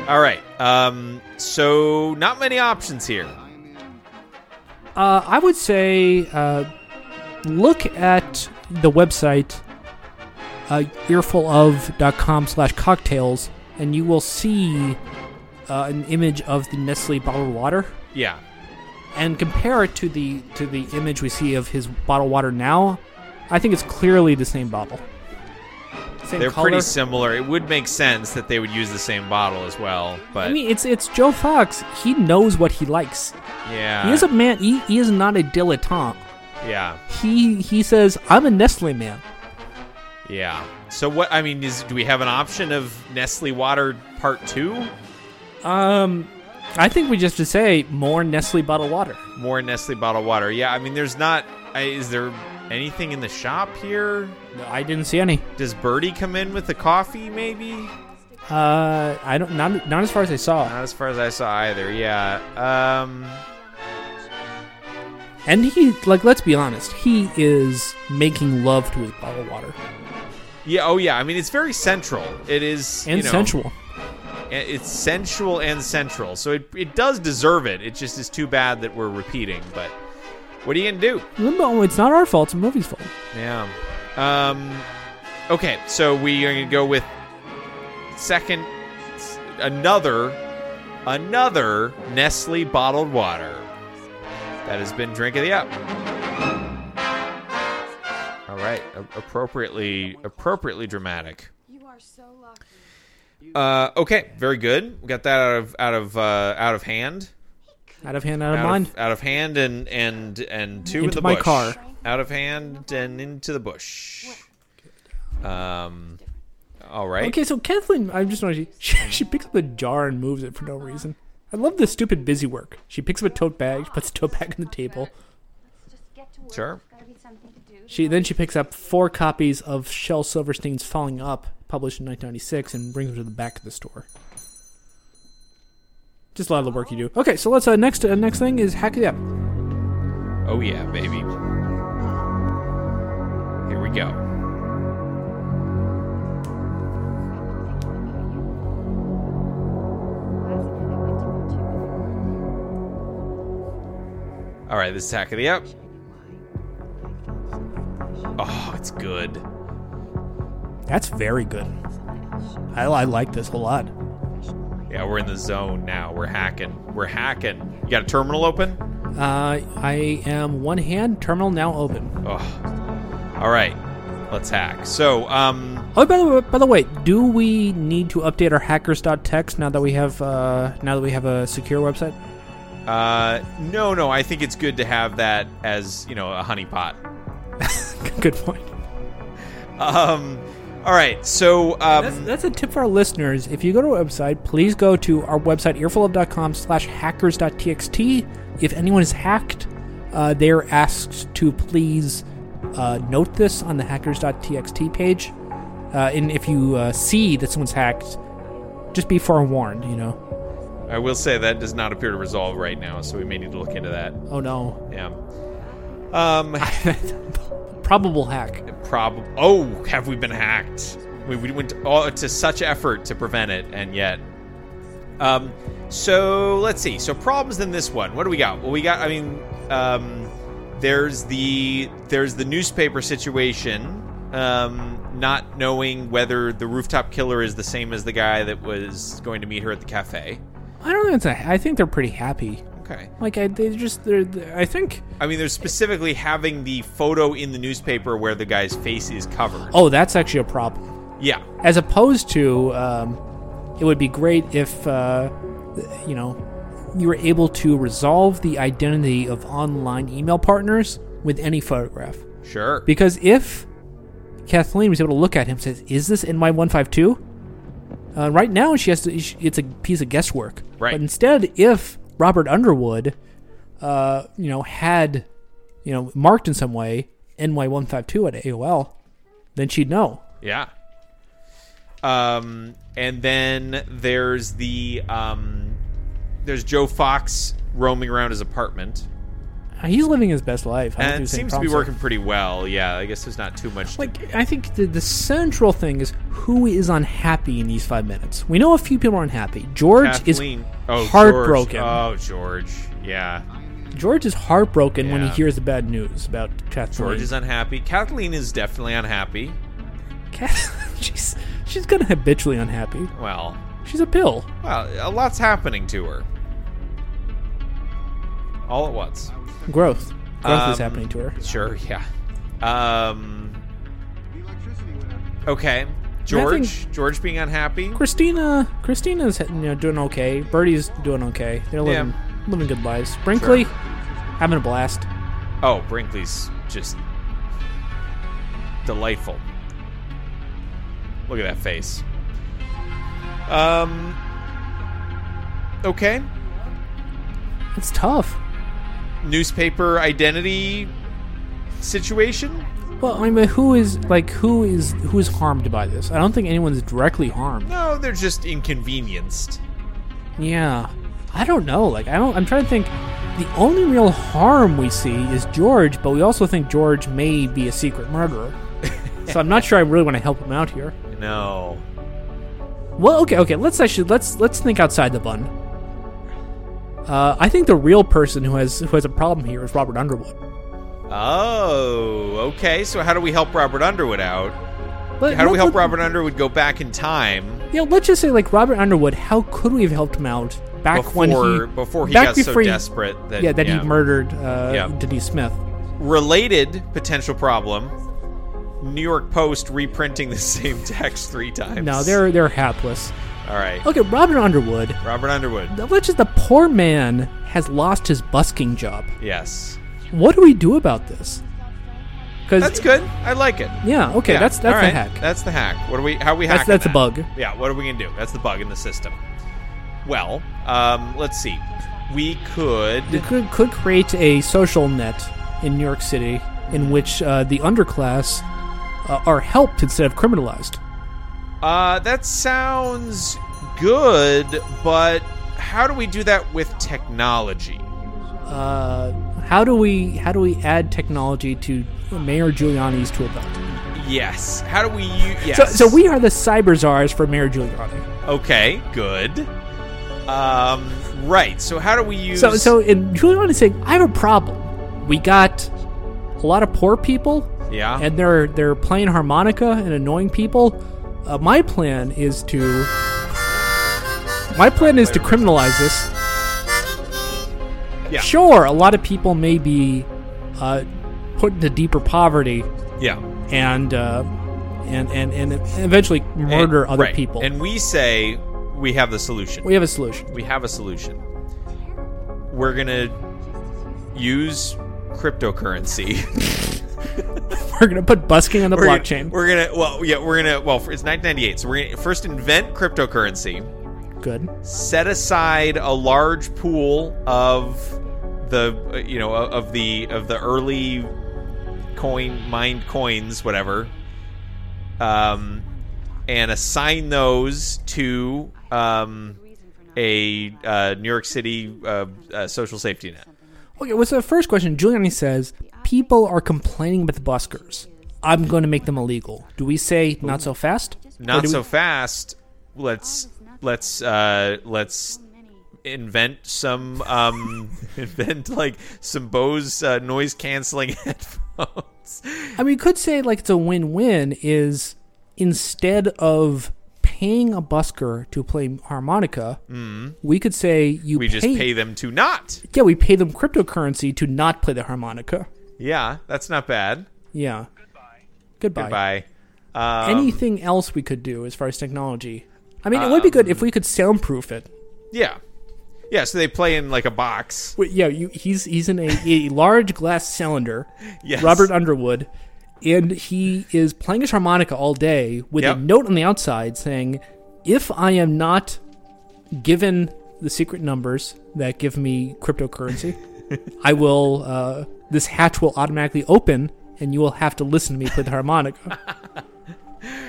All right. Um. So not many options here.
Uh, I would say uh, look at the website uh, earfulof.com slash cocktails and you will see uh, an image of the Nestle bottled water
Yeah.
and compare it to the to the image we see of his bottled water now. I think it's clearly the same bottle. Same
They're
color.
pretty similar. It would make sense that they would use the same bottle as well, but
I mean, it's it's Joe Fox. He knows what he likes.
yeah,
he is a man. He, he is not a dilettante.
yeah,
He he says, "I'm a Nestle man."
yeah. So what? I mean, is do we have an option of Nestle Water Part Two?
Um, I think we just have to say more Nestle bottled water.
More Nestle bottled water. Yeah, I mean, there's not. I- Is there anything in the shop here?
I didn't see any.
Does Birdie come in with the coffee? Maybe.
Uh, I don't not not as far as I saw.
Not as far as I saw either. Yeah. Um.
And he like let's be honest, he is making love to his bottled water.
Yeah. Oh, yeah. I mean, it's very central. It is
And
you know,
sensual.
a- It's sensual and central, so it it does deserve it. It just is too bad that we're repeating. But what are you gonna do?
Limbo, it's not our fault. It's the movie's fault.
Yeah. Um. Okay, so we are gonna go with second, s- another, another Nestle bottled water. That has been drink of the up. All right, a- appropriately, appropriately dramatic. Uh, okay, very good. We got that out of out of uh, out of hand,
Out of hand, out of
out
mind.
of, out of hand, and and and two in
Into
the
my
bush.
car.
Out of hand and into the bush. Um, all right.
Okay, so Kathleen, I'm just noticing she, she picks up a jar and moves it for no reason. I love this stupid busy work. She picks up a tote bag, she puts the tote bag on the table.
Sure.
She then she picks up four copies of Shel Silverstein's Falling Up, published in 1996, and brings them to the back of the store. Just a lot of the work you do. Okay, so let's uh, next uh, next thing is hack it up.
Oh yeah, baby. Here we go. All right, this is Hack of the Up. Oh, it's good.
That's very good. I, I like this a lot.
Yeah, we're in the zone now. We're hacking. We're hacking. You got a terminal open?
Uh, I am one hand terminal now open.
Oh. All right, let's hack. So, um,
Oh, by the way, by the way, do we need to update our hackers.txt now that we have uh, now that we have a secure website?
uh, no, no, I think it's good to have that as you know a honeypot.
Good point.
Um, all right, so um,
that's, that's a tip for our listeners. If you go to our website, please go to our website, earfulof.com slash hackers.txt. If anyone is hacked, uh, they are asked to please uh, note this on the hackers.txt page. Uh, and if you uh, see that someone's hacked, just be forewarned, you know.
I will say that does not appear to resolve right now, so we may need to look into that.
Oh no.
Yeah. Um,
probable hack.
Prob. Oh, have we been hacked? We, we went to, all, to such effort to prevent it, and yet. Um, so let's see. So problems in this one. What do we got? Well, we got. I mean, um, there's the there's the newspaper situation. Um, not knowing whether the rooftop killer is the same as the guy that was going to meet her at the cafe.
I don't think it's a, I think they're pretty happy.
Okay.
Like, I, they just, they're, they're- I think,
I mean, they're specifically having the photo in the newspaper where the guy's face is covered.
oh, that's actually a problem.
Yeah.
as opposed to um, it would be great if uh, you know you were able to resolve the identity of online email partners with any photograph
Sure.
because if kathleen was able to look at him and says is this ny152 uh, right now she has to she- it's a piece of guesswork
Right.
but instead if robert underwood uh, you know had you know marked in some way ny152 at aol then she'd know
Yeah. Um, and then there's the um, there's Joe Fox roaming around his apartment,
He's living his best life. I don't
and it
think there's any
seems to be
problems
working pretty well. Yeah, I guess there's not too much. to-
there. I think the, the central thing is who is unhappy in these five minutes. We know a few people are unhappy. George
Kathleen-
is
oh, George.
heartbroken.
Oh, George. Yeah,
George is heartbroken when he
Yeah.
hears the bad news about Kathleen.
George is unhappy. Kathleen is definitely unhappy.
Kath- she's she's gonna habitually unhappy.
Well,
She's a pill.
well, a lot's happening to her. All at once.
Growth. Growth is
Um,
happening to her.
Sure, yeah. Um. Okay, George. George being unhappy.
Christina Christina's you know doing okay. Bertie's doing okay. They're
Yeah.
living living good lives. Brinkley having a blast.
Oh, Brinkley's just delightful. Look at that face. Um. Okay.
It's tough.
Newspaper identity situation.
Well, I mean, who is like who is who is harmed by this? I don't think anyone's directly harmed.
No, they're just inconvenienced.
Yeah, I don't know. Like, I don't. I'm trying to think. The only real harm we see is George, but we also think George may be a secret murderer. so I'm not sure I really want to help him out here.
No.
Well, okay, okay. Let's actually let's let's think outside the bun. Uh, I think the real person who has who has a problem here is Robert Underwood.
Oh, okay. So how do we help Robert Underwood out?
Let-
how do we
let-
help
let-
Robert Underwood go back in time?
Yeah, let's just say like Robert Underwood. How could we have helped him out back when
Before-
he
before he
back
got so
before he-
desperate that-
yeah that
yeah.
he murdered uh,
Yeah.
Denise Smith?
Related potential problem: New York Post reprinting the same text three times.
No, they're they're hapless.
all right.
Okay, Robert Underwood.
Robert Underwood.
Let's just the poor man has lost his busking job.
Yes,
What do we do about this?
that's good. I like it.
Yeah, okay, that's- that's
all
the
right.
hack.
That's the hack. What do we? How are we
That's-
hacking?
that's a
that?
bug.
Yeah. What are we gonna do? That's the bug in the system. Well, um, let's see. We could.
You could, could create a social net in New York City in which uh, the underclass uh, are helped instead of criminalized.
Uh, that sounds good, but how do we do that with technology?
Uh, how do we how do we add technology to Mayor Giuliani's tool belt?
Yes. How do we use? Yes.
So, so we are the cyber czars for Mayor Giuliani.
Okay. Good. Um. Right. So how do we use?
So so in Giuliani's saying, I have a problem. We got a lot of poor people
Yeah.
and they're they're playing harmonica and annoying people. Uh, my plan is to my plan is to criminalize this.
Yeah.
Sure, a lot of people may be uh, put into deeper poverty.
Yeah.
and uh, and and and eventually murder
And-
other
right.
people.
And we say we have the solution.
We have a solution.
We have a solution. We're gonna use cryptocurrency.
We're gonna put busking on the
We're gonna-
blockchain.
we're gonna well yeah we're gonna well it's 1998 so we're gonna first invent cryptocurrency.
Good.
Set aside a large pool of the uh, you know of of the of the early coin mined coins whatever, um, and assign those to um a uh, New York City uh, uh, social safety net.
Okay, what's the first question? Giuliani says people are complaining about the buskers. I'm going to make them illegal. Do we say not so fast? Or
not
do we-
so fast. Let's let's uh, let's invent some um, invent like some Bose uh, noise canceling headphones.
I mean, you could say like it's a win-win. Is instead of paying a busker to play harmonica,
Mhm.
we could say you
We just pay them to not.
Yeah, we pay them cryptocurrency to not play the harmonica.
Yeah, that's not bad.
Yeah. Goodbye.
Goodbye. Um,
Anything else we could do as far as technology? I mean, it would be good if we could soundproof it.
Yeah, yeah. So they play in like a box.
Wait, yeah, you, he's he's in a, a large glass cylinder.
Yes.
Robert uh Underwood, and he is playing his harmonica all day with
Yep.
a note on the outside saying, "If I am not given the secret numbers that give me cryptocurrency, I will. Uh, this hatch will automatically open, and you will have to listen to me play the harmonica."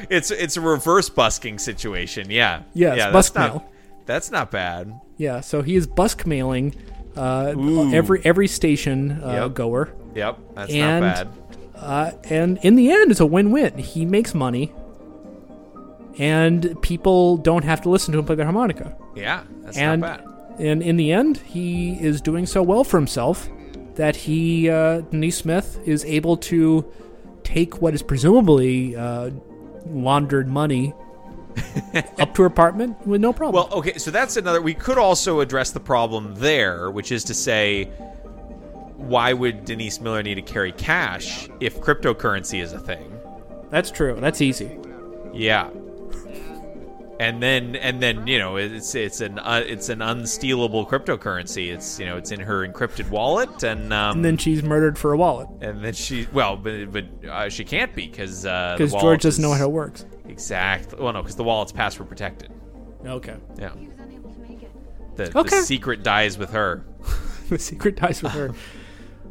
It's it's a reverse busking situation. Yeah.
Yeah, it's
yeah.
busk
that's
mail.
not that's not bad.
yeah, so he is busk mailing uh,
Ooh.
every every station uh,
Yep.
goer.
Yep, that's not
and,
bad.
Uh, and in the end, it's a win-win. He makes money, and people don't have to listen to him play the harmonica.
Yeah, that's not
and,
bad.
And in the end, he is doing so well for himself that he, uh, Denise Smith, is able to take what is presumably uh, laundered money up to her apartment with no problem.
Well, okay, so that's another. We could also address the problem there, which is to say, why would Denise Miller need to carry cash if cryptocurrency is a thing?
That's true. That's easy.
Yeah. And then, and then, you know, it's it's an uh, it's an unstealable cryptocurrency. It's you know, it's in her encrypted wallet, and um,
and then she's murdered for a wallet
and then she well, but but uh, she can't be uh, because
because George doesn't know how it works.
Exactly. Well, no, because the wallet's password protected.
Okay.
Yeah. The,
Okay.
the secret dies with her.
the secret dies with her.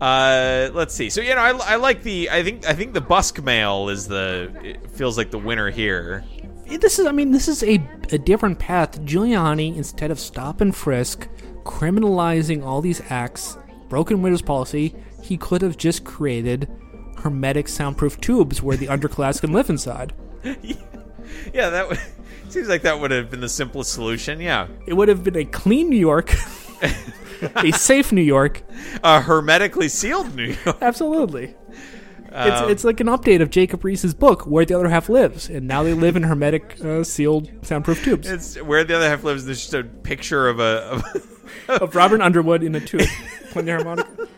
Uh, let's see. So you know, I, I like the. I think I think the busk mail is the it feels like the winner here.
This is, I mean, this is a, a different path. Giuliani, instead of stop and frisk, criminalizing all these acts, broken widows policy, he could have just created hermetic soundproof tubes where the underclass can live inside.
Yeah, that would, seems like that would have been the simplest solution. Yeah,
It would have been a clean New York, a safe New York.
a hermetically sealed New York.
Absolutely.
Um,
it's, it's like an update of Jacob Reese's book, Where the Other Half Lives, and now they live in hermetic uh, sealed soundproof tubes
It's where the other half lives. There's just a picture of a. Of
of Robert Underwood in a tube playing the harmonica.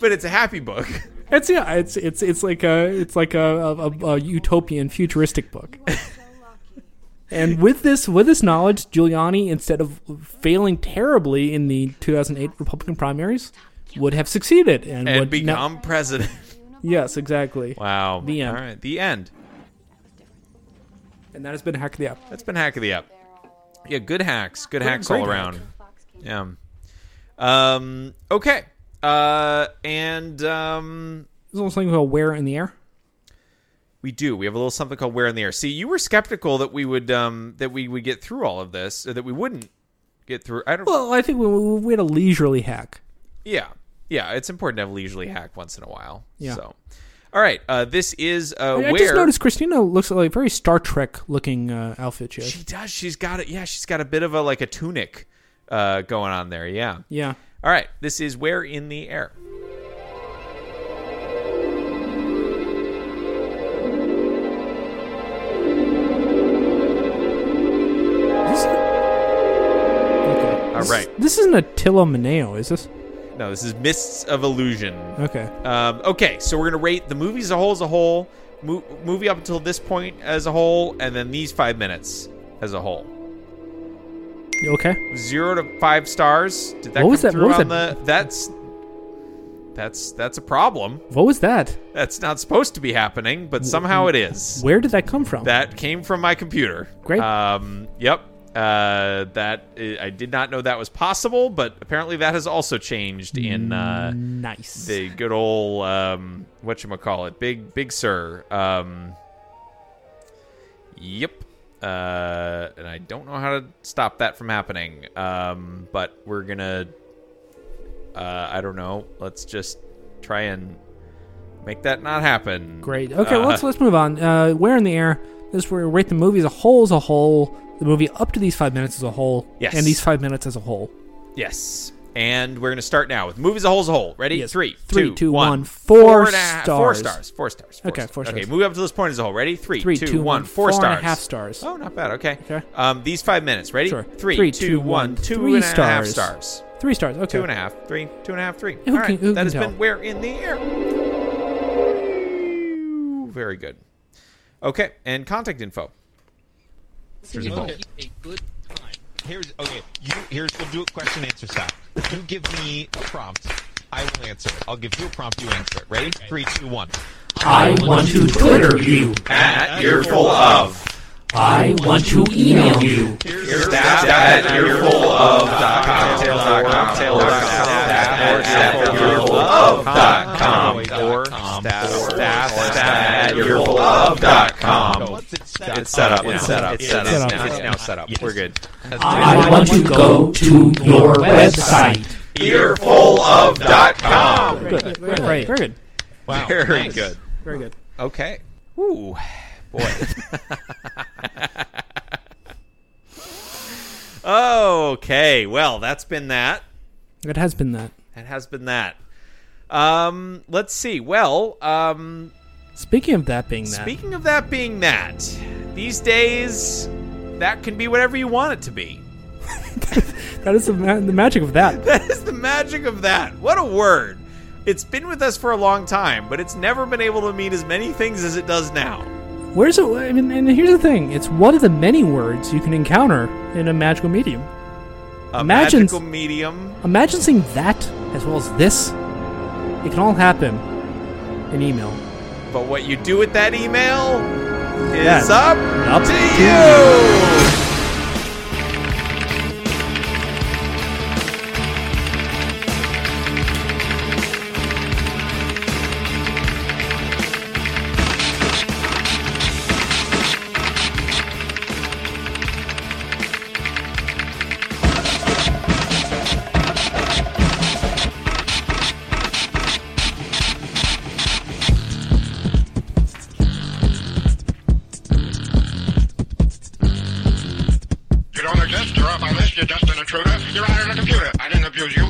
but it's a happy book.
It's yeah, it's it's it's like a it's like a, a, a, a utopian futuristic book. And with this with this knowledge, Giuliani, instead of failing terribly in the 2008 Republican primaries, would have succeeded and,
And
would now-
become president.
yes, exactly.
Wow.
The end.
All right. The end.
And that has been Hack the App.
That's been hack of the app. Yeah, good hacks. Good
Great-
hacks all
great
around. Yeah. Um. Okay. Uh. And um.
There's almost something called Where in the Air.
We do. We have a little something called "Where in the Air." See, you were skeptical that we would um that we would get through all of this, or that we wouldn't get through. I don't.
Well, I think we, we we had a leisurely hack.
Yeah. Yeah, it's important to have a leisurely hack once in a while.
Yeah.
So, all right. Uh, this is uh,
I, I
where
just noticed Christina looks like a very Star Trek looking uh, outfit. She, has.
she does. She's got it. Yeah, she's got a bit of a like a tunic uh, going on there. Yeah.
yeah.
All right. This is where in the air. All right.
This isn't Attila Maneo, is this?
No, this is Mists of Illusion.
Okay.
Um, okay, so we're gonna rate the movie as a whole as a whole, mo- movie up until this point as a whole, and then these five minutes as a whole.
Okay.
Zero to five stars. Did that
What was
come
that-
through
what was
on
that-
the? That's that's that's a problem.
What was that?
That's not supposed to be happening, but somehow it is.
Where did that come from?
That came from my computer.
Great.
Um, yep. Uh, that I did not know that was possible, but apparently that has also changed in uh,
nice
the good old um, what you call it, Big Big Sir. Um, yep. Uh, and I don't know how to stop that from happening. Um, but we're gonna. Uh, I don't know. Let's just try and make that not happen.
Great. Okay, well,
Uh,
let's let's move on. Uh, Where in the Air? This is where we rate the movie as a whole, as a whole, the movie up to these five minutes as a whole,
Yes.
and these five minutes as a whole.
Yes. And we're going to start now with movies as a whole as a whole. Ready?
Yes.
Three,
Three,
two,
two,
one.
one. Four
and a half- Four
stars.
stars. Four stars. Four
Okay,
stars.
four
Okay,
stars.
move up to this point as a whole. Ready? Three, two, one.
Three, two, one.
Four,
Four
stars.
and a half stars.
Oh, not bad. Okay.
Okay.
Um, these five minutes. Ready?
Sure.
Three,
Three,
two,
two,
one.
one.
Two
Three
and a half
stars.
stars.
Three stars. Okay.
Two and a half. Three. Two and a half. Three.
Who
All right.
can- who
that
can
has
tell?
been Where in the Air. Very good. Okay. And contact info. Here's a vote.
Okay, a good time. Here's okay. You here's we'll do a question answer style. You give me a prompt, I will answer it. I'll give you a prompt, you answer it. Ready? Three, two, one.
I want to Twitter you.
At earful of.
I want to email you.
Staff at earful of dot cocktail dot cocktail dot staff at earful of dot com or staff staff staff at earful of dot com. It's set up. It's set up. It's set up. Now it's now set up. We're good.
I want to go to your website.
Earfulof.com.
Good. Very good. Very good.
Wow,
Very
nice.
good.
Very good.
Okay. Ooh, boy. okay. Well, that's been that.
It has been that.
That has been that. Um, let's see. Well, um,
Speaking of that being that,
speaking of that being that, these days that can be whatever you want it to be.
that is the, ma- the magic of that.
That is the magic of that. What a word. It's been with us for a long time, but it's never been able to mean as many things as it does now.
Where's it? I mean, and here's the thing: it's one of the many words you can encounter in a magical medium.
A
Imagine-
magical medium.
Imagine seeing that as well as this. It can all happen in email.
But what you do with that email is
That's
up,
up
to
to
you.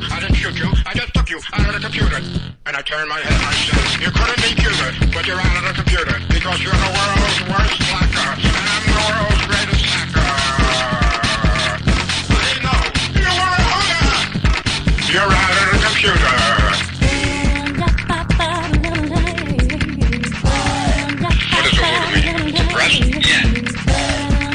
you out of the computer. And I turned my head. I said, you couldn't be cuter, but you're out of the computer because you're the world's worst slacker. And I'm the world's greatest slacker. I know. You were a hooker. You're out of the computer. What does a hooker mean? Suppressed? Yeah.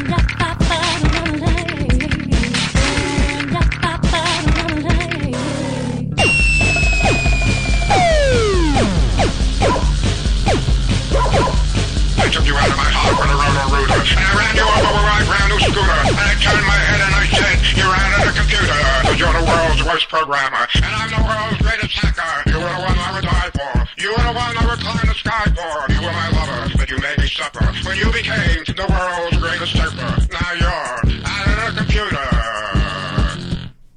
I took you out of my heart with a rubber rooter. And I ran you over with my brand new scooter. And I turned my head and I said, You're out of the computer. Cause you're the world's worst programmer. And I'm the world's greatest hacker. You were the one I would die for. You were the one I would climb the sky for. You were my lover, but you made me suffer. When you became the world's greatest surfer, now you're